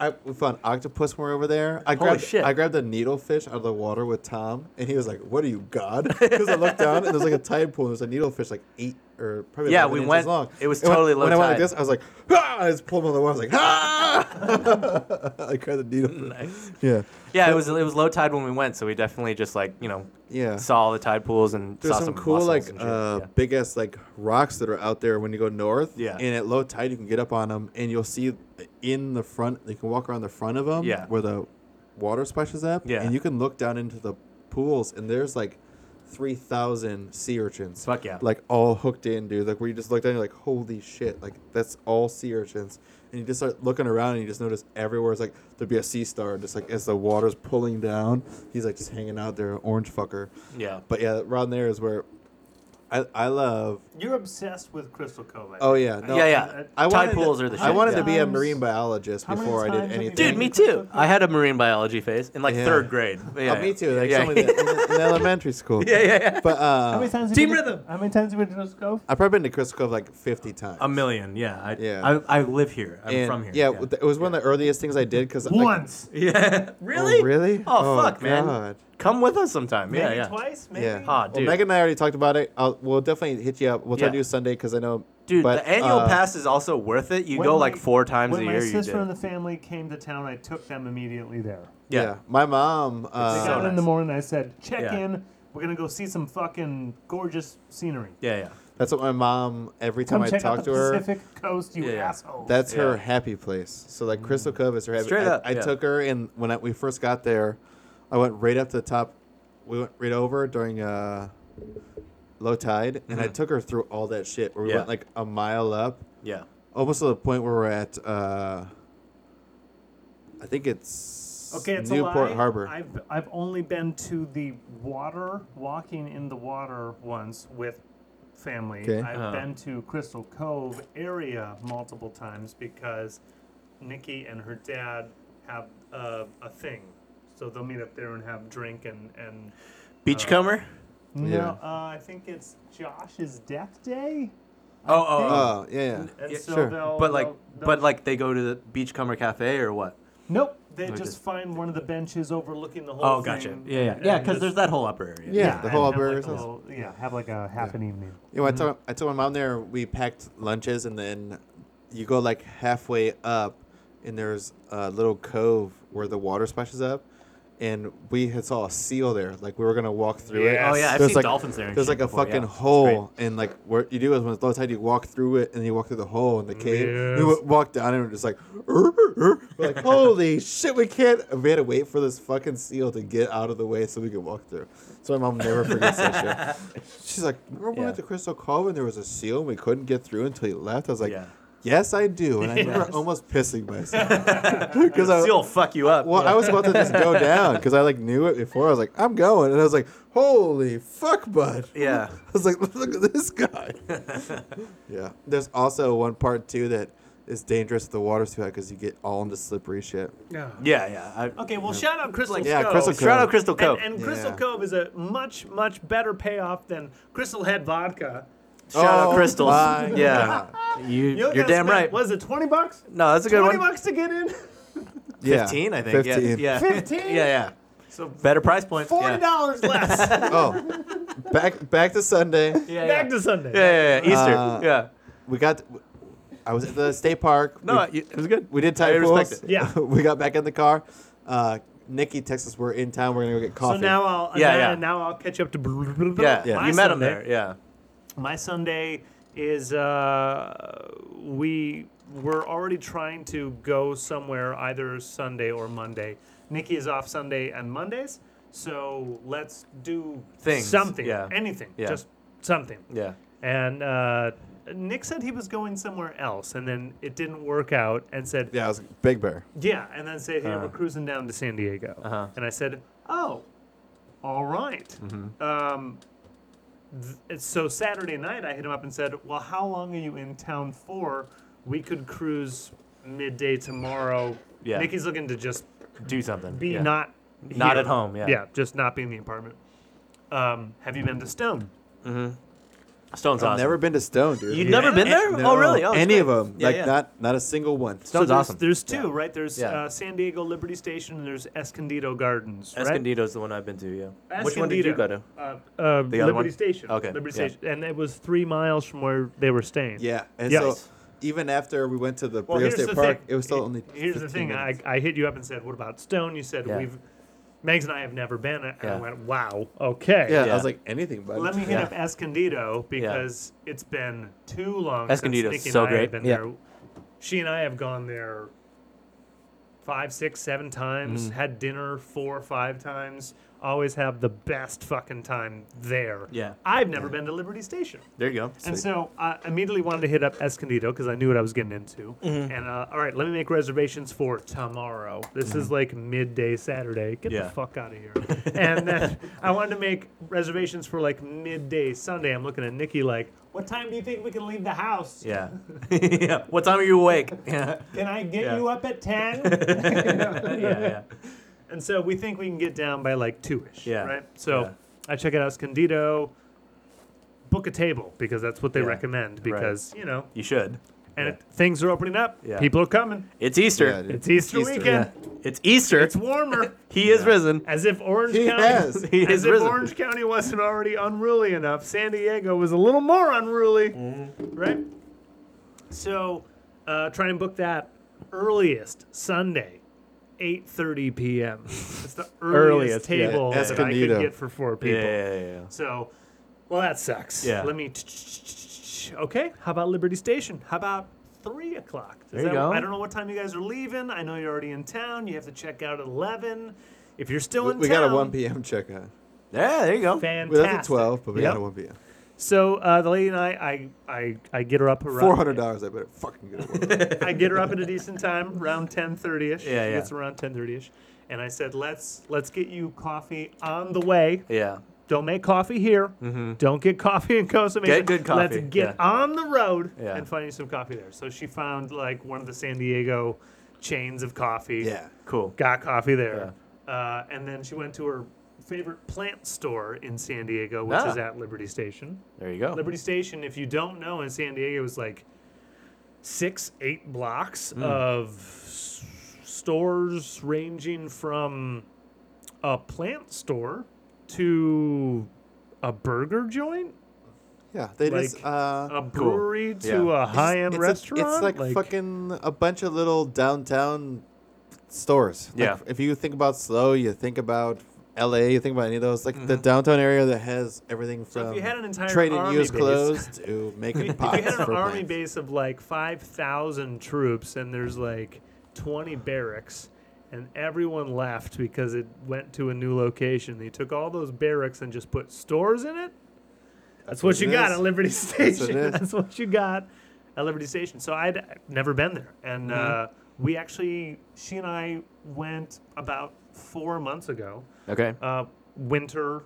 [SPEAKER 1] I, we found octopus when we were over there. I
[SPEAKER 2] Holy
[SPEAKER 1] grabbed,
[SPEAKER 2] shit.
[SPEAKER 1] I grabbed a needlefish out of the water with Tom, and he was like, "What are you, God?" Because I looked down and there's like a tide pool. and There's a needlefish like eight or probably
[SPEAKER 2] Yeah,
[SPEAKER 1] 11
[SPEAKER 2] we
[SPEAKER 1] inches
[SPEAKER 2] went-
[SPEAKER 1] long.
[SPEAKER 2] it was
[SPEAKER 1] And when-
[SPEAKER 2] totally low
[SPEAKER 1] When I went like
[SPEAKER 2] tide.
[SPEAKER 1] this, I was like, ah! I just pulled him on the water. I was like, ah! I grabbed the needlefish. Yeah,
[SPEAKER 2] Yeah, it was it was low tide when we went, so we definitely just like you know
[SPEAKER 1] yeah.
[SPEAKER 2] saw all the tide pools and
[SPEAKER 1] There's
[SPEAKER 2] saw
[SPEAKER 1] some,
[SPEAKER 2] some
[SPEAKER 1] cool
[SPEAKER 2] mussels
[SPEAKER 1] like
[SPEAKER 2] and shit.
[SPEAKER 1] uh,
[SPEAKER 2] yeah.
[SPEAKER 1] big ass like rocks that are out there when you go north.
[SPEAKER 2] Yeah.
[SPEAKER 1] And at low tide, you can get up on them, and you'll see in the front. You can walk around the front of them.
[SPEAKER 2] Yeah.
[SPEAKER 1] Where the water splashes up.
[SPEAKER 2] Yeah.
[SPEAKER 1] And you can look down into the pools, and there's like three thousand sea urchins.
[SPEAKER 7] Fuck yeah.
[SPEAKER 1] Like all hooked in, dude. Like where you just look down, you're like, holy shit! Like that's all sea urchins. And you just start looking around, and you just notice everywhere is like there'd be a sea star, just like as the water's pulling down, he's like just hanging out there, orange fucker.
[SPEAKER 2] Yeah.
[SPEAKER 1] But yeah, around there is where I I love.
[SPEAKER 4] You're obsessed with Crystal Cove.
[SPEAKER 1] Oh yeah, no,
[SPEAKER 2] Yeah, yeah.
[SPEAKER 1] I
[SPEAKER 2] Tide
[SPEAKER 1] wanted
[SPEAKER 2] pools
[SPEAKER 1] to,
[SPEAKER 2] are the shit.
[SPEAKER 1] I wanted to
[SPEAKER 2] yeah.
[SPEAKER 1] be a
[SPEAKER 4] Times-
[SPEAKER 1] marine biologist
[SPEAKER 4] how many
[SPEAKER 1] before I
[SPEAKER 4] times
[SPEAKER 1] did
[SPEAKER 4] have you
[SPEAKER 1] anything.
[SPEAKER 2] Dude, me too. I had a marine biology phase in like
[SPEAKER 1] Yeah.
[SPEAKER 2] third grade. Yeah,
[SPEAKER 1] oh, me too. Like
[SPEAKER 2] yeah,
[SPEAKER 1] some of the- in, in elementary school.
[SPEAKER 2] yeah, yeah, yeah.
[SPEAKER 1] But uh,
[SPEAKER 4] How many times? have
[SPEAKER 2] Team
[SPEAKER 4] you been-
[SPEAKER 2] Rhythm.
[SPEAKER 4] How many times have you been to Crystal Cove?
[SPEAKER 1] I've probably been to Crystal Cove like 50 times.
[SPEAKER 7] A million, yeah. I,
[SPEAKER 1] Yeah.
[SPEAKER 7] I, I live here. I'm
[SPEAKER 1] And,
[SPEAKER 7] from here.
[SPEAKER 1] Yeah, th- it was one of the earliest things I did because
[SPEAKER 4] Once.
[SPEAKER 2] Yeah. Really?
[SPEAKER 1] Oh, really?
[SPEAKER 2] Oh, fuck, man.
[SPEAKER 1] God.
[SPEAKER 2] Come with us sometime.
[SPEAKER 4] Maybe
[SPEAKER 2] Yeah, yeah.
[SPEAKER 4] twice. Maybe.
[SPEAKER 1] Yeah.
[SPEAKER 2] Ah, dude.
[SPEAKER 1] Well, Megan and I already talked about it. I'll, we'll definitely hit you up. We'll try to
[SPEAKER 2] Yeah.
[SPEAKER 1] do Sunday because I know.
[SPEAKER 2] Dude,
[SPEAKER 1] but,
[SPEAKER 2] the annual
[SPEAKER 1] uh,
[SPEAKER 2] pass is also worth it. You
[SPEAKER 4] When
[SPEAKER 2] go
[SPEAKER 4] my-
[SPEAKER 2] like four times
[SPEAKER 4] when
[SPEAKER 2] a
[SPEAKER 4] my
[SPEAKER 2] year. You
[SPEAKER 4] sister and
[SPEAKER 2] did.
[SPEAKER 4] the family came to town, I took them immediately there.
[SPEAKER 1] Yeah.
[SPEAKER 2] Yeah.
[SPEAKER 1] My mom.
[SPEAKER 4] They
[SPEAKER 1] Uh,
[SPEAKER 4] got in
[SPEAKER 2] nice.
[SPEAKER 4] the morning. I said, check
[SPEAKER 2] Yeah.
[SPEAKER 4] in. We're gonna go see some fucking gorgeous scenery.
[SPEAKER 2] Yeah, yeah.
[SPEAKER 1] That's what my mom, every time
[SPEAKER 4] Come
[SPEAKER 1] I
[SPEAKER 4] check out
[SPEAKER 1] talk
[SPEAKER 4] the
[SPEAKER 1] to her,
[SPEAKER 4] Pacific Coast, you
[SPEAKER 2] Yeah, yeah.
[SPEAKER 4] asshole.
[SPEAKER 1] That's her
[SPEAKER 2] Yeah. Mm.
[SPEAKER 1] happy place. So like Crystal Cove is her happy.
[SPEAKER 2] Straight
[SPEAKER 1] I,
[SPEAKER 2] up,
[SPEAKER 1] I
[SPEAKER 2] yeah.
[SPEAKER 1] took her and when I, we first got there, I went right up to the top. We went right over during uh, low tide, and I took her through all that shit. Where we
[SPEAKER 2] Mm-hmm. Yeah.
[SPEAKER 1] went like a mile up,
[SPEAKER 2] Yeah.
[SPEAKER 1] almost to the point where we're at. Uh, I think it's
[SPEAKER 4] okay. It's
[SPEAKER 1] Newport
[SPEAKER 4] a lie.
[SPEAKER 1] Harbor.
[SPEAKER 4] I've I've only been to the water, walking in the water once with family.
[SPEAKER 1] Okay.
[SPEAKER 4] I've
[SPEAKER 2] Uh-huh.
[SPEAKER 4] been to Crystal Cove area multiple times because Nikki and her dad have uh, a thing. So they'll meet up there and have drink and and
[SPEAKER 2] Beachcomber?
[SPEAKER 4] no,
[SPEAKER 1] Yeah.
[SPEAKER 4] uh, I think it's Josh's death day.
[SPEAKER 2] Oh, oh, oh.
[SPEAKER 1] oh yeah, yeah.
[SPEAKER 4] And
[SPEAKER 2] Yeah,
[SPEAKER 4] so
[SPEAKER 1] sure.
[SPEAKER 4] they'll,
[SPEAKER 2] But like,
[SPEAKER 4] they'll- they'll-
[SPEAKER 2] but like, they go to the Beachcomber Cafe or what?
[SPEAKER 4] nope. They just,
[SPEAKER 2] just-
[SPEAKER 4] find one of the benches overlooking the whole.
[SPEAKER 2] Oh,
[SPEAKER 4] thing
[SPEAKER 2] gotcha. Yeah, yeah, yeah.
[SPEAKER 4] and
[SPEAKER 2] Because
[SPEAKER 4] just-
[SPEAKER 2] there's that whole upper area.
[SPEAKER 1] Yeah. the
[SPEAKER 4] and
[SPEAKER 1] whole
[SPEAKER 4] have,
[SPEAKER 1] upper
[SPEAKER 4] like,
[SPEAKER 1] area
[SPEAKER 4] a
[SPEAKER 1] is-
[SPEAKER 4] little- yeah, have like a half an evening.
[SPEAKER 1] You know, I told I told my mom there we packed lunches and then you go like halfway up and there's a little cove where the water splashes up and we had saw a seal there like we were gonna walk through
[SPEAKER 2] Oh
[SPEAKER 1] it.
[SPEAKER 2] yeah, I've
[SPEAKER 1] There's
[SPEAKER 2] seen
[SPEAKER 1] like-
[SPEAKER 2] dolphins there. and
[SPEAKER 1] There's
[SPEAKER 2] shit
[SPEAKER 1] like a
[SPEAKER 2] before,
[SPEAKER 1] fucking
[SPEAKER 2] yeah.
[SPEAKER 1] hole and like what you do is when it's low tide you walk through it and you walk through the hole in the cave. We wa- walked down and we're just like, "Er, er." We're like holy shit, we can't. and We had to wait for this fucking seal to get out of the way so we could walk through. So my mom never forgets that shit. She's like, remember when we went
[SPEAKER 2] Yeah.
[SPEAKER 1] to Crystal Cove and there was a seal and we couldn't get through until you left? I was like,
[SPEAKER 2] Yeah.
[SPEAKER 1] yes, I do. And I remember almost pissing myself. Because I,
[SPEAKER 2] Seal fuck you up.
[SPEAKER 1] well, I was about to just go down because I like knew it before. I was like, I'm going. And I was like, holy fuck, bud.
[SPEAKER 2] Yeah.
[SPEAKER 1] I was like, look at this guy. yeah. There's also one part too that is dangerous if the water's too high because you get all into slippery shit.
[SPEAKER 2] Yeah, yeah. I,
[SPEAKER 4] Okay, well, shout out Crystal Cove.
[SPEAKER 1] Yeah, Crystal
[SPEAKER 2] Shout out
[SPEAKER 1] Cove.
[SPEAKER 2] Crystal Cove.
[SPEAKER 4] And, and
[SPEAKER 1] Yeah.
[SPEAKER 4] Crystal Cove is a much, much better payoff than Crystal Head Vodka.
[SPEAKER 2] Shout out
[SPEAKER 1] Oh
[SPEAKER 2] Crystals.
[SPEAKER 1] my
[SPEAKER 2] Yeah. You,
[SPEAKER 4] You
[SPEAKER 2] you're
[SPEAKER 4] gotta
[SPEAKER 2] damn
[SPEAKER 4] spend-
[SPEAKER 2] right.
[SPEAKER 4] Was it 20 bucks?
[SPEAKER 2] No, that's a good
[SPEAKER 4] 20
[SPEAKER 2] one.
[SPEAKER 4] bucks to get in?
[SPEAKER 1] Yeah.
[SPEAKER 2] 15, I think.
[SPEAKER 1] 15.
[SPEAKER 2] Yeah. Yeah.
[SPEAKER 4] 15?
[SPEAKER 2] yeah, yeah.
[SPEAKER 4] So
[SPEAKER 2] Better price point.
[SPEAKER 4] $40
[SPEAKER 2] Yeah.
[SPEAKER 4] less. Back
[SPEAKER 1] Oh. Back back to Sunday.
[SPEAKER 2] Yeah, yeah.
[SPEAKER 4] to Sunday.
[SPEAKER 2] yeah, yeah, yeah. Easter.
[SPEAKER 1] Uh,
[SPEAKER 2] yeah.
[SPEAKER 1] We got. I was at the state park.
[SPEAKER 2] No,
[SPEAKER 1] we,
[SPEAKER 2] it it was good.
[SPEAKER 1] we did
[SPEAKER 2] I
[SPEAKER 1] tide
[SPEAKER 2] respect
[SPEAKER 1] pools.
[SPEAKER 2] it.
[SPEAKER 4] Yeah.
[SPEAKER 1] we got back in the car. Uh, Nikki texts us we're in town. We're gonna go get
[SPEAKER 4] So
[SPEAKER 1] coffee.
[SPEAKER 4] now I'll
[SPEAKER 2] Yeah,
[SPEAKER 4] now,
[SPEAKER 2] yeah.
[SPEAKER 4] now I'll catch up to
[SPEAKER 2] Yeah,
[SPEAKER 4] My
[SPEAKER 2] you met him
[SPEAKER 4] Sunday-
[SPEAKER 2] there. Yeah.
[SPEAKER 4] My Sunday is uh, we were already trying to go somewhere either Sunday or Monday. Nikki is off Sunday and Mondays, so let's do
[SPEAKER 2] Things,
[SPEAKER 4] something,
[SPEAKER 2] yeah.
[SPEAKER 4] anything,
[SPEAKER 2] Yeah.
[SPEAKER 4] just something.
[SPEAKER 2] Yeah.
[SPEAKER 4] And uh, Nick said he was going somewhere else, and then it didn't work out, and said,
[SPEAKER 1] yeah, it was Big Bear.
[SPEAKER 4] yeah, and then say, hey, we're cruising down to San Diego.
[SPEAKER 2] Uh-huh.
[SPEAKER 4] And I said, oh, all right.
[SPEAKER 2] Mm-hmm.
[SPEAKER 4] Um, th- and so Saturday night, I hit him up and said, well, how long are you in town for? We could cruise midday tomorrow.
[SPEAKER 2] Yeah.
[SPEAKER 4] Nikki's looking to just
[SPEAKER 2] Do something.
[SPEAKER 4] be
[SPEAKER 2] yeah.
[SPEAKER 4] not
[SPEAKER 2] Not
[SPEAKER 4] here.
[SPEAKER 2] at home, yeah.
[SPEAKER 4] Yeah, just not be in the apartment. Um, have you been to Stone?
[SPEAKER 2] Stone's
[SPEAKER 1] I've
[SPEAKER 2] awesome.
[SPEAKER 1] never been to Stone, dude.
[SPEAKER 2] You've never been there?
[SPEAKER 1] No,
[SPEAKER 2] oh, really? Oh, it's
[SPEAKER 1] any
[SPEAKER 2] great.
[SPEAKER 1] of them?
[SPEAKER 2] Yeah,
[SPEAKER 1] like
[SPEAKER 2] yeah.
[SPEAKER 1] not not a single one.
[SPEAKER 2] Stone's
[SPEAKER 4] there's,
[SPEAKER 2] awesome.
[SPEAKER 4] There's two, right? There's
[SPEAKER 2] Yeah.
[SPEAKER 4] uh, San Diego Liberty Station and there's Escondido Gardens, right?
[SPEAKER 2] Escondido's the one I've been to, yeah. Which one did you go to?
[SPEAKER 4] Uh, uh,
[SPEAKER 2] The
[SPEAKER 4] Liberty
[SPEAKER 2] other one?
[SPEAKER 4] Station.
[SPEAKER 2] Okay,
[SPEAKER 4] Liberty
[SPEAKER 2] yeah.
[SPEAKER 4] Station, and it was three miles from where they were staying.
[SPEAKER 1] Yeah, and
[SPEAKER 4] Yeah.
[SPEAKER 1] so even after we went to the Brio
[SPEAKER 4] Well, here's
[SPEAKER 1] State
[SPEAKER 4] the
[SPEAKER 1] Park,
[SPEAKER 4] thing.
[SPEAKER 1] it was still
[SPEAKER 4] He-
[SPEAKER 1] only.
[SPEAKER 4] Here's the
[SPEAKER 1] 15
[SPEAKER 4] thing. I,
[SPEAKER 1] minutes.
[SPEAKER 4] I hit you up and said, "What about Stone?" You said
[SPEAKER 2] Yeah.
[SPEAKER 4] we've, Megs and I have never been, and I
[SPEAKER 2] Yeah.
[SPEAKER 4] went, "Wow, okay."
[SPEAKER 1] yeah, I
[SPEAKER 2] Yeah.
[SPEAKER 1] was like anything, but
[SPEAKER 4] Let me hit
[SPEAKER 2] Yeah.
[SPEAKER 4] up Escondido because it's been too long.
[SPEAKER 2] Escondido's
[SPEAKER 4] since Nikki
[SPEAKER 2] so
[SPEAKER 4] and I have
[SPEAKER 2] great.
[SPEAKER 4] Been
[SPEAKER 2] Yeah.
[SPEAKER 4] there. She and I have gone there five, six, seven times,
[SPEAKER 1] Mm.
[SPEAKER 4] had dinner four or five times, always have the best fucking time there.
[SPEAKER 7] Yeah.
[SPEAKER 4] I've never been to Liberty Station.
[SPEAKER 2] There you go.
[SPEAKER 4] And so I immediately wanted to hit up Escondido because I knew what I was getting into.
[SPEAKER 7] Mm-hmm.
[SPEAKER 4] And uh, all right, let me make reservations for tomorrow. This is like midday Saturday. Get
[SPEAKER 7] Mm-hmm. Yeah.
[SPEAKER 4] the fuck out of here. and then I wanted to make reservations for like midday Sunday. I'm looking at Nikki like, what time do you think we can leave the house?
[SPEAKER 7] Yeah. yeah. What time are you awake? Yeah.
[SPEAKER 4] Can I get
[SPEAKER 7] Yeah.
[SPEAKER 4] you up at 10?
[SPEAKER 7] yeah. Yeah.
[SPEAKER 4] and so we think we can get down by like 2 ish.
[SPEAKER 7] Yeah.
[SPEAKER 4] Right? So
[SPEAKER 7] Yeah.
[SPEAKER 4] I check out Escondido, book a table because that's what they
[SPEAKER 7] Yeah.
[SPEAKER 4] recommend because, you know,
[SPEAKER 7] You should.
[SPEAKER 4] and
[SPEAKER 7] Yeah.
[SPEAKER 4] it, things are opening up.
[SPEAKER 7] Yeah.
[SPEAKER 4] People are coming.
[SPEAKER 2] It's Easter.
[SPEAKER 4] It's Easter,
[SPEAKER 1] Easter.
[SPEAKER 4] weekend.
[SPEAKER 2] It's Easter.
[SPEAKER 4] It's warmer.
[SPEAKER 2] he is risen.
[SPEAKER 4] As if Orange
[SPEAKER 1] He
[SPEAKER 4] County
[SPEAKER 1] has.
[SPEAKER 2] He
[SPEAKER 4] as
[SPEAKER 2] is
[SPEAKER 4] if
[SPEAKER 2] risen.
[SPEAKER 4] Orange County wasn't already unruly enough, San Diego was a little more unruly, right? So, uh, try and book that earliest Sunday, 8:30 p.m. It's the earliest,
[SPEAKER 2] Earliest, yeah.
[SPEAKER 4] table
[SPEAKER 1] Yeah,
[SPEAKER 4] that I could
[SPEAKER 1] Escondido.
[SPEAKER 4] get for four
[SPEAKER 2] Yeah,
[SPEAKER 4] people.
[SPEAKER 2] yeah, yeah, yeah.
[SPEAKER 4] So, well, that sucks.
[SPEAKER 7] Yeah.
[SPEAKER 4] Let me. Okay. How about Liberty Station? How about three o'clock? Does
[SPEAKER 7] There you
[SPEAKER 4] that-
[SPEAKER 7] go.
[SPEAKER 4] I don't know what time you guys are leaving. I know you're already in town. You have to check out at eleven. If you're still
[SPEAKER 1] We,
[SPEAKER 4] in
[SPEAKER 1] we
[SPEAKER 4] town,
[SPEAKER 1] got a 1 p.m. checkout.
[SPEAKER 7] Yeah. There you go.
[SPEAKER 1] Well,
[SPEAKER 4] Fantastic.
[SPEAKER 1] that's at 12, but we
[SPEAKER 4] Yep.
[SPEAKER 1] got a 1 p.m.
[SPEAKER 4] So uh, the lady and I, I, I, I get her up around.
[SPEAKER 1] $400, I better fucking get it.
[SPEAKER 4] I get her up at a decent time, around ten thirty ish.
[SPEAKER 7] Yeah,
[SPEAKER 4] she
[SPEAKER 7] yeah.
[SPEAKER 4] It's around ten thirty ish, and I said, let's let's get you coffee on the way.
[SPEAKER 7] Yeah.
[SPEAKER 4] Don't make coffee here. Don't get coffee in Costa Mesa.
[SPEAKER 7] Mm-hmm. Get good
[SPEAKER 4] Let's
[SPEAKER 7] coffee,
[SPEAKER 4] get
[SPEAKER 7] yeah.
[SPEAKER 4] on the road
[SPEAKER 7] Yeah.
[SPEAKER 4] and find you some coffee there. So she found like one of the San Diego chains of coffee.
[SPEAKER 1] Yeah.
[SPEAKER 7] Cool.
[SPEAKER 4] Got coffee there. Uh, and then she went to her favorite plant store in San Diego, which
[SPEAKER 7] Ah.
[SPEAKER 4] is at Liberty Station.
[SPEAKER 7] There you go.
[SPEAKER 4] Liberty Station, if you don't know, in San Diego is like six, eight blocks
[SPEAKER 1] Hmm.
[SPEAKER 4] of s- stores ranging from a plant store to a burger joint,
[SPEAKER 1] Yeah, they just.
[SPEAKER 4] Like,
[SPEAKER 1] Uh,
[SPEAKER 4] a brewery to
[SPEAKER 7] Yeah.
[SPEAKER 4] a high end
[SPEAKER 1] it's a-
[SPEAKER 4] restaurant.
[SPEAKER 1] it's like, fucking a bunch of little downtown stores. Like,
[SPEAKER 7] Yeah.
[SPEAKER 1] If you think about slow, you think about L.A. You think about any of those, like
[SPEAKER 2] Mm-hmm.
[SPEAKER 1] the downtown area that has everything from
[SPEAKER 4] if you had an entire
[SPEAKER 1] trading
[SPEAKER 4] army
[SPEAKER 1] used
[SPEAKER 4] base-
[SPEAKER 1] clothes to making
[SPEAKER 4] if
[SPEAKER 1] pots
[SPEAKER 4] you had an
[SPEAKER 1] for
[SPEAKER 4] army
[SPEAKER 1] plants.
[SPEAKER 4] base of like 5,000 troops and there's like 20 barracks and everyone left because it went to a new location, they took all those barracks and just put stores in it. That's what
[SPEAKER 1] what
[SPEAKER 4] you
[SPEAKER 1] it
[SPEAKER 4] got
[SPEAKER 1] is.
[SPEAKER 4] at Liberty
[SPEAKER 1] what
[SPEAKER 4] Station.
[SPEAKER 1] it
[SPEAKER 4] That's
[SPEAKER 1] is.
[SPEAKER 4] what, you got at Liberty Station. So I'd uh, never been there. And
[SPEAKER 1] Mm-hmm.
[SPEAKER 4] uh, we actually, she and I went about four months ago
[SPEAKER 7] Okay.
[SPEAKER 4] uh, winter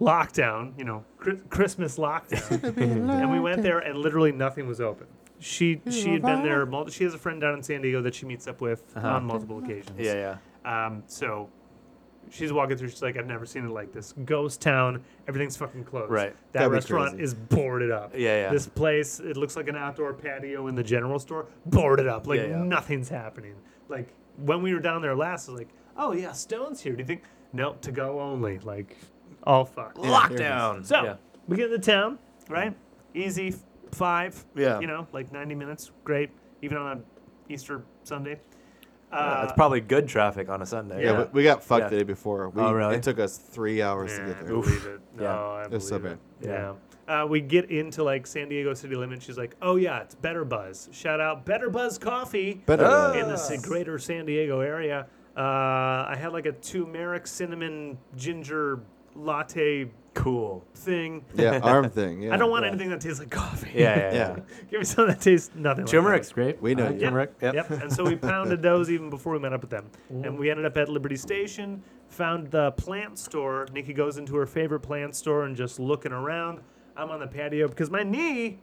[SPEAKER 4] lockdown, you know, Chri- Christmas lockdown, and we went there and literally nothing was open. She she had been there. mul- She has a friend down in San Diego that she meets up with on multiple occasions.
[SPEAKER 7] Uh-huh. Yeah. Yeah.
[SPEAKER 4] Um, so she's walking through. She's like, I've never seen it like this. Ghost town. Everything's fucking closed.
[SPEAKER 7] Right.
[SPEAKER 4] That
[SPEAKER 1] That'd be
[SPEAKER 4] restaurant
[SPEAKER 1] crazy.
[SPEAKER 4] is boarded up.
[SPEAKER 7] Yeah, yeah.
[SPEAKER 4] This place. It looks like an outdoor patio in the general store. Boarded up. Like
[SPEAKER 7] Yeah, yeah.
[SPEAKER 4] nothing's happening. Like when we were down there last, I was like, oh yeah, Stone's here. Do you think? Nope, to go only. Like all fucked.
[SPEAKER 7] Lockdown.
[SPEAKER 4] So
[SPEAKER 7] Yeah.
[SPEAKER 4] we get into town, right? Easy f- five.
[SPEAKER 7] Yeah.
[SPEAKER 4] You know, like ninety minutes. Great. Even on a Easter Sunday.
[SPEAKER 7] Yeah,
[SPEAKER 4] Uh,
[SPEAKER 7] That's probably good traffic on a Sunday.
[SPEAKER 1] Yeah, but we got fucked
[SPEAKER 7] Yeah.
[SPEAKER 1] the day before. We,
[SPEAKER 7] Oh, really?
[SPEAKER 1] It took us three hours
[SPEAKER 4] Yeah,
[SPEAKER 1] to get
[SPEAKER 4] I
[SPEAKER 1] there.
[SPEAKER 4] believe it. No,
[SPEAKER 7] Yeah.
[SPEAKER 4] I believe
[SPEAKER 1] It's so
[SPEAKER 4] it.
[SPEAKER 1] bad.
[SPEAKER 4] Yeah.
[SPEAKER 7] Yeah.
[SPEAKER 4] Uh, we get into like San Diego city limits. She's like, "Oh yeah, it's Better Buzz. Shout out Better Buzz Coffee
[SPEAKER 1] Better
[SPEAKER 7] Ah.
[SPEAKER 4] in the s- greater San Diego area." Uh, I had like a turmeric cinnamon ginger latte
[SPEAKER 7] Cool.
[SPEAKER 4] thing.
[SPEAKER 1] yeah, arm thing. Yeah.
[SPEAKER 4] I don't want anything that tastes like coffee.
[SPEAKER 7] Yeah.
[SPEAKER 1] Yeah.
[SPEAKER 7] Yeah. yeah.
[SPEAKER 4] Give me something that tastes nothing.
[SPEAKER 7] Turmeric's great.
[SPEAKER 1] We know
[SPEAKER 7] I like
[SPEAKER 1] you.
[SPEAKER 7] turmeric.
[SPEAKER 4] Like that. Uh, Yep. And so we pounded those even before we met up with them, and we ended up at Liberty Station. Found the plant store. Nikki goes into her favorite plant store and just looking around. I'm on the patio because my knee,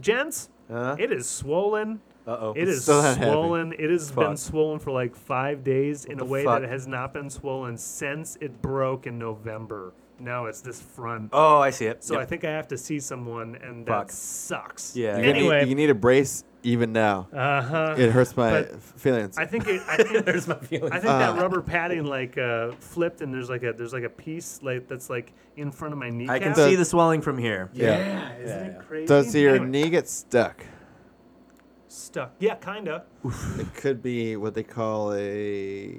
[SPEAKER 4] gents,
[SPEAKER 7] Uh
[SPEAKER 4] it is swollen.
[SPEAKER 7] oh.
[SPEAKER 4] It is
[SPEAKER 1] still not happy.
[SPEAKER 4] swollen. It has been
[SPEAKER 7] Fuck.
[SPEAKER 4] swollen for like five days in a
[SPEAKER 7] the
[SPEAKER 4] way
[SPEAKER 7] fuck?
[SPEAKER 4] that it has not been swollen since it broke in November. Now it's this front.
[SPEAKER 7] Oh, I see it.
[SPEAKER 4] So
[SPEAKER 7] Yep.
[SPEAKER 4] I think I have to see someone, and
[SPEAKER 7] Fuck.
[SPEAKER 4] that sucks.
[SPEAKER 7] Yeah.
[SPEAKER 1] You,
[SPEAKER 7] yeah.
[SPEAKER 1] anyway. need,
[SPEAKER 4] Anyway.
[SPEAKER 1] you need a brace even now.
[SPEAKER 4] Uh huh.
[SPEAKER 1] It hurts my
[SPEAKER 4] but
[SPEAKER 1] f- feelings.
[SPEAKER 4] I think it, I think
[SPEAKER 7] There's my feeling.
[SPEAKER 4] I think that
[SPEAKER 1] Uh,
[SPEAKER 4] rubber padding like uh, flipped, and there's like a there's like a piece like that's like in front of my kneecap.
[SPEAKER 7] I can
[SPEAKER 1] Does-
[SPEAKER 7] see the swelling from here.
[SPEAKER 1] yeah.
[SPEAKER 4] Isn't
[SPEAKER 7] yeah.
[SPEAKER 4] it crazy?
[SPEAKER 1] Does your
[SPEAKER 4] Anyway,
[SPEAKER 1] knee get stuck?
[SPEAKER 4] stuck? Yeah, kinda.
[SPEAKER 1] It could be what they call a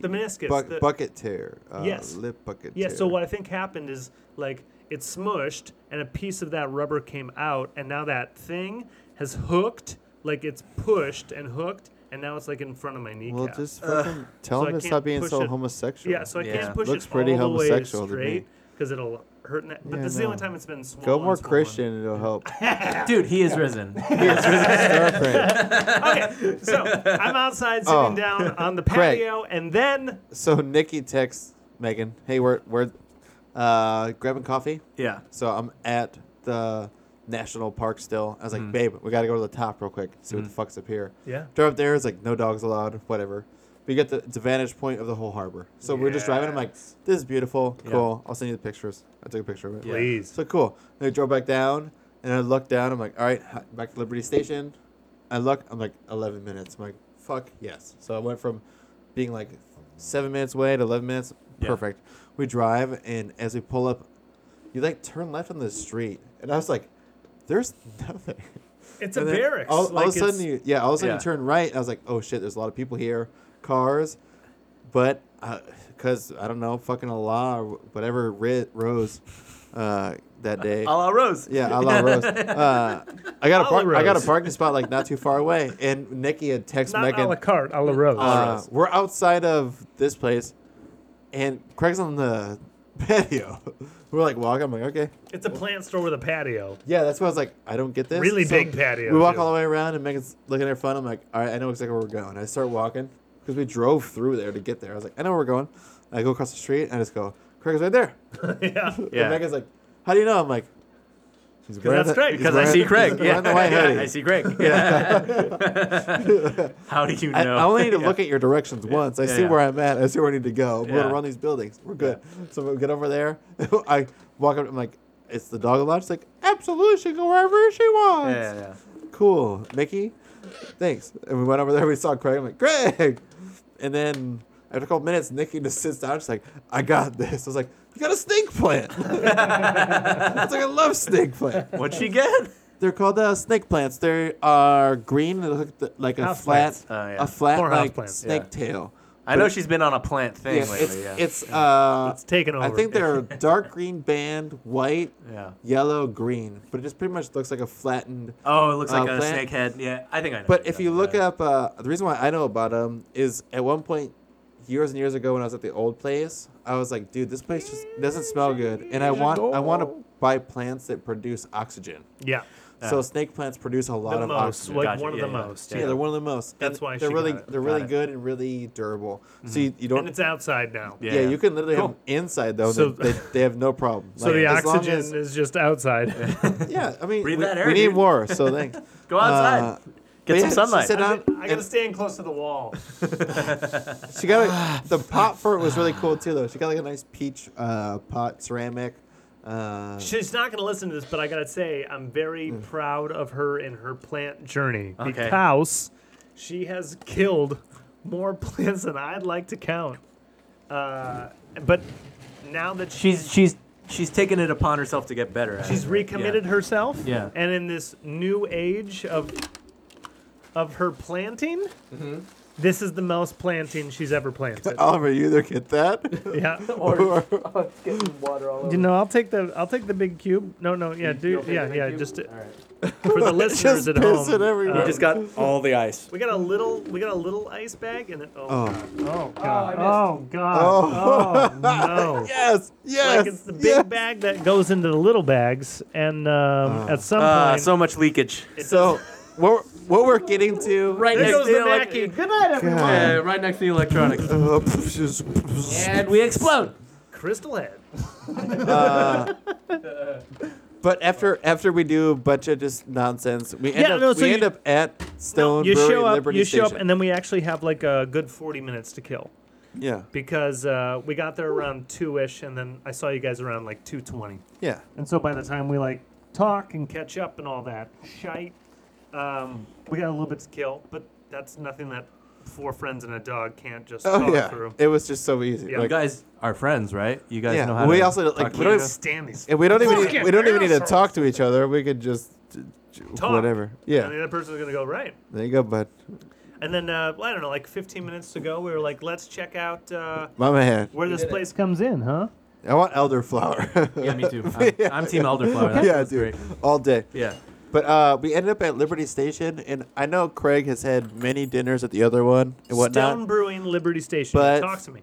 [SPEAKER 4] The meniscus.
[SPEAKER 1] buck-
[SPEAKER 4] the-
[SPEAKER 1] bucket tear. Uh,
[SPEAKER 4] Yes.
[SPEAKER 1] Lip bucket
[SPEAKER 4] Yeah,
[SPEAKER 1] tear.
[SPEAKER 4] so what I think happened is like it smushed and a piece of that rubber came out and now that thing has hooked, like it's pushed and hooked and now it's like in front of my kneecap.
[SPEAKER 1] Well, just fucking tell
[SPEAKER 4] So I
[SPEAKER 1] him to
[SPEAKER 4] can't
[SPEAKER 1] stop being
[SPEAKER 4] push
[SPEAKER 1] so
[SPEAKER 4] it-
[SPEAKER 1] homosexual.
[SPEAKER 4] yeah, so I
[SPEAKER 2] Yeah.
[SPEAKER 4] can't push
[SPEAKER 1] Looks
[SPEAKER 4] it
[SPEAKER 1] pretty
[SPEAKER 4] all the way
[SPEAKER 1] homosexual to me.
[SPEAKER 4] straight because it'll hurt. Na- but
[SPEAKER 1] Yeah,
[SPEAKER 4] this is the only
[SPEAKER 1] no.
[SPEAKER 4] time it's been swollen.
[SPEAKER 1] Go more
[SPEAKER 4] swollen.
[SPEAKER 1] Christian, and it'll help.
[SPEAKER 7] Dude, he is risen.
[SPEAKER 1] Start praying.
[SPEAKER 4] okay, so I'm outside sitting
[SPEAKER 1] Oh.
[SPEAKER 4] down on the
[SPEAKER 1] Craig.
[SPEAKER 4] patio, and then
[SPEAKER 1] So Nikki texts Megan, "Hey, we're we're uh, grabbing coffee."
[SPEAKER 7] yeah.
[SPEAKER 1] So I'm at the national park still. I was like, "Babe, we gotta go to the top real quick. See what the fuck's up here."
[SPEAKER 4] yeah,
[SPEAKER 1] Drive up there. It's like no dogs allowed. Whatever. We get the it's a vantage point of the whole harbor. So we're just driving. I'm like, "This is beautiful. Cool. I'll send you the pictures." I took a picture of it.
[SPEAKER 4] please.
[SPEAKER 1] So cool. And I drove back down, and I looked down. I'm like, all right, h- back to Liberty Station. I look. I'm like, 11 minutes. I'm like, fuck yes. So I went from being like seven minutes away to 11 minutes. Perfect. We drive, and as we pull up, you like turn left on the street, and I was like, there's nothing.
[SPEAKER 4] It's a
[SPEAKER 1] And then
[SPEAKER 4] barracks.
[SPEAKER 1] All, all
[SPEAKER 4] like
[SPEAKER 1] of a sudden,
[SPEAKER 4] it's-
[SPEAKER 1] you yeah, all of a sudden
[SPEAKER 7] yeah.
[SPEAKER 1] you turn right. And I was like, oh shit, there's a lot of people here, cars, but because I don't know, fucking Allah or whatever writ rose uh, that day.
[SPEAKER 7] Allah Rose.
[SPEAKER 1] Yeah, a la Rose. Uh, I got a
[SPEAKER 3] la
[SPEAKER 1] park, I got a
[SPEAKER 3] Rose.
[SPEAKER 1] parking spot like not too far away, and Nikki had texted
[SPEAKER 3] Not a
[SPEAKER 1] Megan.
[SPEAKER 3] la carte, a la rose.
[SPEAKER 1] Uh, we're outside of this place, and Craig's on the patio. we're like walking. I'm like, okay,
[SPEAKER 4] it's a plant store with a patio.
[SPEAKER 1] yeah, that's why I was like, I don't get this.
[SPEAKER 4] Really
[SPEAKER 1] So
[SPEAKER 4] big patio.
[SPEAKER 1] We walk
[SPEAKER 4] too.
[SPEAKER 1] all the way around, and Megan's looking at her phone. I'm like, all right, I know exactly where we're going. I start walking because we drove through there to get there. I was like, I know where we're going. I go across the street, and I just go, Craig's right there.
[SPEAKER 4] yeah.
[SPEAKER 1] And
[SPEAKER 2] Yeah.
[SPEAKER 1] Megan's like, how do you know? I'm like, he's wearing
[SPEAKER 4] that's
[SPEAKER 1] the-
[SPEAKER 4] Craig,
[SPEAKER 1] he's
[SPEAKER 2] Because I
[SPEAKER 1] wearing-
[SPEAKER 2] see
[SPEAKER 1] he's
[SPEAKER 2] Craig. Yeah.
[SPEAKER 1] wearing the white hoodie.
[SPEAKER 2] yeah, I see Craig. Yeah. How do you
[SPEAKER 1] I,
[SPEAKER 2] know?
[SPEAKER 1] I only need to look at your directions once. I see
[SPEAKER 2] yeah.
[SPEAKER 1] where I'm at. I see where I need to go. We're
[SPEAKER 2] Yeah.
[SPEAKER 1] gonna run these buildings. We're good. So we get over there. I walk up. I'm like, "It's the dog lodge." She's like, "Absolutely, she can go wherever she
[SPEAKER 2] Yeah,
[SPEAKER 1] wants."
[SPEAKER 2] yeah, yeah.
[SPEAKER 1] Cool, Mickey. Thanks. And we went over there. We saw Craig. I'm like, "Craig," and then after a couple minutes, Nikki just sits down. She's like, "I got this." I was like, "You got a snake plant." I was like, "I love snake plant."
[SPEAKER 2] What'd she get?
[SPEAKER 1] They're called uh, snake plants. They are green, they look th- like a
[SPEAKER 3] House
[SPEAKER 1] flat,
[SPEAKER 3] plants.
[SPEAKER 2] Oh, yeah.
[SPEAKER 1] a flat
[SPEAKER 4] Or house
[SPEAKER 1] like
[SPEAKER 4] plants,
[SPEAKER 1] snake tail.
[SPEAKER 2] I know she's been on a plant thing
[SPEAKER 1] Yeah,
[SPEAKER 2] lately.
[SPEAKER 1] it's
[SPEAKER 2] yeah.
[SPEAKER 1] it's uh,
[SPEAKER 4] It's taken over.
[SPEAKER 1] I think they're dark green band, white,
[SPEAKER 2] yeah.
[SPEAKER 1] yellow, green, but it just pretty much looks like a flattened.
[SPEAKER 2] Oh, it looks
[SPEAKER 1] Uh,
[SPEAKER 2] like a
[SPEAKER 1] plant-
[SPEAKER 2] snake head. Yeah, I think I know.
[SPEAKER 1] But if you look up, uh, the reason why I know about them is at one point, years and years ago, when I was at the old place, I was like, dude, this place just doesn't smell good, and I want I want to buy plants that produce oxygen.
[SPEAKER 4] yeah.
[SPEAKER 1] So snake plants produce a lot
[SPEAKER 4] the
[SPEAKER 1] of
[SPEAKER 4] most,
[SPEAKER 1] oxygen.
[SPEAKER 4] like
[SPEAKER 2] Gotcha,
[SPEAKER 4] one of
[SPEAKER 2] yeah,
[SPEAKER 4] the
[SPEAKER 2] yeah.
[SPEAKER 4] most.
[SPEAKER 1] Yeah,
[SPEAKER 2] Yeah.
[SPEAKER 1] they're one of the most.
[SPEAKER 4] That's
[SPEAKER 1] And
[SPEAKER 4] why
[SPEAKER 1] they're
[SPEAKER 4] she
[SPEAKER 1] really
[SPEAKER 4] got it. Mm-hmm.
[SPEAKER 1] they're really good and really durable. So you, you don't.
[SPEAKER 4] And it's outside now.
[SPEAKER 1] yeah, you can literally have them inside though. and
[SPEAKER 4] So-
[SPEAKER 1] they, they, they have no problem.
[SPEAKER 3] so the
[SPEAKER 1] as long
[SPEAKER 3] oxygen
[SPEAKER 1] as-
[SPEAKER 3] is just outside.
[SPEAKER 1] yeah, I mean, we,
[SPEAKER 2] Breathe that air,
[SPEAKER 1] we need
[SPEAKER 2] dude.
[SPEAKER 1] more. So thanks.
[SPEAKER 2] Go outside.
[SPEAKER 1] Uh, but
[SPEAKER 2] Get
[SPEAKER 1] yeah,
[SPEAKER 2] some
[SPEAKER 1] she
[SPEAKER 2] sunlight.
[SPEAKER 1] sat down
[SPEAKER 4] I gotta
[SPEAKER 1] and
[SPEAKER 4] stand close to the wall.
[SPEAKER 1] she
[SPEAKER 4] Ah,
[SPEAKER 1] got a, the pot for it was really cool too though. She got like a nice peach uh, pot ceramic. Uh,
[SPEAKER 4] She's not gonna listen to this, but I gotta say, I'm very proud of her in her plant journey
[SPEAKER 2] Okay.
[SPEAKER 4] because she has killed more plants than I'd like to count. Uh, but now that she,
[SPEAKER 7] She's she's she's taken it upon herself to get better. At
[SPEAKER 4] she's
[SPEAKER 7] it.
[SPEAKER 4] recommitted herself,
[SPEAKER 7] Yeah.
[SPEAKER 4] and in this new age of of her planting, this is the most planting she's ever planted.
[SPEAKER 1] Oliver, you either get that.
[SPEAKER 4] yeah.
[SPEAKER 1] or-
[SPEAKER 3] You know, I'll take the I'll take the big cube. No, no, yeah, dude,
[SPEAKER 7] okay
[SPEAKER 3] yeah,
[SPEAKER 7] with the
[SPEAKER 3] yeah.
[SPEAKER 7] big
[SPEAKER 3] Just
[SPEAKER 7] cube? All right.
[SPEAKER 4] for the
[SPEAKER 1] just
[SPEAKER 4] listeners at home.
[SPEAKER 1] pissing everywhere.
[SPEAKER 4] uh,
[SPEAKER 1] You
[SPEAKER 2] just got all the ice.
[SPEAKER 4] we got a little we got a little ice bag and then oh,
[SPEAKER 1] Oh.
[SPEAKER 4] God.
[SPEAKER 3] oh god,
[SPEAKER 4] Oh
[SPEAKER 1] Oh.
[SPEAKER 4] God! Oh, no!
[SPEAKER 1] yes, yes,
[SPEAKER 4] Like it's the big
[SPEAKER 1] yes.
[SPEAKER 4] bag that goes into the little bags, and um, at some
[SPEAKER 2] Uh,
[SPEAKER 4] point,
[SPEAKER 2] so much leakage.
[SPEAKER 1] So what we're- what we're getting to
[SPEAKER 7] Right
[SPEAKER 4] there
[SPEAKER 7] next
[SPEAKER 4] goes
[SPEAKER 7] to
[SPEAKER 4] the
[SPEAKER 7] the
[SPEAKER 4] Mackie.
[SPEAKER 7] electric.
[SPEAKER 4] Good night, everyone.
[SPEAKER 7] Yeah, uh, right next to the electronics.
[SPEAKER 1] Uh, just-
[SPEAKER 7] and we explode.
[SPEAKER 4] Crystal head.
[SPEAKER 1] But after after we do a bunch of just nonsense, we end
[SPEAKER 4] Yeah,
[SPEAKER 1] up
[SPEAKER 4] no,
[SPEAKER 1] we
[SPEAKER 4] so you-
[SPEAKER 1] end up at Stone
[SPEAKER 4] you
[SPEAKER 1] Brewery
[SPEAKER 4] show up.
[SPEAKER 1] Liberty
[SPEAKER 4] you show
[SPEAKER 1] Station.
[SPEAKER 4] up, and then we actually have like a good forty minutes to kill
[SPEAKER 1] yeah,
[SPEAKER 4] because uh, we got there around two ish, and then I saw you guys around like two twenty.
[SPEAKER 1] yeah.
[SPEAKER 4] And so by the time we like talk and catch up and all that shite, um, we got a little bit to kill. But that's nothing that four friends and a dog can't just
[SPEAKER 1] Oh
[SPEAKER 4] talk
[SPEAKER 1] yeah,
[SPEAKER 4] through.
[SPEAKER 1] it was just so easy.
[SPEAKER 4] Yeah,
[SPEAKER 1] like,
[SPEAKER 7] You guys are friends, right? You guys know
[SPEAKER 1] yeah.
[SPEAKER 7] how
[SPEAKER 1] We
[SPEAKER 7] to
[SPEAKER 1] also like we
[SPEAKER 4] Can't
[SPEAKER 1] don't even,
[SPEAKER 4] stand these.
[SPEAKER 1] and we don't even need,
[SPEAKER 4] Fucking
[SPEAKER 1] we don't even need to
[SPEAKER 4] assholes.
[SPEAKER 1] talk to each other. We could just j- j-
[SPEAKER 4] Talk.
[SPEAKER 1] whatever.
[SPEAKER 4] And the
[SPEAKER 1] Yeah,
[SPEAKER 4] other person's gonna go right.
[SPEAKER 1] there you go, bud.
[SPEAKER 4] And then uh, well, I don't know, like 15 minutes to go, we were like, let's check out uh,
[SPEAKER 1] Mama had.
[SPEAKER 4] where this place comes in, huh?
[SPEAKER 1] I want elderflower.
[SPEAKER 7] Yeah, me too. I'm, I'm Team Elderflower. That's,
[SPEAKER 1] yeah,
[SPEAKER 7] that's
[SPEAKER 1] dude,
[SPEAKER 7] great.
[SPEAKER 1] all day.
[SPEAKER 7] Yeah.
[SPEAKER 1] But uh, we ended up at Liberty Station, and I know Craig has had many dinners at the other one and whatnot.
[SPEAKER 4] Stone Brewing, Liberty Station.
[SPEAKER 1] But-
[SPEAKER 4] Talk to me.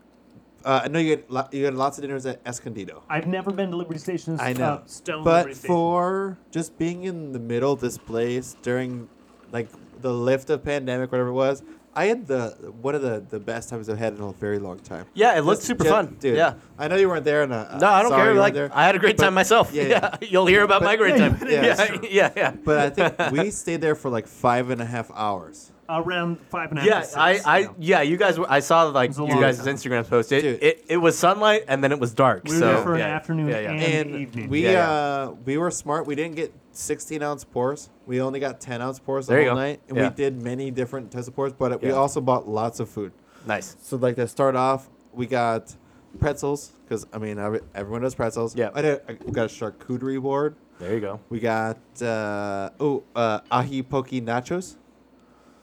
[SPEAKER 1] Uh, I know you had lo- you had lots of dinners at Escondido.
[SPEAKER 4] I've never been to Liberty Station.
[SPEAKER 1] I know,
[SPEAKER 4] Uh, Stone
[SPEAKER 1] but
[SPEAKER 4] Liberty Station.
[SPEAKER 1] for just being in the middle of this place during, like the lift of pandemic, whatever it was, I had the one of the, the best times I've had in a very long time.
[SPEAKER 2] Yeah, it looked
[SPEAKER 1] Just-
[SPEAKER 2] super
[SPEAKER 1] just-
[SPEAKER 2] fun.
[SPEAKER 1] dude.
[SPEAKER 2] Yeah.
[SPEAKER 1] I know you weren't there, and uh,
[SPEAKER 2] No, I don't
[SPEAKER 1] sorry
[SPEAKER 2] care.
[SPEAKER 1] you
[SPEAKER 2] Like
[SPEAKER 1] weren't there.
[SPEAKER 2] I had a great
[SPEAKER 1] But-
[SPEAKER 2] time myself.
[SPEAKER 1] yeah,
[SPEAKER 2] Yeah,
[SPEAKER 1] yeah.
[SPEAKER 2] you'll hear about my great time.
[SPEAKER 1] yeah, that's
[SPEAKER 2] Yeah, yeah, yeah.
[SPEAKER 1] But I think we stayed there for like five and a half hours.
[SPEAKER 4] around five and a half.
[SPEAKER 2] Yeah,
[SPEAKER 4] to
[SPEAKER 2] I,
[SPEAKER 4] six, you
[SPEAKER 2] I,
[SPEAKER 4] know.
[SPEAKER 2] yeah, you guys. Were, I saw like
[SPEAKER 4] was a
[SPEAKER 2] you
[SPEAKER 4] long
[SPEAKER 2] guys'
[SPEAKER 4] time.
[SPEAKER 2] Instagram post. It,
[SPEAKER 1] Dude.
[SPEAKER 2] it, it was sunlight and then it was dark.
[SPEAKER 4] We were
[SPEAKER 2] so,
[SPEAKER 4] there for an
[SPEAKER 2] yeah,
[SPEAKER 4] afternoon
[SPEAKER 2] Yeah, yeah.
[SPEAKER 4] and-
[SPEAKER 1] and
[SPEAKER 4] the evening.
[SPEAKER 1] we
[SPEAKER 2] Yeah, yeah.
[SPEAKER 1] uh we were smart. We didn't get 16 ounce pours. We only got 10 ounce pours the
[SPEAKER 2] There you
[SPEAKER 1] whole
[SPEAKER 2] go.
[SPEAKER 1] night, and
[SPEAKER 2] Yeah.
[SPEAKER 1] we did many different types of pours. But we
[SPEAKER 2] Yeah.
[SPEAKER 1] also bought lots of food.
[SPEAKER 2] nice.
[SPEAKER 1] So like to start off, we got pretzels because I mean every- everyone does pretzels.
[SPEAKER 2] Yeah.
[SPEAKER 1] I, did, I got a charcuterie board.
[SPEAKER 2] There you go.
[SPEAKER 1] We got uh, oh uh, ahi poki nachos.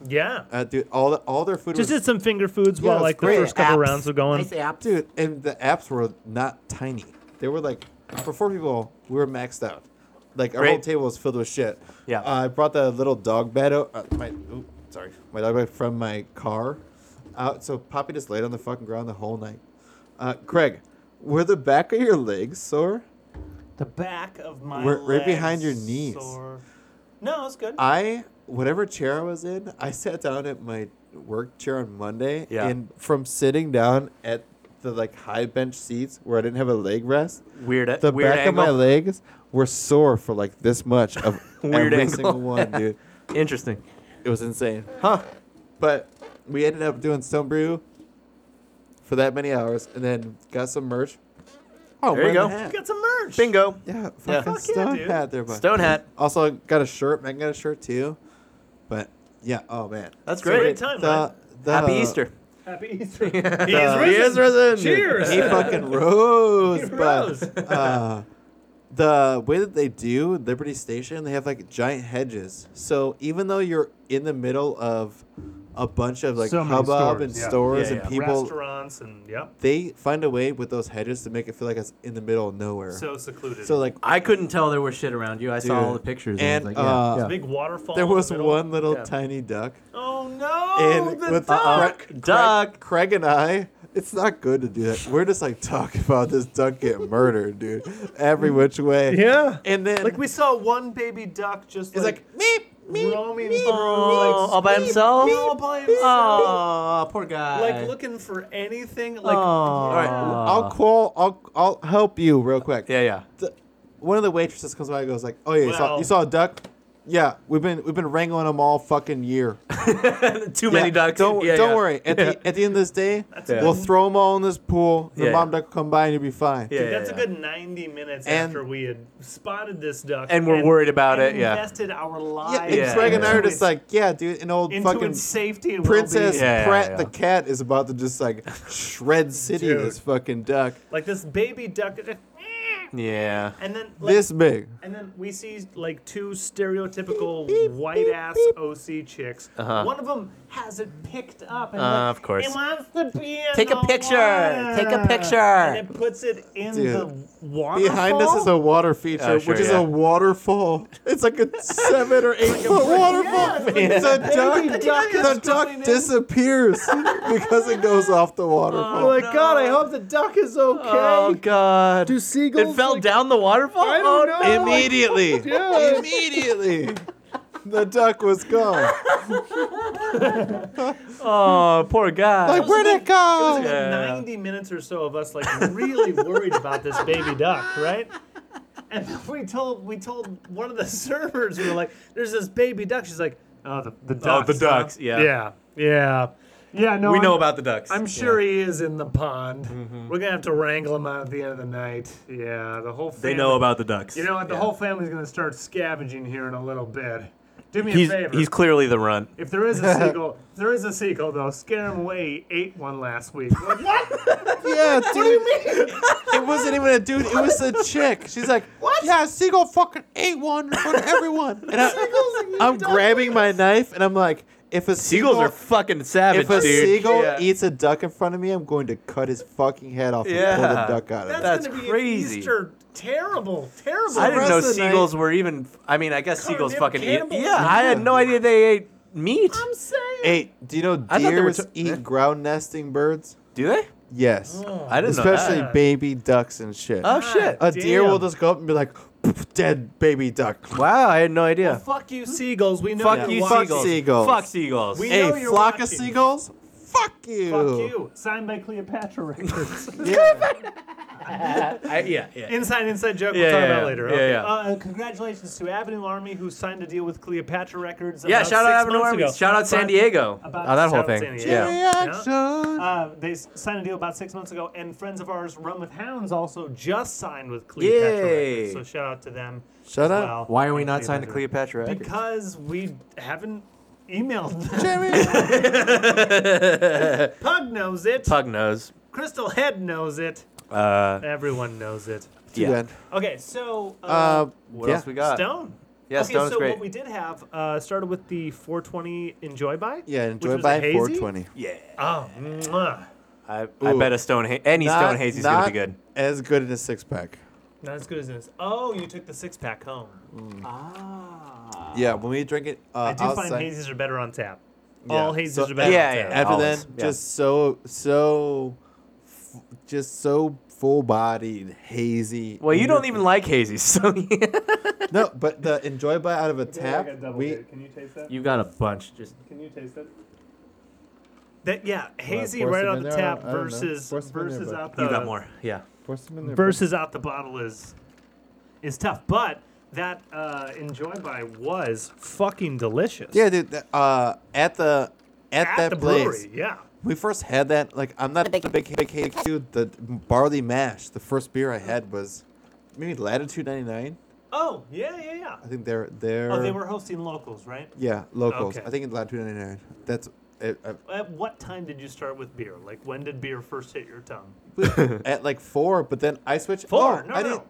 [SPEAKER 4] yeah.
[SPEAKER 1] Uh, dude, all the, all their food
[SPEAKER 3] Just
[SPEAKER 1] was
[SPEAKER 3] did some finger foods
[SPEAKER 1] Yeah,
[SPEAKER 3] while
[SPEAKER 1] it's
[SPEAKER 3] like the
[SPEAKER 1] great.
[SPEAKER 3] first couple
[SPEAKER 7] Apps.
[SPEAKER 3] rounds were going.
[SPEAKER 1] dude, and the apps were not tiny. They were like for four people, we were maxed out. Like our whole
[SPEAKER 2] Great.
[SPEAKER 1] table was filled with shit.
[SPEAKER 2] Yeah.
[SPEAKER 1] Uh, I brought the little dog bed out. Uh, my oop, sorry, my dog bed from my car. Out. So Poppy just laid on the fucking ground the whole night. Uh, Craig, were the back of your legs sore?
[SPEAKER 4] The back of my
[SPEAKER 1] We're- right behind
[SPEAKER 4] legs
[SPEAKER 1] your knees.
[SPEAKER 4] sore. No, it's good.
[SPEAKER 1] I whatever chair I was in, I sat down at my work chair on Monday,
[SPEAKER 2] Yeah.
[SPEAKER 1] and from sitting down at the like high bench seats where I didn't have a leg rest,
[SPEAKER 2] Weird.
[SPEAKER 1] the
[SPEAKER 2] weird
[SPEAKER 1] back
[SPEAKER 2] angle.
[SPEAKER 1] of my legs were sore for like this much of
[SPEAKER 2] Weird
[SPEAKER 1] every
[SPEAKER 2] angle.
[SPEAKER 1] single one, dude.
[SPEAKER 2] Interesting.
[SPEAKER 1] It was insane, huh? But we ended up doing stone brew for that many hours, and then got some merch. Oh,
[SPEAKER 2] There
[SPEAKER 1] wearing
[SPEAKER 2] you go.
[SPEAKER 1] the
[SPEAKER 4] I
[SPEAKER 1] hat.
[SPEAKER 4] got some merch.
[SPEAKER 2] Bingo.
[SPEAKER 1] Yeah, fucking
[SPEAKER 2] Yeah.
[SPEAKER 4] Fuck yeah,
[SPEAKER 1] stone
[SPEAKER 4] dude.
[SPEAKER 1] hat there, bud.
[SPEAKER 2] Stone hat.
[SPEAKER 1] Also got a shirt. Megan got a shirt too. But yeah, oh man.
[SPEAKER 2] That's
[SPEAKER 4] It's a great
[SPEAKER 2] great.
[SPEAKER 4] time,
[SPEAKER 1] The,
[SPEAKER 4] right?
[SPEAKER 1] the,
[SPEAKER 2] Happy Easter.
[SPEAKER 4] Happy Easter. he is
[SPEAKER 1] Uh,
[SPEAKER 4] risen.
[SPEAKER 1] he is risen.
[SPEAKER 4] Cheers.
[SPEAKER 1] He fucking rose.
[SPEAKER 4] He
[SPEAKER 1] but,
[SPEAKER 4] rose.
[SPEAKER 1] uh, the way that they do Liberty Station, they have like giant hedges. So even though you're in the middle of a bunch of like
[SPEAKER 4] So many
[SPEAKER 1] hubbub
[SPEAKER 4] stores,
[SPEAKER 1] and
[SPEAKER 4] yeah.
[SPEAKER 1] stores
[SPEAKER 2] Yeah,
[SPEAKER 1] and
[SPEAKER 2] yeah.
[SPEAKER 1] people,
[SPEAKER 4] Restaurants and yep.
[SPEAKER 1] they find a way with those hedges to make it feel like it's in the middle of nowhere. So,
[SPEAKER 4] So secluded.
[SPEAKER 1] like
[SPEAKER 7] I couldn't tell there was shit around you. I saw
[SPEAKER 1] Dude.
[SPEAKER 7] all the pictures.
[SPEAKER 1] and
[SPEAKER 7] I was like, yeah,
[SPEAKER 1] uh,
[SPEAKER 7] yeah.
[SPEAKER 4] big waterfall.
[SPEAKER 1] there
[SPEAKER 4] in the
[SPEAKER 1] was
[SPEAKER 4] middle.
[SPEAKER 1] one little
[SPEAKER 2] Yeah.
[SPEAKER 1] tiny duck.
[SPEAKER 4] Oh no!
[SPEAKER 1] and
[SPEAKER 4] the
[SPEAKER 1] with uh,
[SPEAKER 4] duck.
[SPEAKER 1] Craig- Craig,
[SPEAKER 2] Duck.
[SPEAKER 1] Craig and I, it's not good to do that. We're just like talking about this duck getting murdered, dude, every which way.
[SPEAKER 3] Yeah.
[SPEAKER 1] And then
[SPEAKER 4] Like we saw one baby duck just
[SPEAKER 1] it's like,
[SPEAKER 4] like,
[SPEAKER 1] meep, meep,
[SPEAKER 4] roaming
[SPEAKER 1] meep,
[SPEAKER 4] through,
[SPEAKER 2] Oh,
[SPEAKER 4] like,
[SPEAKER 2] all by
[SPEAKER 1] meep,
[SPEAKER 2] himself.
[SPEAKER 1] meep,
[SPEAKER 4] all by
[SPEAKER 1] meep.
[SPEAKER 4] himself,
[SPEAKER 7] oh, poor guy.
[SPEAKER 4] like looking for anything. Like
[SPEAKER 1] All right, I'll call. I'll I'll help you real quick.
[SPEAKER 2] Ah. Yeah, yeah.
[SPEAKER 1] The- one of the waitresses comes by and goes like, "Oh yeah, you, saw,
[SPEAKER 4] Well-
[SPEAKER 1] you saw a duck." Yeah, we've been we've been wrangling them all fucking year.
[SPEAKER 2] Too many
[SPEAKER 1] Yeah,
[SPEAKER 2] ducks.
[SPEAKER 1] Don't,
[SPEAKER 2] Yeah,
[SPEAKER 1] don't
[SPEAKER 2] yeah.
[SPEAKER 1] worry. At, the, at the end of this day,
[SPEAKER 2] Yeah.
[SPEAKER 1] we'll throw them all in this pool. The
[SPEAKER 2] Yeah,
[SPEAKER 1] mom
[SPEAKER 2] yeah.
[SPEAKER 1] duck will come by and you'll be fine.
[SPEAKER 2] Yeah,
[SPEAKER 4] Dude,
[SPEAKER 2] yeah,
[SPEAKER 4] that's
[SPEAKER 2] yeah.
[SPEAKER 4] a good 90 minutes
[SPEAKER 1] And-
[SPEAKER 4] after we had spotted this duck.
[SPEAKER 2] And we're worried about
[SPEAKER 4] and
[SPEAKER 2] it, yeah.
[SPEAKER 4] invested our lives.
[SPEAKER 1] Yeah, and
[SPEAKER 2] Yeah,
[SPEAKER 1] Craig and I
[SPEAKER 4] into
[SPEAKER 1] are just
[SPEAKER 4] its-
[SPEAKER 1] like, yeah, dude, an old
[SPEAKER 4] into
[SPEAKER 1] fucking
[SPEAKER 4] its safety and
[SPEAKER 1] Princess
[SPEAKER 4] well-being.
[SPEAKER 2] Yeah, yeah,
[SPEAKER 1] Pratt
[SPEAKER 2] yeah.
[SPEAKER 1] the cat is about to just like shred city
[SPEAKER 4] Dude.
[SPEAKER 1] this fucking duck.
[SPEAKER 4] Like this baby duck,
[SPEAKER 2] Yeah.
[SPEAKER 4] and then like,
[SPEAKER 1] This big.
[SPEAKER 4] And then we see like two stereotypical white ass OC chicks.
[SPEAKER 2] Uh-huh.
[SPEAKER 4] One of them has it picked up and
[SPEAKER 2] Uh,
[SPEAKER 4] like,
[SPEAKER 2] of course.
[SPEAKER 4] it wants to be in
[SPEAKER 7] Take a
[SPEAKER 4] the
[SPEAKER 7] picture.
[SPEAKER 4] water."
[SPEAKER 7] Take a picture.
[SPEAKER 4] And it puts it in
[SPEAKER 1] Dude.
[SPEAKER 4] the water.
[SPEAKER 1] Behind us is a water feature,
[SPEAKER 2] Oh, sure,
[SPEAKER 1] which is
[SPEAKER 2] yeah.
[SPEAKER 1] a waterfall. It's like a seven or eight foot waterfall. The duck,
[SPEAKER 4] The duck is
[SPEAKER 1] the
[SPEAKER 4] coming in.
[SPEAKER 1] duck disappears because it goes off the waterfall.
[SPEAKER 4] my god! I hope the duck is okay.
[SPEAKER 2] Oh God.
[SPEAKER 3] Do seagulls?
[SPEAKER 2] It fell down the waterfall.
[SPEAKER 3] I don't
[SPEAKER 2] Oh,
[SPEAKER 3] know.
[SPEAKER 1] Immediately.
[SPEAKER 3] Yeah.
[SPEAKER 1] Immediately. The duck was gone.
[SPEAKER 2] Oh, poor guy.
[SPEAKER 1] Like, where'd it go?
[SPEAKER 4] Like
[SPEAKER 2] Yeah.
[SPEAKER 4] 90 minutes or so of us like really worried about this baby duck, right? And then we told we told one of the servers we were like, "There's this baby duck." She's like, "Oh, the the ducks."
[SPEAKER 2] oh, the ducks. Yeah.
[SPEAKER 4] Yeah, yeah, yeah. No,
[SPEAKER 2] We
[SPEAKER 4] I'm,
[SPEAKER 2] know about Mm-hmm. the ducks.
[SPEAKER 4] I'm sure he is in the pond. We're gonna have to wrangle him out at the end of the night. Yeah, the whole. Family,
[SPEAKER 2] They know about the ducks.
[SPEAKER 4] You know what? The
[SPEAKER 2] Yeah.
[SPEAKER 4] whole family's gonna start scavenging here in a little bit. Do me
[SPEAKER 2] He's
[SPEAKER 4] a favor.
[SPEAKER 2] he's clearly the run.
[SPEAKER 4] If there is a sequel, if there is a sequel though, scare him away. He ate one last week. Like,
[SPEAKER 1] Yeah, dude. It wasn't even a dude. It was a chick. She's like, what? Yeah, seagull fucking ate one in front of everyone. And I, I'm grabbing my knife and I'm like, if a
[SPEAKER 2] Seagulls
[SPEAKER 1] seagull,
[SPEAKER 2] are fucking savage,
[SPEAKER 1] if a
[SPEAKER 2] dude.
[SPEAKER 1] seagull
[SPEAKER 2] Yeah.
[SPEAKER 1] eats a duck in front of me, I'm going to cut his fucking head off and pull the
[SPEAKER 2] Yeah.
[SPEAKER 1] duck out of it.
[SPEAKER 2] That's
[SPEAKER 4] gonna be an
[SPEAKER 2] crazy.
[SPEAKER 4] Easter terrible, terrible.
[SPEAKER 2] I
[SPEAKER 1] rest
[SPEAKER 2] didn't know
[SPEAKER 1] of the night-
[SPEAKER 2] seagulls were even. I mean, I guess
[SPEAKER 4] Covered
[SPEAKER 2] seagulls
[SPEAKER 4] in
[SPEAKER 2] fucking eat.
[SPEAKER 4] cannibal-
[SPEAKER 2] Yeah, I had no idea they ate meat.
[SPEAKER 4] I'm saying.
[SPEAKER 1] Hey, do you know
[SPEAKER 2] I thought they were
[SPEAKER 1] deers
[SPEAKER 2] t- eh.
[SPEAKER 1] eat ground nesting birds?
[SPEAKER 2] Do they?
[SPEAKER 1] Yes.
[SPEAKER 2] I didn't
[SPEAKER 1] Especially
[SPEAKER 2] know that.
[SPEAKER 1] baby ducks and shit.
[SPEAKER 2] Oh shit!
[SPEAKER 1] a deer will
[SPEAKER 4] damn.
[SPEAKER 1] just go up and be like, "Pff, dead baby duck.
[SPEAKER 2] Wow, I had no idea.
[SPEAKER 4] Fuck you, seagulls. We know
[SPEAKER 2] Fuck
[SPEAKER 4] you're
[SPEAKER 2] you,
[SPEAKER 1] Fuck
[SPEAKER 4] watching.
[SPEAKER 2] seagulls.
[SPEAKER 1] seagulls.
[SPEAKER 2] Fuck seagulls.
[SPEAKER 4] We know
[SPEAKER 1] Hey,
[SPEAKER 4] you're
[SPEAKER 1] flock of
[SPEAKER 4] watching.
[SPEAKER 1] seagulls? Fuck you.
[SPEAKER 4] Fuck you. Signed by Cleopatra Records.
[SPEAKER 2] I- yeah, yeah.
[SPEAKER 4] inside inside joke.
[SPEAKER 2] Yeah,
[SPEAKER 4] we'll talk
[SPEAKER 2] yeah,
[SPEAKER 4] about
[SPEAKER 2] yeah.
[SPEAKER 4] later.
[SPEAKER 2] Yeah,
[SPEAKER 4] okay.
[SPEAKER 2] yeah.
[SPEAKER 4] Uh, congratulations to Avenue Army who signed a deal with Cleopatra Records.
[SPEAKER 2] Yeah,
[SPEAKER 4] about
[SPEAKER 2] shout out
[SPEAKER 4] six
[SPEAKER 2] Avenue
[SPEAKER 4] months
[SPEAKER 2] Army.
[SPEAKER 4] ago.
[SPEAKER 2] Shout out San
[SPEAKER 4] But-
[SPEAKER 2] Diego.
[SPEAKER 4] about
[SPEAKER 2] oh, that whole
[SPEAKER 4] Shout Out
[SPEAKER 2] thing.
[SPEAKER 4] San Diego.
[SPEAKER 2] Yeah.
[SPEAKER 1] Reaction.
[SPEAKER 4] Uh, they s- signed a deal about six months ago, and friends of ours, Run with Hounds, also just signed with Cleopatra
[SPEAKER 2] Yay.
[SPEAKER 4] Records. So shout out to them.
[SPEAKER 1] Shut
[SPEAKER 4] as
[SPEAKER 1] up.
[SPEAKER 4] well.
[SPEAKER 2] Why are we
[SPEAKER 4] And
[SPEAKER 2] not signed to Cleopatra? Records?
[SPEAKER 4] Because we haven't emailed them.
[SPEAKER 1] Jerry.
[SPEAKER 4] Pug knows it.
[SPEAKER 2] Pug knows.
[SPEAKER 4] Crystal Head knows it.
[SPEAKER 2] Uh,
[SPEAKER 4] Everyone knows it.
[SPEAKER 1] Too
[SPEAKER 2] yeah.
[SPEAKER 1] bad.
[SPEAKER 4] Okay, so uh,
[SPEAKER 1] Uh,
[SPEAKER 2] What
[SPEAKER 1] yeah.
[SPEAKER 2] else we got?
[SPEAKER 4] Stone.
[SPEAKER 2] Yeah,
[SPEAKER 4] okay,
[SPEAKER 2] Stone is
[SPEAKER 4] so
[SPEAKER 2] great.
[SPEAKER 4] what we did have uh, started with the 420 Enjoy By.
[SPEAKER 1] Yeah,
[SPEAKER 4] which
[SPEAKER 1] enjoy
[SPEAKER 4] was a
[SPEAKER 1] by
[SPEAKER 4] hazy.
[SPEAKER 1] 420.
[SPEAKER 2] Yeah.
[SPEAKER 4] Oh, mwah.
[SPEAKER 2] I, I bet a stone ha- any stone hazy's gonna be good.
[SPEAKER 1] As good in a six pack.
[SPEAKER 4] not as good as this. Oh, you took the six pack home.
[SPEAKER 1] Mm.
[SPEAKER 4] Ah.
[SPEAKER 1] Yeah, when we drink it uh,
[SPEAKER 4] I do
[SPEAKER 1] outside.
[SPEAKER 4] find hazies are better on tap.
[SPEAKER 1] Yeah.
[SPEAKER 4] All hazies
[SPEAKER 1] So
[SPEAKER 4] are better
[SPEAKER 2] yeah,
[SPEAKER 4] on
[SPEAKER 2] yeah,
[SPEAKER 4] tap.
[SPEAKER 1] After
[SPEAKER 2] Always.
[SPEAKER 1] then,
[SPEAKER 2] Yeah.
[SPEAKER 1] just so so, f- just so full-bodied, hazy.
[SPEAKER 2] Well, you don't even like hazies, so yeah.
[SPEAKER 1] no, but the enjoy by out of a tap. we
[SPEAKER 4] Can you taste that?
[SPEAKER 2] you got a bunch. Just
[SPEAKER 4] Can you taste it? That yeah, hazy
[SPEAKER 1] pour
[SPEAKER 4] right
[SPEAKER 1] some
[SPEAKER 4] out
[SPEAKER 1] in
[SPEAKER 4] the
[SPEAKER 1] there? I
[SPEAKER 4] tap
[SPEAKER 1] don't- I don't know.
[SPEAKER 4] versus
[SPEAKER 1] Pour some in there,
[SPEAKER 4] versus
[SPEAKER 1] bud.
[SPEAKER 4] out the
[SPEAKER 2] you got more. Yeah.
[SPEAKER 1] pour some in there.
[SPEAKER 4] versus out the bottle is is tough, but that uh, enjoy by was fucking delicious.
[SPEAKER 1] Yeah, dude. th- Uh, at the at,
[SPEAKER 4] at
[SPEAKER 1] that
[SPEAKER 4] the
[SPEAKER 1] place,
[SPEAKER 4] brewery, yeah.
[SPEAKER 1] we first had that. Like, I'm not a big big big hazy dude. The barley mash. The first beer I had was maybe Latitude 99.
[SPEAKER 4] Oh yeah, yeah, yeah.
[SPEAKER 1] I think they're they're.
[SPEAKER 4] Oh, they were hosting locals, right?
[SPEAKER 1] Yeah, locals.
[SPEAKER 4] Okay.
[SPEAKER 1] I think it's Latitude 99. That's it, uh,
[SPEAKER 4] At what time did you start with beer? Like when did beer first hit your tongue?
[SPEAKER 1] at like four, but then I switched.
[SPEAKER 4] Four?
[SPEAKER 1] oh,
[SPEAKER 4] no,
[SPEAKER 1] I
[SPEAKER 4] no.
[SPEAKER 1] didn't.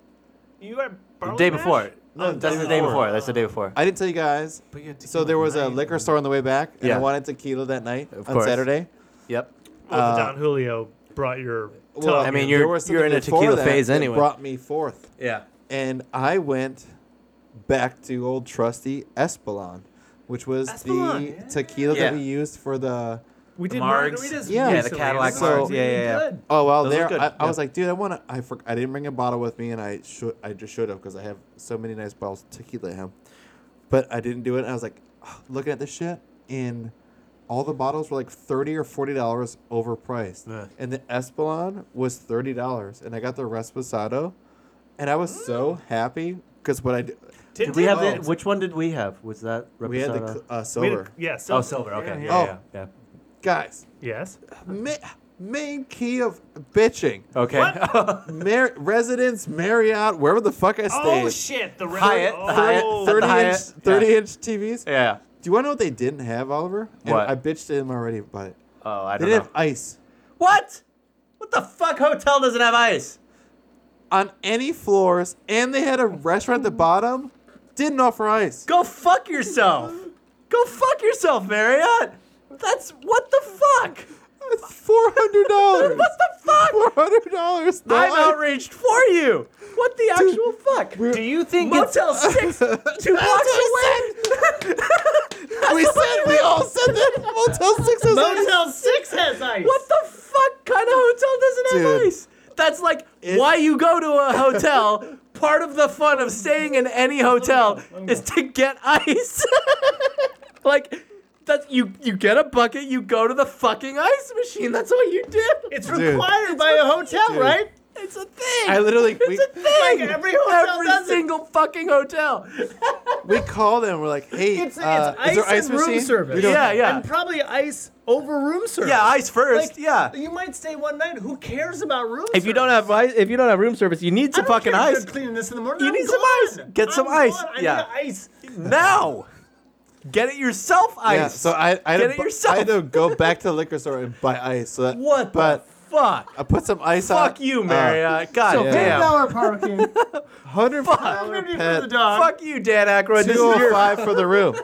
[SPEAKER 4] You had
[SPEAKER 2] The
[SPEAKER 4] barley
[SPEAKER 2] day
[SPEAKER 4] mash?
[SPEAKER 2] before.
[SPEAKER 1] No,
[SPEAKER 4] Oh,
[SPEAKER 2] That's
[SPEAKER 1] day
[SPEAKER 2] the day
[SPEAKER 1] before.
[SPEAKER 2] before. That's the day before.
[SPEAKER 1] I didn't tell you guys. So there was a liquor store on the way back, and I
[SPEAKER 2] Yeah.
[SPEAKER 1] wanted tequila that night on
[SPEAKER 2] course.
[SPEAKER 1] Saturday.
[SPEAKER 2] Yep.
[SPEAKER 4] Well,
[SPEAKER 1] Uh,
[SPEAKER 4] Don Julio brought your. Tongue.
[SPEAKER 1] Well,
[SPEAKER 2] I mean,
[SPEAKER 1] there
[SPEAKER 2] you're-
[SPEAKER 1] was
[SPEAKER 2] you're
[SPEAKER 1] something
[SPEAKER 2] in a
[SPEAKER 1] before
[SPEAKER 2] tequila
[SPEAKER 1] that
[SPEAKER 2] phase
[SPEAKER 1] that
[SPEAKER 2] anyway.
[SPEAKER 1] Brought me forth,
[SPEAKER 2] Yeah.
[SPEAKER 1] and I went back to old trusty Espolon, which was the
[SPEAKER 4] Espolòn, yeah.
[SPEAKER 1] tequila that
[SPEAKER 2] Yeah.
[SPEAKER 1] we used for the.
[SPEAKER 4] we
[SPEAKER 2] the
[SPEAKER 4] did
[SPEAKER 2] margs.
[SPEAKER 4] margaritas
[SPEAKER 1] Yeah.
[SPEAKER 2] Yeah, the
[SPEAKER 4] recently,
[SPEAKER 2] Cadillac
[SPEAKER 4] and
[SPEAKER 1] so-
[SPEAKER 2] margs. Yeah, yeah, yeah.
[SPEAKER 4] Good.
[SPEAKER 1] Oh well,
[SPEAKER 2] Those look
[SPEAKER 1] there
[SPEAKER 2] good.
[SPEAKER 1] I, I
[SPEAKER 2] Yeah.
[SPEAKER 1] was like, dude, I want to. I for, I didn't bring a bottle with me, and I should. I just should have because I have so many nice bottles of tequila at home, but I didn't do it. And I was like, "Ugh," looking at this shit, and all the bottles were like thirty or forty dollars overpriced,
[SPEAKER 2] Yeah.
[SPEAKER 1] and the Espolon was thirty dollars, and I got the Resposado, and I was so happy because what I did,
[SPEAKER 4] Did
[SPEAKER 2] Did we have
[SPEAKER 1] Oh.
[SPEAKER 2] the, which one did we have? Was that
[SPEAKER 1] we had the cl-
[SPEAKER 2] Reposado?
[SPEAKER 1] uh,
[SPEAKER 4] we had a-
[SPEAKER 1] silver
[SPEAKER 4] yeah,
[SPEAKER 2] Oh,
[SPEAKER 4] silver.
[SPEAKER 2] silver. Okay.
[SPEAKER 1] yeah.
[SPEAKER 2] Yeah, yeah, yeah.
[SPEAKER 1] guys.
[SPEAKER 4] Yes.
[SPEAKER 1] Ma- main key of bitching,
[SPEAKER 2] Okay.
[SPEAKER 1] Mar- residence Marriott, wherever the fuck I stayed.
[SPEAKER 4] Oh shit! The red.
[SPEAKER 2] Hyatt,
[SPEAKER 4] Oh,
[SPEAKER 2] the Hyatt,
[SPEAKER 4] oh,
[SPEAKER 2] the
[SPEAKER 1] 30 inch,
[SPEAKER 2] Hyatt,
[SPEAKER 1] 30
[SPEAKER 2] yeah.
[SPEAKER 1] inch TVs.
[SPEAKER 2] yeah.
[SPEAKER 1] Do you want to know what they didn't have, Oliver? And
[SPEAKER 2] What?
[SPEAKER 1] I bitched at him already about it.
[SPEAKER 2] Oh, I
[SPEAKER 1] They
[SPEAKER 2] don't
[SPEAKER 1] didn't
[SPEAKER 2] know.
[SPEAKER 1] have ice.
[SPEAKER 2] What? What the fuck hotel doesn't have ice?
[SPEAKER 1] On any floors, and they had a restaurant at the bottom, didn't offer ice.
[SPEAKER 2] Go fuck yourself. Go fuck yourself, Marriott. That's what the fuck.
[SPEAKER 1] It's $400.
[SPEAKER 2] What the fuck?
[SPEAKER 1] $400. No
[SPEAKER 2] I'm
[SPEAKER 1] ice.
[SPEAKER 2] outraged for you. What the actual fuck?
[SPEAKER 1] We're-
[SPEAKER 4] Do you think it's
[SPEAKER 2] Motel Six, two blocks away.
[SPEAKER 1] we said, we all said that Motel 6 has ice.
[SPEAKER 4] Motel Six has ice?
[SPEAKER 2] What the fuck kind of hotel doesn't have
[SPEAKER 1] Dude.
[SPEAKER 2] ice? That's like why you go to a hotel. Part of the fun of staying in any hotel is to get ice. like that's you you get a bucket, you go to the fucking ice machine. That's what you do.
[SPEAKER 4] It's
[SPEAKER 1] Dude.
[SPEAKER 4] required by a hotel,
[SPEAKER 1] Dude.
[SPEAKER 4] right?
[SPEAKER 2] It's a thing.
[SPEAKER 1] I literally,
[SPEAKER 2] it's
[SPEAKER 1] we,
[SPEAKER 2] a thing.
[SPEAKER 4] Like, every hotel
[SPEAKER 2] Every
[SPEAKER 4] does it.
[SPEAKER 2] single fucking hotel.
[SPEAKER 1] we called them. We're like, hey,
[SPEAKER 4] It's,
[SPEAKER 1] uh,
[SPEAKER 4] it's ice,
[SPEAKER 1] is there ice
[SPEAKER 4] and room
[SPEAKER 1] machine?
[SPEAKER 4] service.
[SPEAKER 1] We don't
[SPEAKER 2] Yeah, yeah.
[SPEAKER 4] And probably ice over room service.
[SPEAKER 2] Yeah, ice first.
[SPEAKER 4] Like,
[SPEAKER 2] yeah.
[SPEAKER 4] You might stay one night. Who cares about room?
[SPEAKER 2] If you don't have ice, if you don't have room service, you need
[SPEAKER 4] I
[SPEAKER 2] some
[SPEAKER 4] don't
[SPEAKER 2] fucking
[SPEAKER 4] care if
[SPEAKER 2] ice
[SPEAKER 4] You're cleaning this in the morning.
[SPEAKER 2] You
[SPEAKER 4] I'm
[SPEAKER 2] need some
[SPEAKER 4] gone.
[SPEAKER 2] ice. Get some
[SPEAKER 4] I'm
[SPEAKER 2] ice.
[SPEAKER 4] gone. I
[SPEAKER 2] Yeah.
[SPEAKER 4] need ice.
[SPEAKER 2] now. Get it yourself, ice.
[SPEAKER 1] Yeah, so I, I, had
[SPEAKER 2] Get
[SPEAKER 1] to
[SPEAKER 2] it
[SPEAKER 1] bu-
[SPEAKER 2] yourself.
[SPEAKER 1] I had to go back to the liquor store and buy ice. So that,
[SPEAKER 2] what
[SPEAKER 1] But
[SPEAKER 2] the fuck?
[SPEAKER 1] I put some ice on.
[SPEAKER 2] Fuck you,
[SPEAKER 7] uh,
[SPEAKER 2] Marriott. God
[SPEAKER 1] Uh, so
[SPEAKER 2] damn.
[SPEAKER 4] parking.
[SPEAKER 1] Hundred
[SPEAKER 4] Maybe
[SPEAKER 1] dollar
[SPEAKER 4] for the
[SPEAKER 1] pet.
[SPEAKER 4] dog.
[SPEAKER 2] Fuck you, Dan Aykroyd. This
[SPEAKER 1] Two
[SPEAKER 2] is your
[SPEAKER 1] oh five for the room.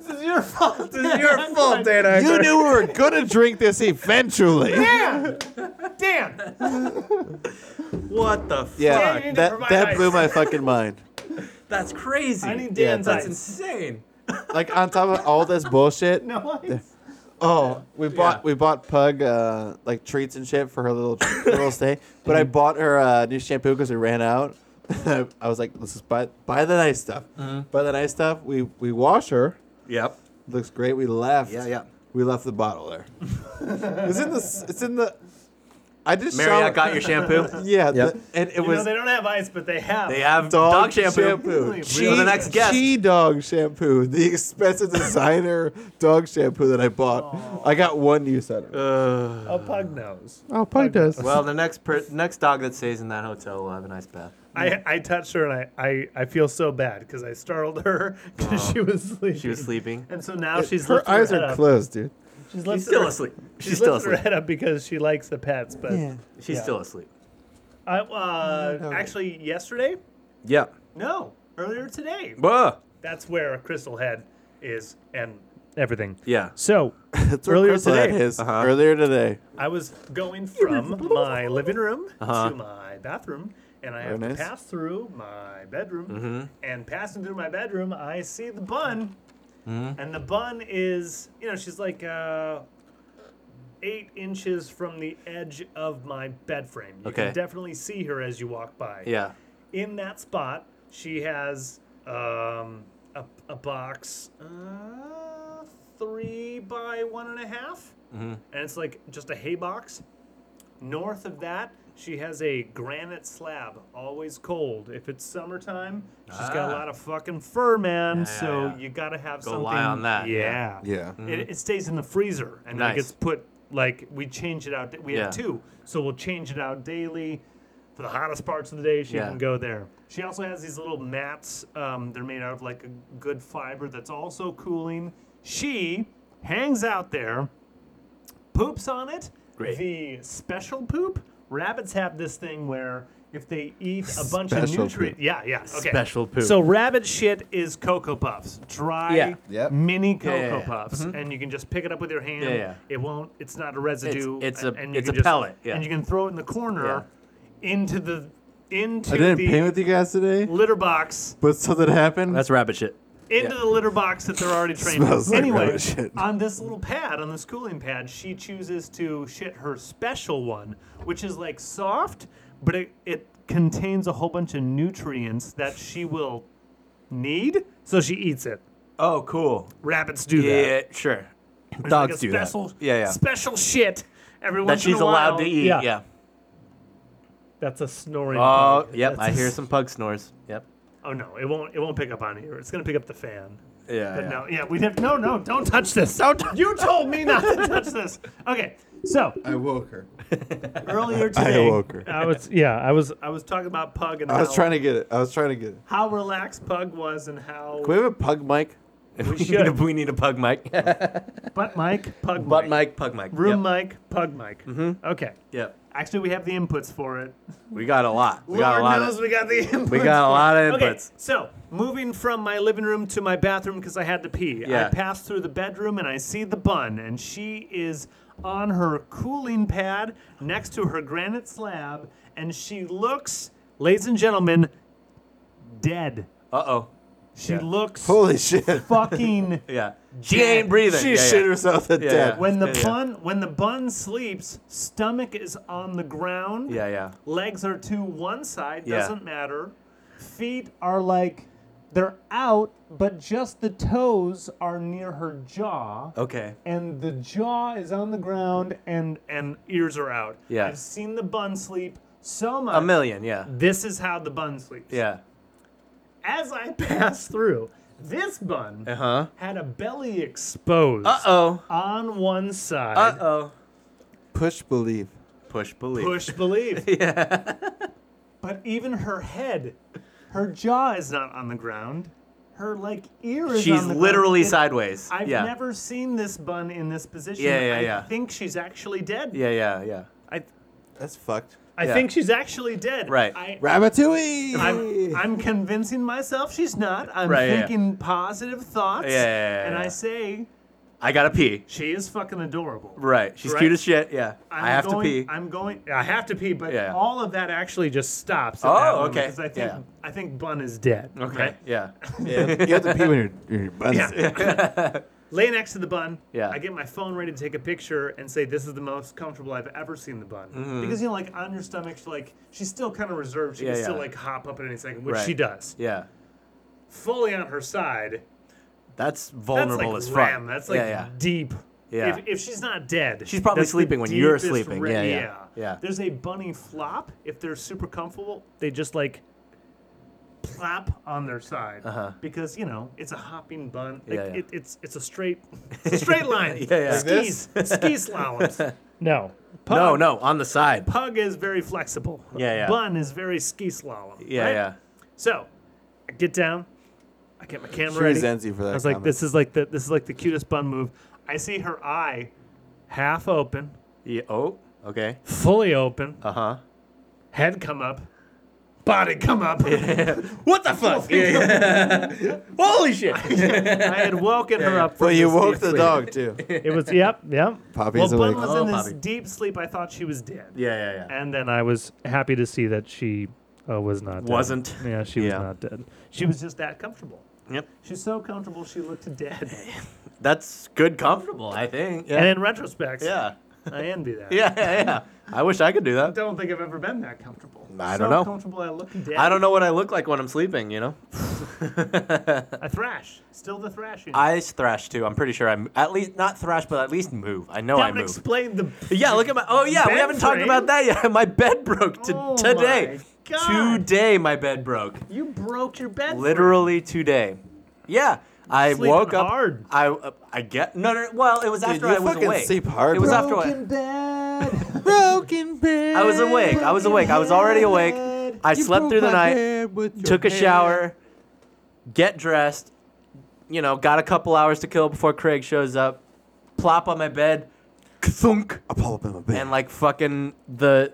[SPEAKER 4] This is
[SPEAKER 7] your fault.
[SPEAKER 2] It's your fault, Dana.
[SPEAKER 1] You knew we were gonna drink this eventually.
[SPEAKER 4] Dan,
[SPEAKER 2] What the fuck?
[SPEAKER 1] Yeah,
[SPEAKER 4] you need to
[SPEAKER 1] that
[SPEAKER 4] provide
[SPEAKER 1] that
[SPEAKER 4] ice.
[SPEAKER 1] blew my fucking mind.
[SPEAKER 2] That's crazy.
[SPEAKER 4] I need
[SPEAKER 1] Yeah,
[SPEAKER 4] Dan's
[SPEAKER 1] that's
[SPEAKER 2] That's
[SPEAKER 4] ice.
[SPEAKER 2] insane.
[SPEAKER 1] Like on top of all this bullshit.
[SPEAKER 4] No ice.
[SPEAKER 1] Oh, we bought we bought Pug uh, like treats and shit for her little her little stay. But
[SPEAKER 2] Mm-hmm.
[SPEAKER 1] I bought her uh, new shampoo because it ran out. I was like, let's just buy buy the nice stuff.
[SPEAKER 2] Mm-hmm.
[SPEAKER 1] Buy the nice stuff. We we wash her.
[SPEAKER 2] Yep.
[SPEAKER 1] Looks great. We left.
[SPEAKER 2] Yeah, yeah.
[SPEAKER 1] We left the bottle there. it's in the. s- It's in the. I just showered-
[SPEAKER 7] Marriott got your shampoo.
[SPEAKER 1] Yeah,
[SPEAKER 2] Yep.
[SPEAKER 1] the- and it
[SPEAKER 4] You know
[SPEAKER 1] was
[SPEAKER 4] they don't have ice, but they have.
[SPEAKER 7] They have dog, shampoo.
[SPEAKER 1] She,
[SPEAKER 7] For the next guest.
[SPEAKER 1] She dog shampoo, the expensive designer dog shampoo that I bought. I got one use out of it.
[SPEAKER 4] a pug nose.
[SPEAKER 1] oh, Pug does.
[SPEAKER 7] Well, the next per- next dog that stays in that hotel will have a nice bath.
[SPEAKER 4] I, I touched her and I, I, I feel so bad because I startled her because she was sleeping.
[SPEAKER 7] She was sleeping.
[SPEAKER 4] And so now Oh, she's
[SPEAKER 1] her
[SPEAKER 4] lifted
[SPEAKER 1] eyes
[SPEAKER 4] her head
[SPEAKER 1] are
[SPEAKER 4] up.
[SPEAKER 1] closed, dude.
[SPEAKER 4] She's, lifted
[SPEAKER 7] Still
[SPEAKER 4] her,
[SPEAKER 7] asleep.
[SPEAKER 4] she's,
[SPEAKER 7] She's still
[SPEAKER 4] lifted
[SPEAKER 7] asleep.
[SPEAKER 4] her head up because she likes the pets. But
[SPEAKER 7] She's
[SPEAKER 4] Yeah.
[SPEAKER 7] still asleep.
[SPEAKER 4] I, uh, actually, yesterday,
[SPEAKER 2] Yep.
[SPEAKER 4] no, earlier today,
[SPEAKER 2] Whoa.
[SPEAKER 4] that's where a crystal head is. And
[SPEAKER 3] Everything.
[SPEAKER 2] Yeah.
[SPEAKER 3] So
[SPEAKER 1] That's where
[SPEAKER 3] Earlier
[SPEAKER 1] Crystal
[SPEAKER 3] today.
[SPEAKER 1] had his. Earlier today.
[SPEAKER 4] I was going from my living room
[SPEAKER 7] Uh-huh.
[SPEAKER 4] to my bathroom, and I
[SPEAKER 1] Very
[SPEAKER 4] have
[SPEAKER 1] nice. Mm-hmm.
[SPEAKER 4] to pass through my bedroom. And passing through my bedroom, I see the bun,
[SPEAKER 1] Mm-hmm.
[SPEAKER 4] and the bun is, you know, she's like uh, eight inches from the edge of my bed frame. You
[SPEAKER 7] Okay.
[SPEAKER 4] can definitely see her as you walk by.
[SPEAKER 7] Yeah.
[SPEAKER 4] In that spot, she has um, a, a box uh, three by one and a half
[SPEAKER 7] Mm-hmm.
[SPEAKER 4] and it's like just a hay box. North of that, she has a granite slab, always cold. If it's summertime, she's got a
[SPEAKER 7] Ah.
[SPEAKER 4] lot of fucking fur, man.
[SPEAKER 7] Yeah,
[SPEAKER 4] so
[SPEAKER 7] yeah.
[SPEAKER 4] you gotta have
[SPEAKER 7] Go
[SPEAKER 4] something.
[SPEAKER 7] lie on that,
[SPEAKER 4] Yeah.
[SPEAKER 7] yeah.
[SPEAKER 1] Yeah.
[SPEAKER 4] It, it stays in the freezer and then it
[SPEAKER 7] Mm-hmm. Nice.
[SPEAKER 4] gets put like we change it out. da- We have
[SPEAKER 7] Yeah.
[SPEAKER 4] two, so we'll change it out daily. For the hottest parts of the day, she
[SPEAKER 7] Yeah.
[SPEAKER 4] can go there. She also has these little mats. Um, they're made out of like a good fiber that's also cooling. She hangs out there poops on it.
[SPEAKER 7] Great.
[SPEAKER 4] The special poop. Rabbits have this thing where if they eat a bunch of
[SPEAKER 1] Special
[SPEAKER 4] nutrients,
[SPEAKER 1] poop.
[SPEAKER 4] yeah, yeah, okay.
[SPEAKER 7] Special poop.
[SPEAKER 4] So rabbit shit is cocoa puffs, dry
[SPEAKER 2] Yeah.
[SPEAKER 1] Yep.
[SPEAKER 4] mini
[SPEAKER 7] Yeah,
[SPEAKER 4] cocoa
[SPEAKER 7] yeah, yeah. Mm-hmm.
[SPEAKER 4] puffs, and you can just pick it up with your hand.
[SPEAKER 7] Yeah, yeah.
[SPEAKER 4] It won't. It's not a residue.
[SPEAKER 7] it's a-
[SPEAKER 4] and- and you
[SPEAKER 7] it's
[SPEAKER 4] can
[SPEAKER 7] a
[SPEAKER 4] just-
[SPEAKER 7] pellet, yeah.
[SPEAKER 4] And you can throw it in the corner, into the into
[SPEAKER 1] I didn't
[SPEAKER 4] the
[SPEAKER 1] paint with you guys today,
[SPEAKER 4] litter box
[SPEAKER 1] but something happened.
[SPEAKER 7] that's rabbit shit.
[SPEAKER 4] into the litter box that they're already trained. in.
[SPEAKER 1] Smells like
[SPEAKER 4] anyway,
[SPEAKER 1] rabbit shit.
[SPEAKER 4] on this little pad, on this cooling pad, she chooses to shit her special one, which is like soft, but it, it contains a whole bunch of nutrients that she will need. So she eats it.
[SPEAKER 7] Oh, cool.
[SPEAKER 4] Rabbits do
[SPEAKER 7] Yeah,
[SPEAKER 4] that.
[SPEAKER 7] sure.
[SPEAKER 4] There's
[SPEAKER 7] Dogs
[SPEAKER 4] like a
[SPEAKER 7] do
[SPEAKER 4] special,
[SPEAKER 7] that. Yeah, yeah.
[SPEAKER 4] Special shit. Every
[SPEAKER 7] That
[SPEAKER 4] once in
[SPEAKER 7] she's
[SPEAKER 4] a
[SPEAKER 7] allowed
[SPEAKER 4] while.
[SPEAKER 7] to eat.
[SPEAKER 3] Yeah.
[SPEAKER 7] Yeah.
[SPEAKER 4] That's a snoring.
[SPEAKER 7] Oh,
[SPEAKER 4] pug.
[SPEAKER 7] yep.
[SPEAKER 4] That's
[SPEAKER 7] I
[SPEAKER 4] a
[SPEAKER 7] hear
[SPEAKER 4] s-
[SPEAKER 7] some pug snores. Yep.
[SPEAKER 4] Oh no, it won't. It won't pick up on here. It's gonna pick up the fan.
[SPEAKER 7] Yeah.
[SPEAKER 4] But no, yeah, we have no, no, don't touch this. Don't. You told me not to touch this. Okay, so
[SPEAKER 1] I woke her.
[SPEAKER 4] earlier
[SPEAKER 1] I
[SPEAKER 4] today,
[SPEAKER 1] woke her.
[SPEAKER 3] I was yeah I was
[SPEAKER 4] I was talking about Pug and
[SPEAKER 1] I was
[SPEAKER 4] how,
[SPEAKER 1] trying to get it. I was trying to get it.
[SPEAKER 4] how relaxed Pug was and how.
[SPEAKER 1] Can we have a Pug mic?
[SPEAKER 7] We, need a,
[SPEAKER 4] should.
[SPEAKER 7] we need a pug mic.
[SPEAKER 4] Butt Mike, Pug
[SPEAKER 7] Butt
[SPEAKER 4] Mike,
[SPEAKER 7] mic, pug mic.
[SPEAKER 4] room
[SPEAKER 7] yep. Mm-hmm.
[SPEAKER 4] Mike, Pug Mike. Okay,
[SPEAKER 7] Yep.
[SPEAKER 4] actually, we have the inputs for it.
[SPEAKER 7] We got a lot. We got
[SPEAKER 4] Lord
[SPEAKER 7] a lot.
[SPEAKER 4] knows
[SPEAKER 7] Of,
[SPEAKER 4] we got the inputs.
[SPEAKER 7] we got a lot of
[SPEAKER 4] Okay,
[SPEAKER 7] inputs.
[SPEAKER 4] so moving from my living room to my bathroom because I had to pee. I
[SPEAKER 7] Yeah.
[SPEAKER 4] pass through the bedroom and I see the bun, and she is on her cooling pad next to her granite slab, and she looks, ladies and gentlemen, dead.
[SPEAKER 7] Uh oh.
[SPEAKER 4] She looks
[SPEAKER 1] Holy shit!
[SPEAKER 4] fucking.
[SPEAKER 7] Yeah. She ain't breathing.
[SPEAKER 1] She
[SPEAKER 7] yeah,
[SPEAKER 1] shit
[SPEAKER 7] yeah.
[SPEAKER 1] herself to
[SPEAKER 7] Yeah,
[SPEAKER 1] death.
[SPEAKER 4] When the
[SPEAKER 7] Yeah, yeah.
[SPEAKER 4] bun when the bun sleeps, stomach is on the ground.
[SPEAKER 7] Yeah, yeah.
[SPEAKER 4] legs are to one side
[SPEAKER 7] Yeah.
[SPEAKER 4] doesn't matter feet are like they're out but just the toes are near her jaw
[SPEAKER 7] Okay.
[SPEAKER 4] and the jaw is on the ground and and ears are out
[SPEAKER 7] Yeah.
[SPEAKER 4] i've seen the bun sleep so much
[SPEAKER 7] A million. Yeah.
[SPEAKER 4] this is how the bun sleeps
[SPEAKER 7] Yeah.
[SPEAKER 4] as i pass through this bun
[SPEAKER 7] Uh huh.
[SPEAKER 4] had a belly exposed
[SPEAKER 7] Uh oh.
[SPEAKER 4] on one side
[SPEAKER 7] Uh oh.
[SPEAKER 1] Push believe.
[SPEAKER 7] Push believe.
[SPEAKER 4] push believe. yeah. But even her head, her jaw is not on the ground. Her like ear is.
[SPEAKER 7] She's
[SPEAKER 4] on the
[SPEAKER 7] literally
[SPEAKER 4] ground. It-
[SPEAKER 7] sideways.
[SPEAKER 4] I've
[SPEAKER 7] yeah.
[SPEAKER 4] never seen this bun in this position.
[SPEAKER 7] Yeah, yeah,
[SPEAKER 4] I
[SPEAKER 7] yeah.
[SPEAKER 4] think she's actually dead.
[SPEAKER 7] yeah. Yeah. Yeah.
[SPEAKER 4] I,
[SPEAKER 1] That's fucked.
[SPEAKER 4] I
[SPEAKER 1] Yeah.
[SPEAKER 4] think she's actually dead.
[SPEAKER 2] Right.
[SPEAKER 4] I,
[SPEAKER 1] Ratatouille.
[SPEAKER 4] I'm, I'm convincing myself she's not. I'm
[SPEAKER 2] Right, yeah.
[SPEAKER 4] thinking positive thoughts.
[SPEAKER 2] Yeah, yeah, yeah, yeah,
[SPEAKER 4] And I
[SPEAKER 2] yeah.
[SPEAKER 4] say,
[SPEAKER 2] I gotta pee.
[SPEAKER 4] she is fucking adorable.
[SPEAKER 2] Right. She's
[SPEAKER 4] Right.
[SPEAKER 2] cute as shit. Yeah.
[SPEAKER 4] I'm
[SPEAKER 2] I have
[SPEAKER 4] going,
[SPEAKER 2] to pee.
[SPEAKER 4] I'm going. I have to pee, but
[SPEAKER 2] Yeah.
[SPEAKER 4] all of that actually just stops. At
[SPEAKER 2] Oh,
[SPEAKER 4] that moment,
[SPEAKER 2] okay.
[SPEAKER 4] 'cause I think
[SPEAKER 2] Yeah.
[SPEAKER 4] I think Bun is dead.
[SPEAKER 2] okay.
[SPEAKER 4] right?
[SPEAKER 2] Yeah.
[SPEAKER 1] yeah, you have to pee when your when your butt's
[SPEAKER 4] Yeah. Lay next to the bun.
[SPEAKER 2] Yeah.
[SPEAKER 4] I get my phone ready to take a picture and say this is the most comfortable I've ever seen the bun because you know, like on your stomach, like she's still kind of reserved. She
[SPEAKER 2] Mm-hmm. Yeah,
[SPEAKER 4] can still
[SPEAKER 2] yeah.
[SPEAKER 4] like hop up at any second, which
[SPEAKER 2] Right.
[SPEAKER 4] she does.
[SPEAKER 2] Yeah.
[SPEAKER 4] Fully on her side.
[SPEAKER 2] That's vulnerable
[SPEAKER 4] that's
[SPEAKER 2] as
[SPEAKER 4] like
[SPEAKER 2] fuck.
[SPEAKER 4] ram. That's like
[SPEAKER 2] yeah, yeah.
[SPEAKER 4] deep.
[SPEAKER 2] Yeah.
[SPEAKER 4] If, if she's not dead,
[SPEAKER 2] She's probably
[SPEAKER 4] that's the
[SPEAKER 2] sleeping when you're
[SPEAKER 4] deepest
[SPEAKER 2] sleeping.
[SPEAKER 4] ra-
[SPEAKER 2] Yeah, yeah. Yeah.
[SPEAKER 4] There's a bunny flop. If they're super comfortable, they just like plop on their side
[SPEAKER 2] Uh-huh.
[SPEAKER 4] because you know it's a hopping bun. Like,
[SPEAKER 2] Yeah, yeah.
[SPEAKER 4] It, it's it's a straight it's a straight line.
[SPEAKER 2] Yeah, yeah. Like
[SPEAKER 4] Skis ski slaloms.
[SPEAKER 8] No.
[SPEAKER 2] No,
[SPEAKER 4] Pug-
[SPEAKER 2] no, on the side.
[SPEAKER 4] Pug is very flexible.
[SPEAKER 2] Yeah, yeah.
[SPEAKER 4] Bun is very ski slalom.
[SPEAKER 2] Yeah,
[SPEAKER 4] right?
[SPEAKER 2] yeah.
[SPEAKER 4] So I get down. I get my camera
[SPEAKER 1] She
[SPEAKER 4] ready.
[SPEAKER 1] resents you for that.
[SPEAKER 4] I was like, this is like the this is like the cutest bun move. I see her eye half open,
[SPEAKER 2] yeah. Oh, okay.
[SPEAKER 4] fully open,
[SPEAKER 2] Uh huh.
[SPEAKER 4] head come up, body come up.
[SPEAKER 2] What the fuck? Yeah, yeah. Holy shit.
[SPEAKER 4] I had woken her up.
[SPEAKER 1] Well,
[SPEAKER 4] from
[SPEAKER 1] you
[SPEAKER 4] this
[SPEAKER 1] woke
[SPEAKER 4] deep
[SPEAKER 1] the
[SPEAKER 4] sleep.
[SPEAKER 1] dog too.
[SPEAKER 8] It was yep, yep.
[SPEAKER 1] Poppy's
[SPEAKER 4] Well, Bun
[SPEAKER 1] awake.
[SPEAKER 4] was
[SPEAKER 2] Oh,
[SPEAKER 4] in this
[SPEAKER 2] Bobby.
[SPEAKER 4] deep sleep. I thought she was dead.
[SPEAKER 2] Yeah, yeah, yeah.
[SPEAKER 4] And then
[SPEAKER 8] And I was happy to see that she uh, was not dead.
[SPEAKER 2] Wasn't.
[SPEAKER 8] Yeah, she was
[SPEAKER 2] Yeah.
[SPEAKER 8] not dead.
[SPEAKER 4] she was just that comfortable.
[SPEAKER 2] Yep.
[SPEAKER 4] She's so comfortable she looked dead.
[SPEAKER 2] That's good comfortable, I think.
[SPEAKER 4] And
[SPEAKER 2] Yeah.
[SPEAKER 4] in retrospect,
[SPEAKER 2] Yeah.
[SPEAKER 4] I envy that.
[SPEAKER 2] Yeah, yeah, yeah. I wish I could do
[SPEAKER 4] I
[SPEAKER 2] that.
[SPEAKER 4] don't think I've ever been that comfortable.
[SPEAKER 2] I
[SPEAKER 4] so
[SPEAKER 2] don't know.
[SPEAKER 4] Comfortable. I look dead.
[SPEAKER 2] I don't know what I look like when I'm sleeping, you know?
[SPEAKER 4] I thrash. Still the thrashing.
[SPEAKER 2] I thrash too. I'm pretty sure I'm at least not thrash, but at least move. I know I
[SPEAKER 4] haven't
[SPEAKER 2] move.
[SPEAKER 4] explained the
[SPEAKER 2] yeah, look at my. Oh yeah, we
[SPEAKER 4] Bed
[SPEAKER 2] haven't talked
[SPEAKER 4] frame?
[SPEAKER 2] about that yet. My bed broke to,
[SPEAKER 4] Oh
[SPEAKER 2] today.
[SPEAKER 4] my God.
[SPEAKER 2] Today my bed broke.
[SPEAKER 4] You broke your bed.
[SPEAKER 2] Literally today. Yeah, I
[SPEAKER 4] Sleeping
[SPEAKER 2] woke up.
[SPEAKER 4] hard.
[SPEAKER 2] I uh, I get no no. Well, it was after
[SPEAKER 1] you
[SPEAKER 2] I was
[SPEAKER 1] fucking
[SPEAKER 2] awake.
[SPEAKER 1] sleep hard,
[SPEAKER 2] It was
[SPEAKER 1] bro.
[SPEAKER 2] after I,
[SPEAKER 1] bed, broken bed.
[SPEAKER 2] I was awake. I was awake. I was already awake. I slept through the night. Took a shower. Get dressed. You know, got a couple hours to kill before Craig shows up. Plop on my bed. Thunk.
[SPEAKER 1] I pop up in my bed.
[SPEAKER 2] and like fucking the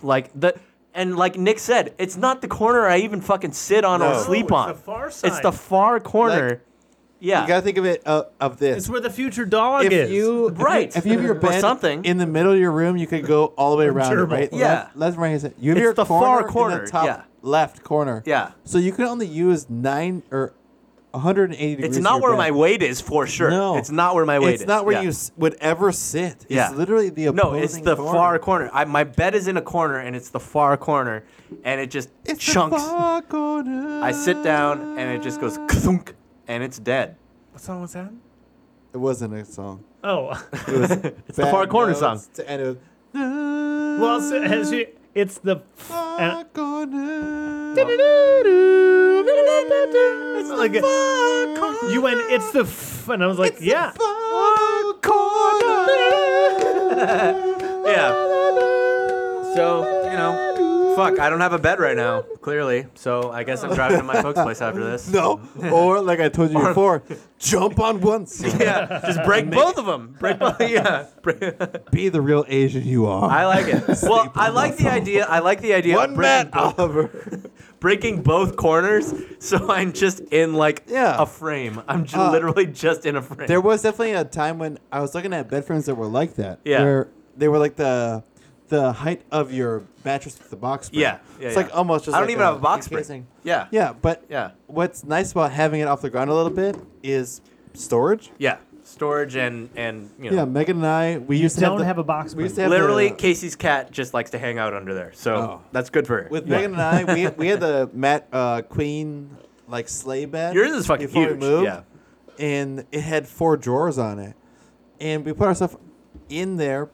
[SPEAKER 2] like the and like Nick said, it's not the corner I even fucking sit on
[SPEAKER 1] No.
[SPEAKER 2] or sleep
[SPEAKER 4] No,
[SPEAKER 2] on.
[SPEAKER 4] Oh, it's the far
[SPEAKER 2] It's
[SPEAKER 4] side.
[SPEAKER 2] the far corner.
[SPEAKER 1] Like,
[SPEAKER 2] yeah.
[SPEAKER 1] you gotta think of it uh, of this.
[SPEAKER 4] It's where the future dog
[SPEAKER 1] if
[SPEAKER 4] is.
[SPEAKER 1] you if you-
[SPEAKER 2] Right.
[SPEAKER 1] if you have your
[SPEAKER 2] Or
[SPEAKER 1] bed
[SPEAKER 2] something.
[SPEAKER 1] in the middle of your room, you could go all the way around it,
[SPEAKER 4] gerbil.
[SPEAKER 1] right?
[SPEAKER 2] Yeah.
[SPEAKER 1] left, left and right. hand side. You have
[SPEAKER 2] It's
[SPEAKER 1] your
[SPEAKER 2] the
[SPEAKER 1] corner
[SPEAKER 2] far
[SPEAKER 1] in
[SPEAKER 2] corner,
[SPEAKER 1] the top
[SPEAKER 2] yeah.
[SPEAKER 1] left corner.
[SPEAKER 2] Yeah.
[SPEAKER 1] So you can only use nine or 180 degrees.
[SPEAKER 2] it's
[SPEAKER 1] of
[SPEAKER 2] not
[SPEAKER 1] your
[SPEAKER 2] where
[SPEAKER 1] bed.
[SPEAKER 2] my weight is for sure.
[SPEAKER 1] No.
[SPEAKER 2] It's not where my weight is.
[SPEAKER 1] It's not where
[SPEAKER 2] Yeah.
[SPEAKER 1] you s- would ever sit. It's
[SPEAKER 2] Yeah.
[SPEAKER 1] literally the
[SPEAKER 2] No, it's
[SPEAKER 1] opposing
[SPEAKER 2] the
[SPEAKER 1] corner.
[SPEAKER 2] far corner. I, my bed is in a corner and it's the far corner and it just
[SPEAKER 1] It's the
[SPEAKER 2] chunks.
[SPEAKER 1] far corner.
[SPEAKER 2] I sit down and it just goes thunk and it's dead.
[SPEAKER 4] what song was that?
[SPEAKER 1] It wasn't a song.
[SPEAKER 4] Oh,
[SPEAKER 2] It's the far corner song.
[SPEAKER 1] And it was.
[SPEAKER 4] well, so has she?
[SPEAKER 8] It's the
[SPEAKER 1] Far corner.
[SPEAKER 8] it's like a- you went. It's the f- and I was like, yeah.
[SPEAKER 1] Far corner.
[SPEAKER 2] Yeah. So, you know, fuck, I don't have a bed right now, clearly. So I guess I'm driving to my folks' place after this.
[SPEAKER 1] No, or like I told you before, jump on once.
[SPEAKER 2] Yeah, just break both of them. Break both. Yeah. Break-
[SPEAKER 1] Be the real Asian you are.
[SPEAKER 2] I like it. Well, I like the idea. I like the idea
[SPEAKER 1] One
[SPEAKER 2] of breaking,
[SPEAKER 1] Matt Oliver.
[SPEAKER 2] breaking both corners. So I'm just in like
[SPEAKER 1] Yeah.
[SPEAKER 2] a frame. I'm just
[SPEAKER 1] Uh,
[SPEAKER 2] literally just in a frame.
[SPEAKER 1] There was definitely a time when I was looking at bed frames that were like that.
[SPEAKER 2] Yeah.
[SPEAKER 1] Where they were like the the height of your mattress with the box spring.
[SPEAKER 2] Yeah, yeah,
[SPEAKER 1] it's like
[SPEAKER 2] yeah.
[SPEAKER 1] almost just
[SPEAKER 2] I don't
[SPEAKER 1] like
[SPEAKER 2] even have a box spring.
[SPEAKER 1] encasing.
[SPEAKER 2] yeah. Yeah.
[SPEAKER 1] Yeah, but
[SPEAKER 2] Yeah.
[SPEAKER 1] what's nice about having it off the ground a little bit is storage.
[SPEAKER 2] Storage and and you
[SPEAKER 1] Yeah,
[SPEAKER 2] know.
[SPEAKER 1] Megan and I we used to have,
[SPEAKER 8] Don't
[SPEAKER 1] the,
[SPEAKER 8] have a box.
[SPEAKER 1] we used
[SPEAKER 8] spring.
[SPEAKER 1] to have
[SPEAKER 2] Literally,
[SPEAKER 1] the-
[SPEAKER 2] Casey's cat just likes to hang out under there, so
[SPEAKER 1] Oh.
[SPEAKER 2] that's good for her.
[SPEAKER 1] with Megan and I we we had the Matt uh, Queen like sleigh bed.
[SPEAKER 2] Yours is fucking
[SPEAKER 1] before we
[SPEAKER 2] huge.
[SPEAKER 1] moved.
[SPEAKER 2] Yeah,
[SPEAKER 1] and it had four drawers on it. And we put ourselves in there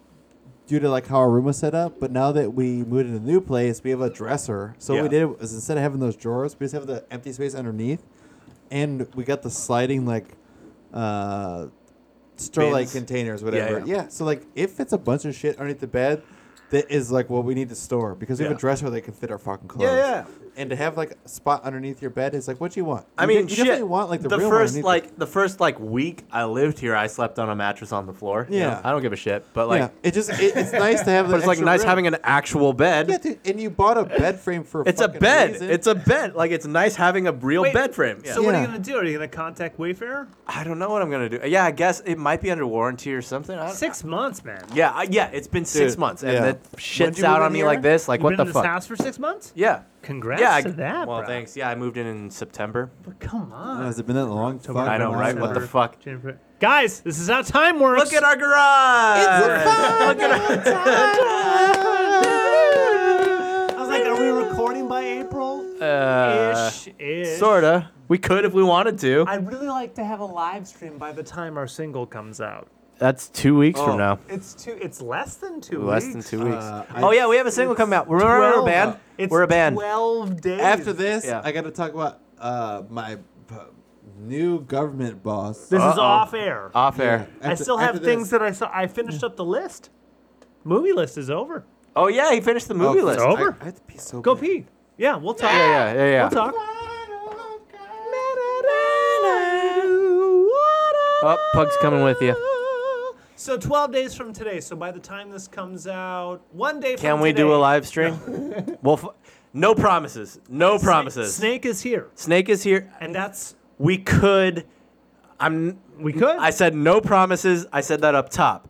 [SPEAKER 1] due to like how our room was set up. But now that we moved into a new place, we have a dresser. So what we
[SPEAKER 2] Yeah.
[SPEAKER 1] did was instead of having those drawers, we just have the empty space underneath, and we got the sliding like uh, Sterlite
[SPEAKER 2] Bins.
[SPEAKER 1] containers, whatever. Yeah, So like it fits a bunch of shit underneath the bed. that is like what we need to store because we have
[SPEAKER 4] Yeah.
[SPEAKER 1] a dresser that can fit our fucking clothes.
[SPEAKER 2] Yeah, yeah.
[SPEAKER 1] And to have like a spot underneath your bed is like, what do you want?
[SPEAKER 2] I
[SPEAKER 1] You
[SPEAKER 2] mean,
[SPEAKER 1] de- you
[SPEAKER 2] shit.
[SPEAKER 1] definitely want like the, real one
[SPEAKER 2] first
[SPEAKER 1] underneath
[SPEAKER 2] like the first like week I lived here, I slept on a mattress on the floor. You
[SPEAKER 1] Yeah.
[SPEAKER 2] know, I don't give a shit, but
[SPEAKER 1] it.
[SPEAKER 2] like,
[SPEAKER 1] yeah, it just it, it's nice to have.
[SPEAKER 2] but it's like nice having an actual bed.
[SPEAKER 1] Yeah, dude, and you bought a bed frame for. A
[SPEAKER 2] it's a
[SPEAKER 1] fucking
[SPEAKER 2] bed.
[SPEAKER 1] reason.
[SPEAKER 2] It's a bed. Like it's nice having a real
[SPEAKER 4] Wait,
[SPEAKER 2] bed frame. Yeah.
[SPEAKER 4] So what are
[SPEAKER 1] Yeah.
[SPEAKER 4] you gonna do? Are you gonna contact Wayfair?
[SPEAKER 2] I don't know what I'm gonna do. Yeah, I guess it might be under warranty or something. I don't,
[SPEAKER 4] Six months, man.
[SPEAKER 2] Yeah, I, yeah. It's been six
[SPEAKER 1] Dude,
[SPEAKER 2] months, and
[SPEAKER 1] yeah.
[SPEAKER 2] that shit's
[SPEAKER 1] you
[SPEAKER 2] out
[SPEAKER 1] move
[SPEAKER 2] on
[SPEAKER 1] in
[SPEAKER 2] me
[SPEAKER 1] here?
[SPEAKER 2] like this. Like
[SPEAKER 4] You've
[SPEAKER 2] what
[SPEAKER 4] been
[SPEAKER 2] the
[SPEAKER 4] in this
[SPEAKER 2] fuck?
[SPEAKER 4] house for six months?
[SPEAKER 2] Yeah.
[SPEAKER 4] Congrats
[SPEAKER 2] yeah. I-
[SPEAKER 4] to that,
[SPEAKER 2] well,
[SPEAKER 4] bro.
[SPEAKER 2] thanks. Uh, Yeah, I moved in in September.
[SPEAKER 4] But come on.
[SPEAKER 1] Has it been that long? Fuck,
[SPEAKER 2] I know,
[SPEAKER 1] I'm
[SPEAKER 2] right? What
[SPEAKER 1] sorry.
[SPEAKER 2] the fuck?
[SPEAKER 4] Jennifer. Guys, this is how time works.
[SPEAKER 2] Look at our garage. Look at our.
[SPEAKER 4] I was like, are we recording by April?
[SPEAKER 2] Uh,
[SPEAKER 4] ish, ish.
[SPEAKER 2] Sorta. We could if we wanted to.
[SPEAKER 4] I'd really like to have a live stream by the time our single comes out.
[SPEAKER 2] That's two weeks
[SPEAKER 1] Oh.
[SPEAKER 2] from now.
[SPEAKER 4] It's two. It's less than two.
[SPEAKER 2] Less
[SPEAKER 4] weeks.
[SPEAKER 2] than two weeks.
[SPEAKER 1] Uh, I-
[SPEAKER 2] oh yeah, we have a single coming out. Remember we're a
[SPEAKER 4] 12.
[SPEAKER 2] band?
[SPEAKER 4] It's
[SPEAKER 2] we're a band.
[SPEAKER 4] Twelve days
[SPEAKER 1] After this,
[SPEAKER 2] Yeah.
[SPEAKER 1] I got to talk about uh, my p- new government boss.
[SPEAKER 4] This is
[SPEAKER 2] Uh-oh. Uh,
[SPEAKER 4] off air.
[SPEAKER 2] Off
[SPEAKER 1] Yeah,
[SPEAKER 2] air.
[SPEAKER 4] I
[SPEAKER 1] after-
[SPEAKER 4] still have
[SPEAKER 1] after this-
[SPEAKER 4] things that I saw. I finished up the list. Movie list is over.
[SPEAKER 2] Oh yeah, he finished the
[SPEAKER 1] Oh,
[SPEAKER 2] movie list.
[SPEAKER 1] I-
[SPEAKER 4] over.
[SPEAKER 1] I, have to pee so
[SPEAKER 4] Go
[SPEAKER 1] bad.
[SPEAKER 4] pee. Yeah, we'll talk.
[SPEAKER 2] Yeah, yeah, yeah,
[SPEAKER 4] We'll
[SPEAKER 2] yeah.
[SPEAKER 4] talk.
[SPEAKER 2] Oh, Pug's coming with you.
[SPEAKER 4] So 12 days from today. So by the time this comes out, one day
[SPEAKER 2] Can
[SPEAKER 4] from
[SPEAKER 2] we do
[SPEAKER 4] today-
[SPEAKER 2] a live stream? well, f- no promises. No promises.
[SPEAKER 4] Snake is here,
[SPEAKER 2] Snake is here.
[SPEAKER 4] and that's
[SPEAKER 2] We could. I'm.
[SPEAKER 4] we could.
[SPEAKER 2] I said no promises. I said that up top.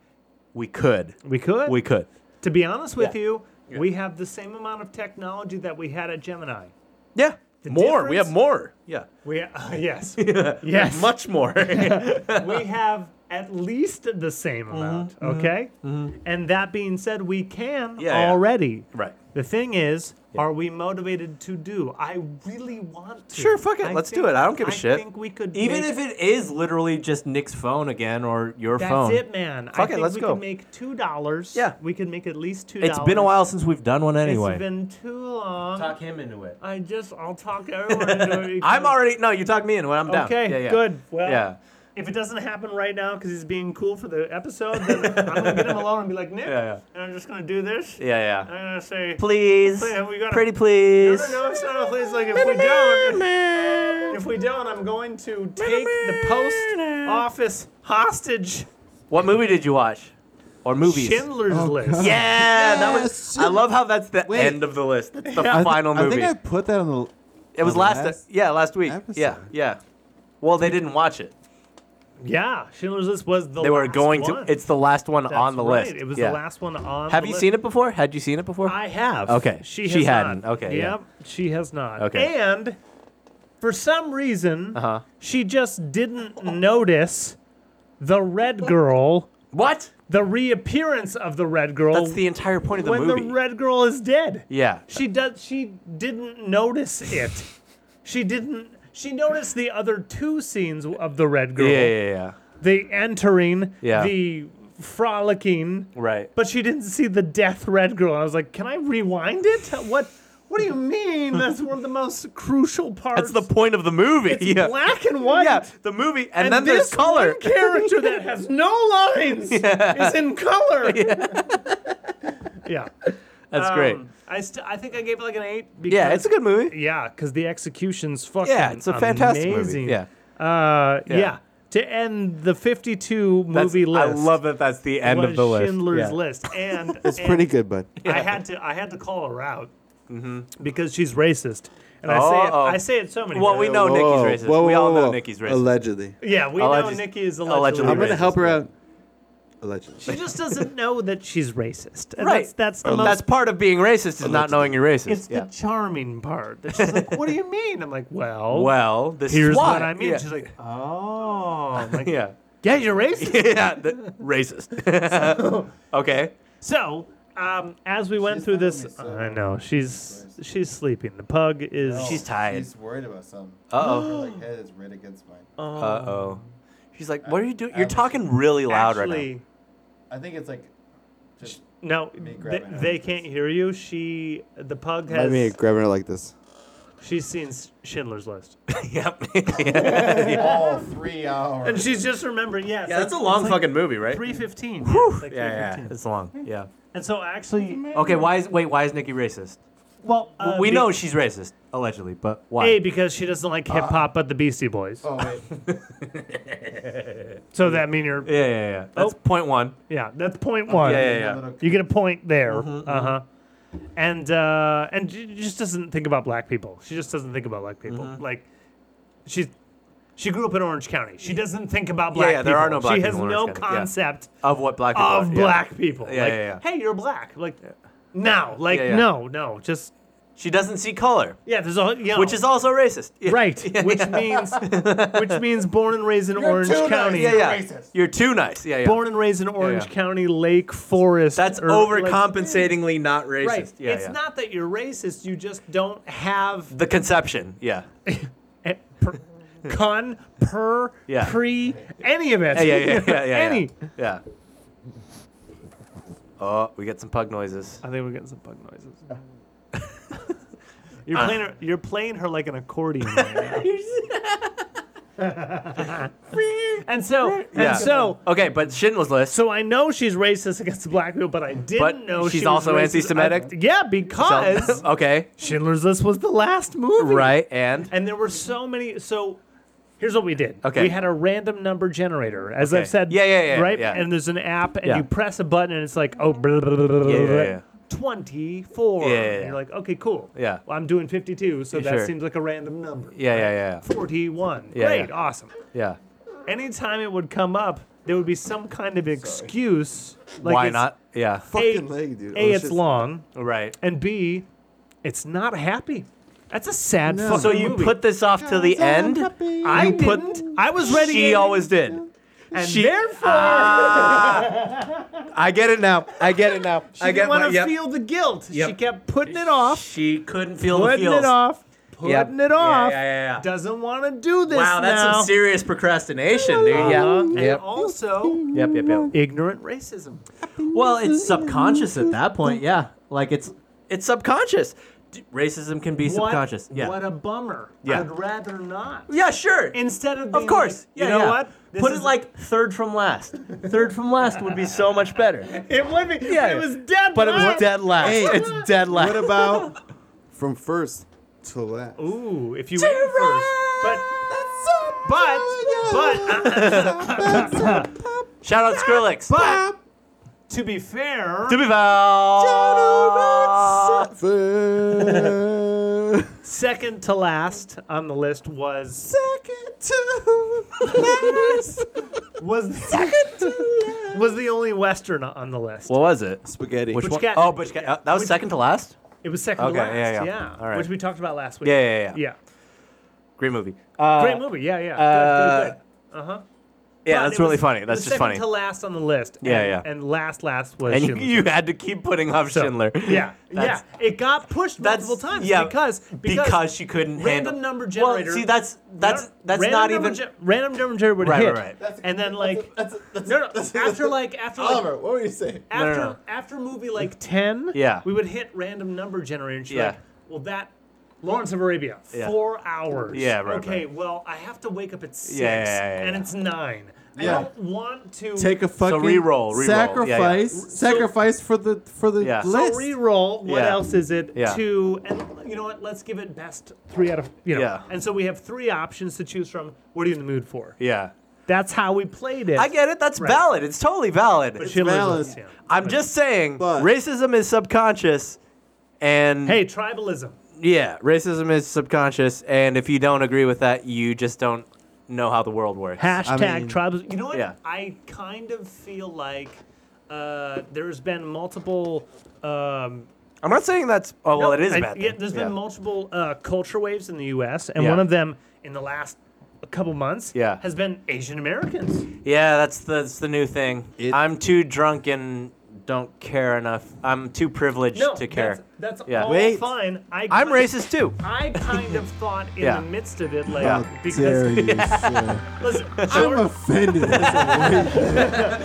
[SPEAKER 2] We could.
[SPEAKER 4] we could.
[SPEAKER 2] We could.
[SPEAKER 4] to be honest with
[SPEAKER 2] Yeah.
[SPEAKER 4] you, we have the same amount of technology that we had at Gemini.
[SPEAKER 2] Yeah. more. We
[SPEAKER 4] difference-
[SPEAKER 2] have more. Yeah.
[SPEAKER 4] We uh, yes, yes.
[SPEAKER 2] Much more.
[SPEAKER 4] we have at least the same
[SPEAKER 2] Mm-hmm.
[SPEAKER 4] amount, okay? And that being said, we can
[SPEAKER 2] Yeah, yeah.
[SPEAKER 4] already.
[SPEAKER 2] right.
[SPEAKER 4] The thing is, are we motivated to do? I really want to.
[SPEAKER 2] Sure, fuck it,
[SPEAKER 4] I
[SPEAKER 2] let's do
[SPEAKER 4] think-
[SPEAKER 2] it, I don't give a
[SPEAKER 4] I
[SPEAKER 2] shit.
[SPEAKER 4] think we could
[SPEAKER 2] Even
[SPEAKER 4] make-
[SPEAKER 2] if it is literally just Nick's phone again or your
[SPEAKER 4] that's
[SPEAKER 2] phone.
[SPEAKER 4] it, man. I
[SPEAKER 2] Fuck it,
[SPEAKER 4] think
[SPEAKER 2] let's
[SPEAKER 4] we
[SPEAKER 2] go.
[SPEAKER 4] could make two dollars.
[SPEAKER 2] Yeah.
[SPEAKER 4] we could make at least two.
[SPEAKER 2] It's been a while since we've done one anyway.
[SPEAKER 4] It's been too long.
[SPEAKER 2] Talk him into it.
[SPEAKER 4] I just, I'll talk everyone into it.
[SPEAKER 2] I'm
[SPEAKER 4] because-
[SPEAKER 2] already no. You talk me into it. I'm down.
[SPEAKER 4] Okay,
[SPEAKER 2] Yeah, yeah.
[SPEAKER 4] good. Well,
[SPEAKER 2] Yeah.
[SPEAKER 4] if it doesn't happen right now because he's being cool for the episode, then I'm gonna get him alone and be like, Nick,
[SPEAKER 2] Yeah, yeah.
[SPEAKER 4] and I'm just gonna do this.
[SPEAKER 2] Yeah. Yeah.
[SPEAKER 4] I'm gonna say,
[SPEAKER 2] Please.
[SPEAKER 4] Hey, have we got a-
[SPEAKER 2] Pretty
[SPEAKER 4] No,
[SPEAKER 2] please.
[SPEAKER 4] no, no, it's not a place like if we don't. If we don't, I'm going to take the post office hostage.
[SPEAKER 2] What movie did you watch? Or movies?
[SPEAKER 4] Schindler's List.
[SPEAKER 2] Yeah, that was.
[SPEAKER 1] Yes.
[SPEAKER 2] I love how that's the
[SPEAKER 1] Wait.
[SPEAKER 2] end of the list. That's the
[SPEAKER 1] I thi-
[SPEAKER 2] final
[SPEAKER 1] I
[SPEAKER 2] movie.
[SPEAKER 1] think I put that on the.
[SPEAKER 2] it was
[SPEAKER 1] on the
[SPEAKER 2] last.
[SPEAKER 1] last
[SPEAKER 2] yeah, last week. Yeah,
[SPEAKER 1] episode.
[SPEAKER 2] yeah. Well, they didn't watch it.
[SPEAKER 4] Yeah, Schindler's List was the.
[SPEAKER 2] They were
[SPEAKER 4] last
[SPEAKER 2] going
[SPEAKER 4] one.
[SPEAKER 2] to. It's the last one
[SPEAKER 4] That's
[SPEAKER 2] on the
[SPEAKER 4] right,
[SPEAKER 2] list.
[SPEAKER 4] It was
[SPEAKER 2] Yeah.
[SPEAKER 4] the last one on.
[SPEAKER 2] Have you seen it before? Had you seen it before?
[SPEAKER 4] I have.
[SPEAKER 2] Okay,
[SPEAKER 4] She,
[SPEAKER 2] she
[SPEAKER 4] has not.
[SPEAKER 2] hadn't. Okay, yeah.
[SPEAKER 4] Yep. She has not.
[SPEAKER 2] Okay.
[SPEAKER 4] And for some reason,
[SPEAKER 2] Uh-huh.
[SPEAKER 4] she just didn't notice the red girl,
[SPEAKER 2] What?
[SPEAKER 4] the reappearance of the red girl
[SPEAKER 2] That's the entire point of the
[SPEAKER 4] when
[SPEAKER 2] movie.
[SPEAKER 4] the red girl is dead.
[SPEAKER 2] yeah.
[SPEAKER 4] She does. She didn't notice it. she didn't. She noticed the other two scenes of the red girl.
[SPEAKER 2] Yeah, yeah, yeah.
[SPEAKER 4] The entering.
[SPEAKER 2] Yeah.
[SPEAKER 4] The frolicking.
[SPEAKER 2] Right.
[SPEAKER 4] But she didn't see the death red girl. I was like, can I rewind it? What? What do you mean? That's one of the most crucial parts.
[SPEAKER 2] That's the point of the movie. yeah.
[SPEAKER 4] black and white.
[SPEAKER 2] Yeah, the movie, and,
[SPEAKER 4] And
[SPEAKER 2] then there's
[SPEAKER 4] this
[SPEAKER 2] color.
[SPEAKER 4] one character that has no lines is in color. Yeah.
[SPEAKER 2] That's great.
[SPEAKER 4] I st- I think I gave it like an eight. Um, Because,
[SPEAKER 2] Yeah, it's a good movie.
[SPEAKER 4] Yeah, because the execution's fucking
[SPEAKER 2] Yeah, it's a fantastic
[SPEAKER 4] amazing.
[SPEAKER 2] movie. Yeah.
[SPEAKER 4] Uh, yeah.
[SPEAKER 2] Yeah.
[SPEAKER 4] To end the 52
[SPEAKER 2] That's-
[SPEAKER 4] movie list.
[SPEAKER 2] I love that that's the end
[SPEAKER 4] was
[SPEAKER 2] of the list.
[SPEAKER 4] Schindler's
[SPEAKER 2] Yeah.
[SPEAKER 4] List. And
[SPEAKER 1] It's pretty good, bud.
[SPEAKER 4] I had to I had to call her out because she's racist, and I say it,
[SPEAKER 2] Uh-oh.
[SPEAKER 4] I say it so many.
[SPEAKER 2] Mm-hmm. Oh. Well,
[SPEAKER 4] times.
[SPEAKER 2] we know
[SPEAKER 1] Whoa,
[SPEAKER 2] Nikki's racist.
[SPEAKER 1] whoa,
[SPEAKER 2] we all
[SPEAKER 1] whoa,
[SPEAKER 2] know
[SPEAKER 1] whoa.
[SPEAKER 2] Nikki's racist.
[SPEAKER 1] Allegedly.
[SPEAKER 4] Yeah, we
[SPEAKER 2] Alleged-
[SPEAKER 4] know Nikki is
[SPEAKER 2] allegedly
[SPEAKER 4] allegedly.
[SPEAKER 1] I'm
[SPEAKER 4] racist.
[SPEAKER 1] gonna
[SPEAKER 2] racist,
[SPEAKER 1] help her
[SPEAKER 2] yeah.
[SPEAKER 1] out. Allegedly.
[SPEAKER 4] She just doesn't know that she's racist. And
[SPEAKER 2] Right.
[SPEAKER 4] That's, that's the most.
[SPEAKER 2] That's part of being racist is not knowing you're racist.
[SPEAKER 4] it's
[SPEAKER 2] yeah.
[SPEAKER 4] the charming part. That she's like, "What do you mean?" I'm like, "Well,
[SPEAKER 2] well, this
[SPEAKER 4] here's
[SPEAKER 2] is why.
[SPEAKER 4] what I mean."
[SPEAKER 2] Yeah.
[SPEAKER 4] She's like, "Oh, I'm like,
[SPEAKER 2] yeah.
[SPEAKER 4] yeah, you're racist."
[SPEAKER 2] yeah, the, racist. okay.
[SPEAKER 4] So, um, as we went
[SPEAKER 1] She's
[SPEAKER 4] through
[SPEAKER 1] not
[SPEAKER 4] this,
[SPEAKER 1] gonna be so
[SPEAKER 4] I know she's she's sleeping. The pug is.
[SPEAKER 2] She's tired.
[SPEAKER 1] She's worried about something.
[SPEAKER 2] Uh-oh.
[SPEAKER 1] Her like, head is right against mine.
[SPEAKER 2] Uh oh. She's like, what are you doing? You're
[SPEAKER 4] Um,
[SPEAKER 2] talking really loud
[SPEAKER 4] actually.
[SPEAKER 2] right
[SPEAKER 1] I think it's like. Just
[SPEAKER 4] No,
[SPEAKER 1] me
[SPEAKER 4] they,
[SPEAKER 1] grabbing her
[SPEAKER 4] they
[SPEAKER 1] like
[SPEAKER 4] can't hear you. She, the pug
[SPEAKER 1] let
[SPEAKER 4] has.
[SPEAKER 1] me grabbing her like this.
[SPEAKER 4] She's seen S- Schindler's List,
[SPEAKER 2] yep.
[SPEAKER 9] All three hours.
[SPEAKER 4] and she's just remembering. Yeah, it's
[SPEAKER 2] Yeah, that's a long fucking movie, right?
[SPEAKER 4] Three fifteen.
[SPEAKER 2] yeah, yeah, it's long. Yeah.
[SPEAKER 4] And so actually,
[SPEAKER 2] Okay, why is wait? Why is Nikki racist?
[SPEAKER 4] well, uh,
[SPEAKER 2] we
[SPEAKER 4] be-
[SPEAKER 2] know she's racist allegedly, but why?
[SPEAKER 4] A because she doesn't like hip hop, but the Beastie Boys.
[SPEAKER 9] Oh, wait.
[SPEAKER 4] So that mean you're
[SPEAKER 2] yeah, yeah, yeah.
[SPEAKER 4] Oh.
[SPEAKER 2] That's point one.
[SPEAKER 4] yeah. That's point one.
[SPEAKER 2] Yeah,
[SPEAKER 9] A
[SPEAKER 2] yeah, yeah. Mm-hmm,
[SPEAKER 9] little-
[SPEAKER 4] You get a point there. Uh huh. And uh, and she just doesn't think about black people. She just doesn't think about black people.
[SPEAKER 2] Mm-hmm.
[SPEAKER 4] Like she's she grew up in Orange County. She doesn't think about
[SPEAKER 2] Yeah,
[SPEAKER 4] black
[SPEAKER 2] yeah,
[SPEAKER 4] people.
[SPEAKER 2] there are no black
[SPEAKER 4] She
[SPEAKER 2] people in
[SPEAKER 4] has no
[SPEAKER 2] Orange County, yeah.
[SPEAKER 4] concept
[SPEAKER 2] Of what black people?
[SPEAKER 4] of
[SPEAKER 2] are, yeah.
[SPEAKER 4] black people.
[SPEAKER 2] Yeah,
[SPEAKER 4] like,
[SPEAKER 2] yeah,
[SPEAKER 4] hey, you're black. Like now, like
[SPEAKER 2] Yeah, yeah.
[SPEAKER 4] no, no, just
[SPEAKER 2] She doesn't see color,
[SPEAKER 4] yeah. There's all you know,
[SPEAKER 2] which is also racist. Yeah.
[SPEAKER 4] right, which means which means born and raised in Orange
[SPEAKER 9] too nice.
[SPEAKER 4] County.
[SPEAKER 2] Yeah, yeah.
[SPEAKER 9] Racist.
[SPEAKER 2] You're too nice. Yeah, yeah.
[SPEAKER 4] Born and raised in Orange
[SPEAKER 2] yeah.
[SPEAKER 4] County, Lake Forest.
[SPEAKER 2] That's
[SPEAKER 4] or, like-
[SPEAKER 2] overcompensatingly not racist.
[SPEAKER 4] Right.
[SPEAKER 2] Yeah,
[SPEAKER 4] it's
[SPEAKER 2] yeah.
[SPEAKER 4] not that you're racist. You just don't have
[SPEAKER 2] the conception. Yeah.
[SPEAKER 4] eh, per, con, per,
[SPEAKER 2] Yeah.
[SPEAKER 4] pre, any of it.
[SPEAKER 2] Yeah, yeah, yeah, yeah, yeah, yeah.
[SPEAKER 4] any.
[SPEAKER 2] Yeah. Oh, we get some pug noises.
[SPEAKER 4] I think we're getting some bug noises. you're playing
[SPEAKER 2] Uh.
[SPEAKER 4] her. You're playing her like an accordion. and so,
[SPEAKER 2] Yeah.
[SPEAKER 4] and so,
[SPEAKER 2] Okay, but Schindler's List.
[SPEAKER 4] so I know she's racist against black people, but I didn't
[SPEAKER 2] But
[SPEAKER 4] know
[SPEAKER 2] she's
[SPEAKER 4] she was
[SPEAKER 2] also
[SPEAKER 4] racist-
[SPEAKER 2] anti-Semitic?
[SPEAKER 4] I- yeah,
[SPEAKER 2] So-
[SPEAKER 4] because
[SPEAKER 2] okay.
[SPEAKER 4] Schindler's List was the last movie.
[SPEAKER 2] Right, and
[SPEAKER 4] And there were so many. So here's what we did.
[SPEAKER 2] Okay.
[SPEAKER 4] We had a random number generator, as
[SPEAKER 2] Okay.
[SPEAKER 4] I've said.
[SPEAKER 2] Yeah, yeah, yeah,
[SPEAKER 4] Right.
[SPEAKER 2] yeah.
[SPEAKER 4] And there's an app, and
[SPEAKER 2] Yeah.
[SPEAKER 4] you press a button, and it's like, oh, blah, blah, blah, blah, blah,
[SPEAKER 2] Yeah, yeah,
[SPEAKER 4] blah,
[SPEAKER 2] yeah.
[SPEAKER 4] 24.
[SPEAKER 2] Yeah, yeah,
[SPEAKER 4] And
[SPEAKER 2] yeah.
[SPEAKER 4] you're like, okay, cool.
[SPEAKER 2] Yeah.
[SPEAKER 4] Well, I'm doing 52, so
[SPEAKER 2] Yeah,
[SPEAKER 4] that
[SPEAKER 2] sure.
[SPEAKER 4] seems like a random number.
[SPEAKER 2] yeah, yeah, yeah,
[SPEAKER 4] 41.
[SPEAKER 2] Yeah,
[SPEAKER 4] Great.
[SPEAKER 2] yeah.
[SPEAKER 4] Awesome.
[SPEAKER 2] yeah.
[SPEAKER 4] Anytime it would come up, there would be some kind of excuse. Like
[SPEAKER 2] Why
[SPEAKER 4] it's-
[SPEAKER 2] not? Yeah.
[SPEAKER 1] Fucking leg, dude. Oh,
[SPEAKER 4] A,
[SPEAKER 1] It was
[SPEAKER 4] it's
[SPEAKER 1] just-
[SPEAKER 4] long,
[SPEAKER 2] Right.
[SPEAKER 4] and B, it's not happy. That's a sad fucking
[SPEAKER 2] So you
[SPEAKER 4] movie.
[SPEAKER 2] put this off to the end.
[SPEAKER 4] I
[SPEAKER 2] You
[SPEAKER 4] put.
[SPEAKER 2] put.
[SPEAKER 4] I was ready.
[SPEAKER 2] She always did.
[SPEAKER 4] and
[SPEAKER 2] she-
[SPEAKER 4] therefore
[SPEAKER 2] Ah. I get it now. I get it now.
[SPEAKER 4] she didn't want to feel the guilt. She
[SPEAKER 2] Yep.
[SPEAKER 4] kept putting it off,
[SPEAKER 2] She couldn't feel the
[SPEAKER 4] putting
[SPEAKER 2] feels.
[SPEAKER 4] it off, putting
[SPEAKER 2] Yep.
[SPEAKER 4] it off.
[SPEAKER 2] Yeah, yeah, yeah. yeah.
[SPEAKER 4] Doesn't want to do this
[SPEAKER 2] Wow, that's
[SPEAKER 4] now. Uh-huh.
[SPEAKER 2] some serious procrastination, dude. Yeah.
[SPEAKER 4] And
[SPEAKER 2] Yep.
[SPEAKER 4] also
[SPEAKER 2] Yep, yep, yep.
[SPEAKER 4] ignorant racism.
[SPEAKER 2] Well, it's subconscious at that point, yeah. Like it's it's subconscious. D- Racism can be
[SPEAKER 4] What-
[SPEAKER 2] subconscious. Yeah.
[SPEAKER 4] What a bummer.
[SPEAKER 2] Yeah.
[SPEAKER 4] I'd rather not.
[SPEAKER 2] yeah, sure.
[SPEAKER 4] Instead of
[SPEAKER 2] of
[SPEAKER 4] being
[SPEAKER 2] course.
[SPEAKER 4] like,
[SPEAKER 2] Yeah,
[SPEAKER 4] you know
[SPEAKER 2] yeah.
[SPEAKER 4] what? This
[SPEAKER 2] Put
[SPEAKER 4] is-
[SPEAKER 2] it like third from last. third from last would be so much better.
[SPEAKER 4] it would be.
[SPEAKER 2] Yeah.
[SPEAKER 4] It was dead.
[SPEAKER 2] But it was
[SPEAKER 4] last.
[SPEAKER 2] dead last.
[SPEAKER 1] Hey.
[SPEAKER 2] It's dead last.
[SPEAKER 1] What about from first to last?
[SPEAKER 4] Ooh, if you win first, but but but uh,
[SPEAKER 2] Shout out Skrillex.
[SPEAKER 4] but to be fair,
[SPEAKER 2] To be found.
[SPEAKER 1] First-
[SPEAKER 4] second to last on the list was was was the only Western on the list.
[SPEAKER 2] What was it?
[SPEAKER 1] Spaghetti.
[SPEAKER 2] Which, one?
[SPEAKER 4] got-
[SPEAKER 2] oh, but uh, that was
[SPEAKER 4] which-
[SPEAKER 2] second to last.
[SPEAKER 4] it was second
[SPEAKER 2] Okay,
[SPEAKER 4] to last.
[SPEAKER 2] yeah, yeah.
[SPEAKER 4] Yeah,
[SPEAKER 2] All right.
[SPEAKER 4] which we talked about last week.
[SPEAKER 2] Yeah, yeah, yeah.
[SPEAKER 4] yeah.
[SPEAKER 2] Great movie. Uh,
[SPEAKER 4] Great movie. Yeah, yeah.
[SPEAKER 2] uh,
[SPEAKER 4] good, good, good.
[SPEAKER 2] Yeah,
[SPEAKER 4] But
[SPEAKER 2] that's
[SPEAKER 4] it
[SPEAKER 2] really
[SPEAKER 4] was-
[SPEAKER 2] funny.
[SPEAKER 4] it
[SPEAKER 2] That's
[SPEAKER 4] was
[SPEAKER 2] just
[SPEAKER 4] second
[SPEAKER 2] funny.
[SPEAKER 4] to last on the list.
[SPEAKER 2] Yeah,
[SPEAKER 4] and,
[SPEAKER 2] yeah.
[SPEAKER 4] And last, last was
[SPEAKER 2] and you,
[SPEAKER 4] Schindler's
[SPEAKER 2] you had to keep putting off
[SPEAKER 4] So,
[SPEAKER 2] Schindler.
[SPEAKER 4] Yeah, yeah.
[SPEAKER 2] That's-
[SPEAKER 4] It got pushed
[SPEAKER 2] that's-
[SPEAKER 4] multiple times
[SPEAKER 2] yeah,
[SPEAKER 4] because
[SPEAKER 2] because, she couldn't handle
[SPEAKER 4] random number generator.
[SPEAKER 2] Well, see, that's that's that's
[SPEAKER 4] random
[SPEAKER 2] not
[SPEAKER 4] number
[SPEAKER 2] even.
[SPEAKER 4] gen- random number generator would
[SPEAKER 2] Right,
[SPEAKER 4] hit,
[SPEAKER 2] right, right.
[SPEAKER 4] and then like
[SPEAKER 1] That's- that's-
[SPEAKER 4] no, no, after like after like,
[SPEAKER 1] Oliver, what were you saying?
[SPEAKER 2] no,
[SPEAKER 4] after
[SPEAKER 2] no.
[SPEAKER 4] after movie like ten,
[SPEAKER 2] Yeah.
[SPEAKER 4] we would hit random number generator. And she's
[SPEAKER 2] Yeah.
[SPEAKER 4] like, well, that Lawrence of Arabia,
[SPEAKER 2] Yeah.
[SPEAKER 4] four hours.
[SPEAKER 2] Yeah, right,
[SPEAKER 4] Okay, well, I have to wake up at six,
[SPEAKER 2] yeah, yeah, yeah,
[SPEAKER 4] and
[SPEAKER 2] yeah.
[SPEAKER 4] it's nine.
[SPEAKER 1] Yeah.
[SPEAKER 4] I don't want to
[SPEAKER 1] Take a fucking
[SPEAKER 2] re-roll, re-roll. Yeah, yeah.
[SPEAKER 1] sacrifice, sacrifice for the for the
[SPEAKER 2] Yeah. So
[SPEAKER 1] list.
[SPEAKER 4] so re-roll. What
[SPEAKER 2] Yeah.
[SPEAKER 4] else is it?
[SPEAKER 2] Yeah.
[SPEAKER 4] Two, and you know what? Let's give it best three out of you know.
[SPEAKER 2] Yeah.
[SPEAKER 4] And so we have three options to choose from. What are you in the mood for?
[SPEAKER 2] Yeah,
[SPEAKER 4] That's how we played it.
[SPEAKER 2] I get it. That's
[SPEAKER 4] Right.
[SPEAKER 2] valid. It's totally valid.
[SPEAKER 4] But Schindler's
[SPEAKER 1] valid.
[SPEAKER 4] List, yeah.
[SPEAKER 2] I'm just saying,
[SPEAKER 1] But-
[SPEAKER 2] racism is subconscious, and
[SPEAKER 4] Hey, tribalism.
[SPEAKER 2] yeah, racism is subconscious, and if you don't agree with that, you just don't know how the world works.
[SPEAKER 4] Hashtag
[SPEAKER 1] mean-
[SPEAKER 4] tribalism. You know what?
[SPEAKER 2] Yeah.
[SPEAKER 4] I kind of feel like uh, there's been multiple. Um,
[SPEAKER 2] I'm not saying that's. Oh well,
[SPEAKER 4] no,
[SPEAKER 2] it is
[SPEAKER 4] I-
[SPEAKER 2] a bad.
[SPEAKER 4] Yeah,
[SPEAKER 2] thing.
[SPEAKER 4] there's
[SPEAKER 2] Yeah.
[SPEAKER 4] been multiple uh, culture waves in the U.S., and
[SPEAKER 2] Yeah.
[SPEAKER 4] one of them in the last couple months
[SPEAKER 2] Yeah.
[SPEAKER 4] has been Asian Americans.
[SPEAKER 2] Yeah, that's the, that's the new thing.
[SPEAKER 1] It-
[SPEAKER 2] I'm too drunk and don't care enough. I'm too privileged
[SPEAKER 4] No,
[SPEAKER 2] to care.
[SPEAKER 4] That's, that's
[SPEAKER 2] Yeah.
[SPEAKER 4] all
[SPEAKER 1] Wait.
[SPEAKER 4] fine. I
[SPEAKER 2] I'm
[SPEAKER 4] kind-
[SPEAKER 2] racist too.
[SPEAKER 4] I kind of thought in
[SPEAKER 2] Yeah.
[SPEAKER 4] the midst of it, like
[SPEAKER 1] How dare
[SPEAKER 4] because
[SPEAKER 1] you, sir.
[SPEAKER 4] listen,
[SPEAKER 1] I'm
[SPEAKER 4] our,
[SPEAKER 1] offended. That's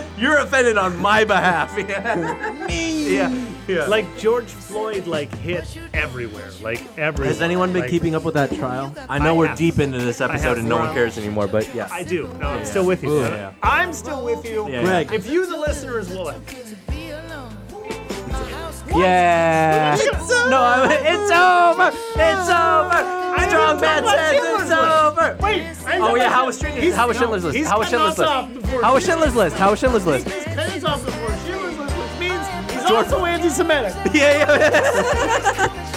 [SPEAKER 1] a way
[SPEAKER 2] You're offended on my behalf. Yeah. yeah.
[SPEAKER 4] Yeah. Like George Floyd, like hit everywhere, like everywhere.
[SPEAKER 2] Has anyone been
[SPEAKER 4] Like,
[SPEAKER 2] keeping up with that trial? I know
[SPEAKER 4] I
[SPEAKER 2] we're
[SPEAKER 4] have.
[SPEAKER 2] deep into this
[SPEAKER 4] have.
[SPEAKER 2] episode and no one cares anymore, but yeah.
[SPEAKER 4] I do. No, I'm still with you.
[SPEAKER 2] Ooh, yeah.
[SPEAKER 4] I'm still with you.
[SPEAKER 2] Yeah, yeah.
[SPEAKER 4] If you, the listeners, will.
[SPEAKER 2] Yeah. No, I- it's over. It's over. Strong man says it's over.
[SPEAKER 4] Wait.
[SPEAKER 2] Oh yeah, how was Schindler's? How was Schindler's List? How was Schindler's List? How was Schindler's List? How was Schindler's List?
[SPEAKER 4] Schindler's List, which means he's
[SPEAKER 2] George-
[SPEAKER 4] also anti-Semitic.
[SPEAKER 2] Yeah, yeah.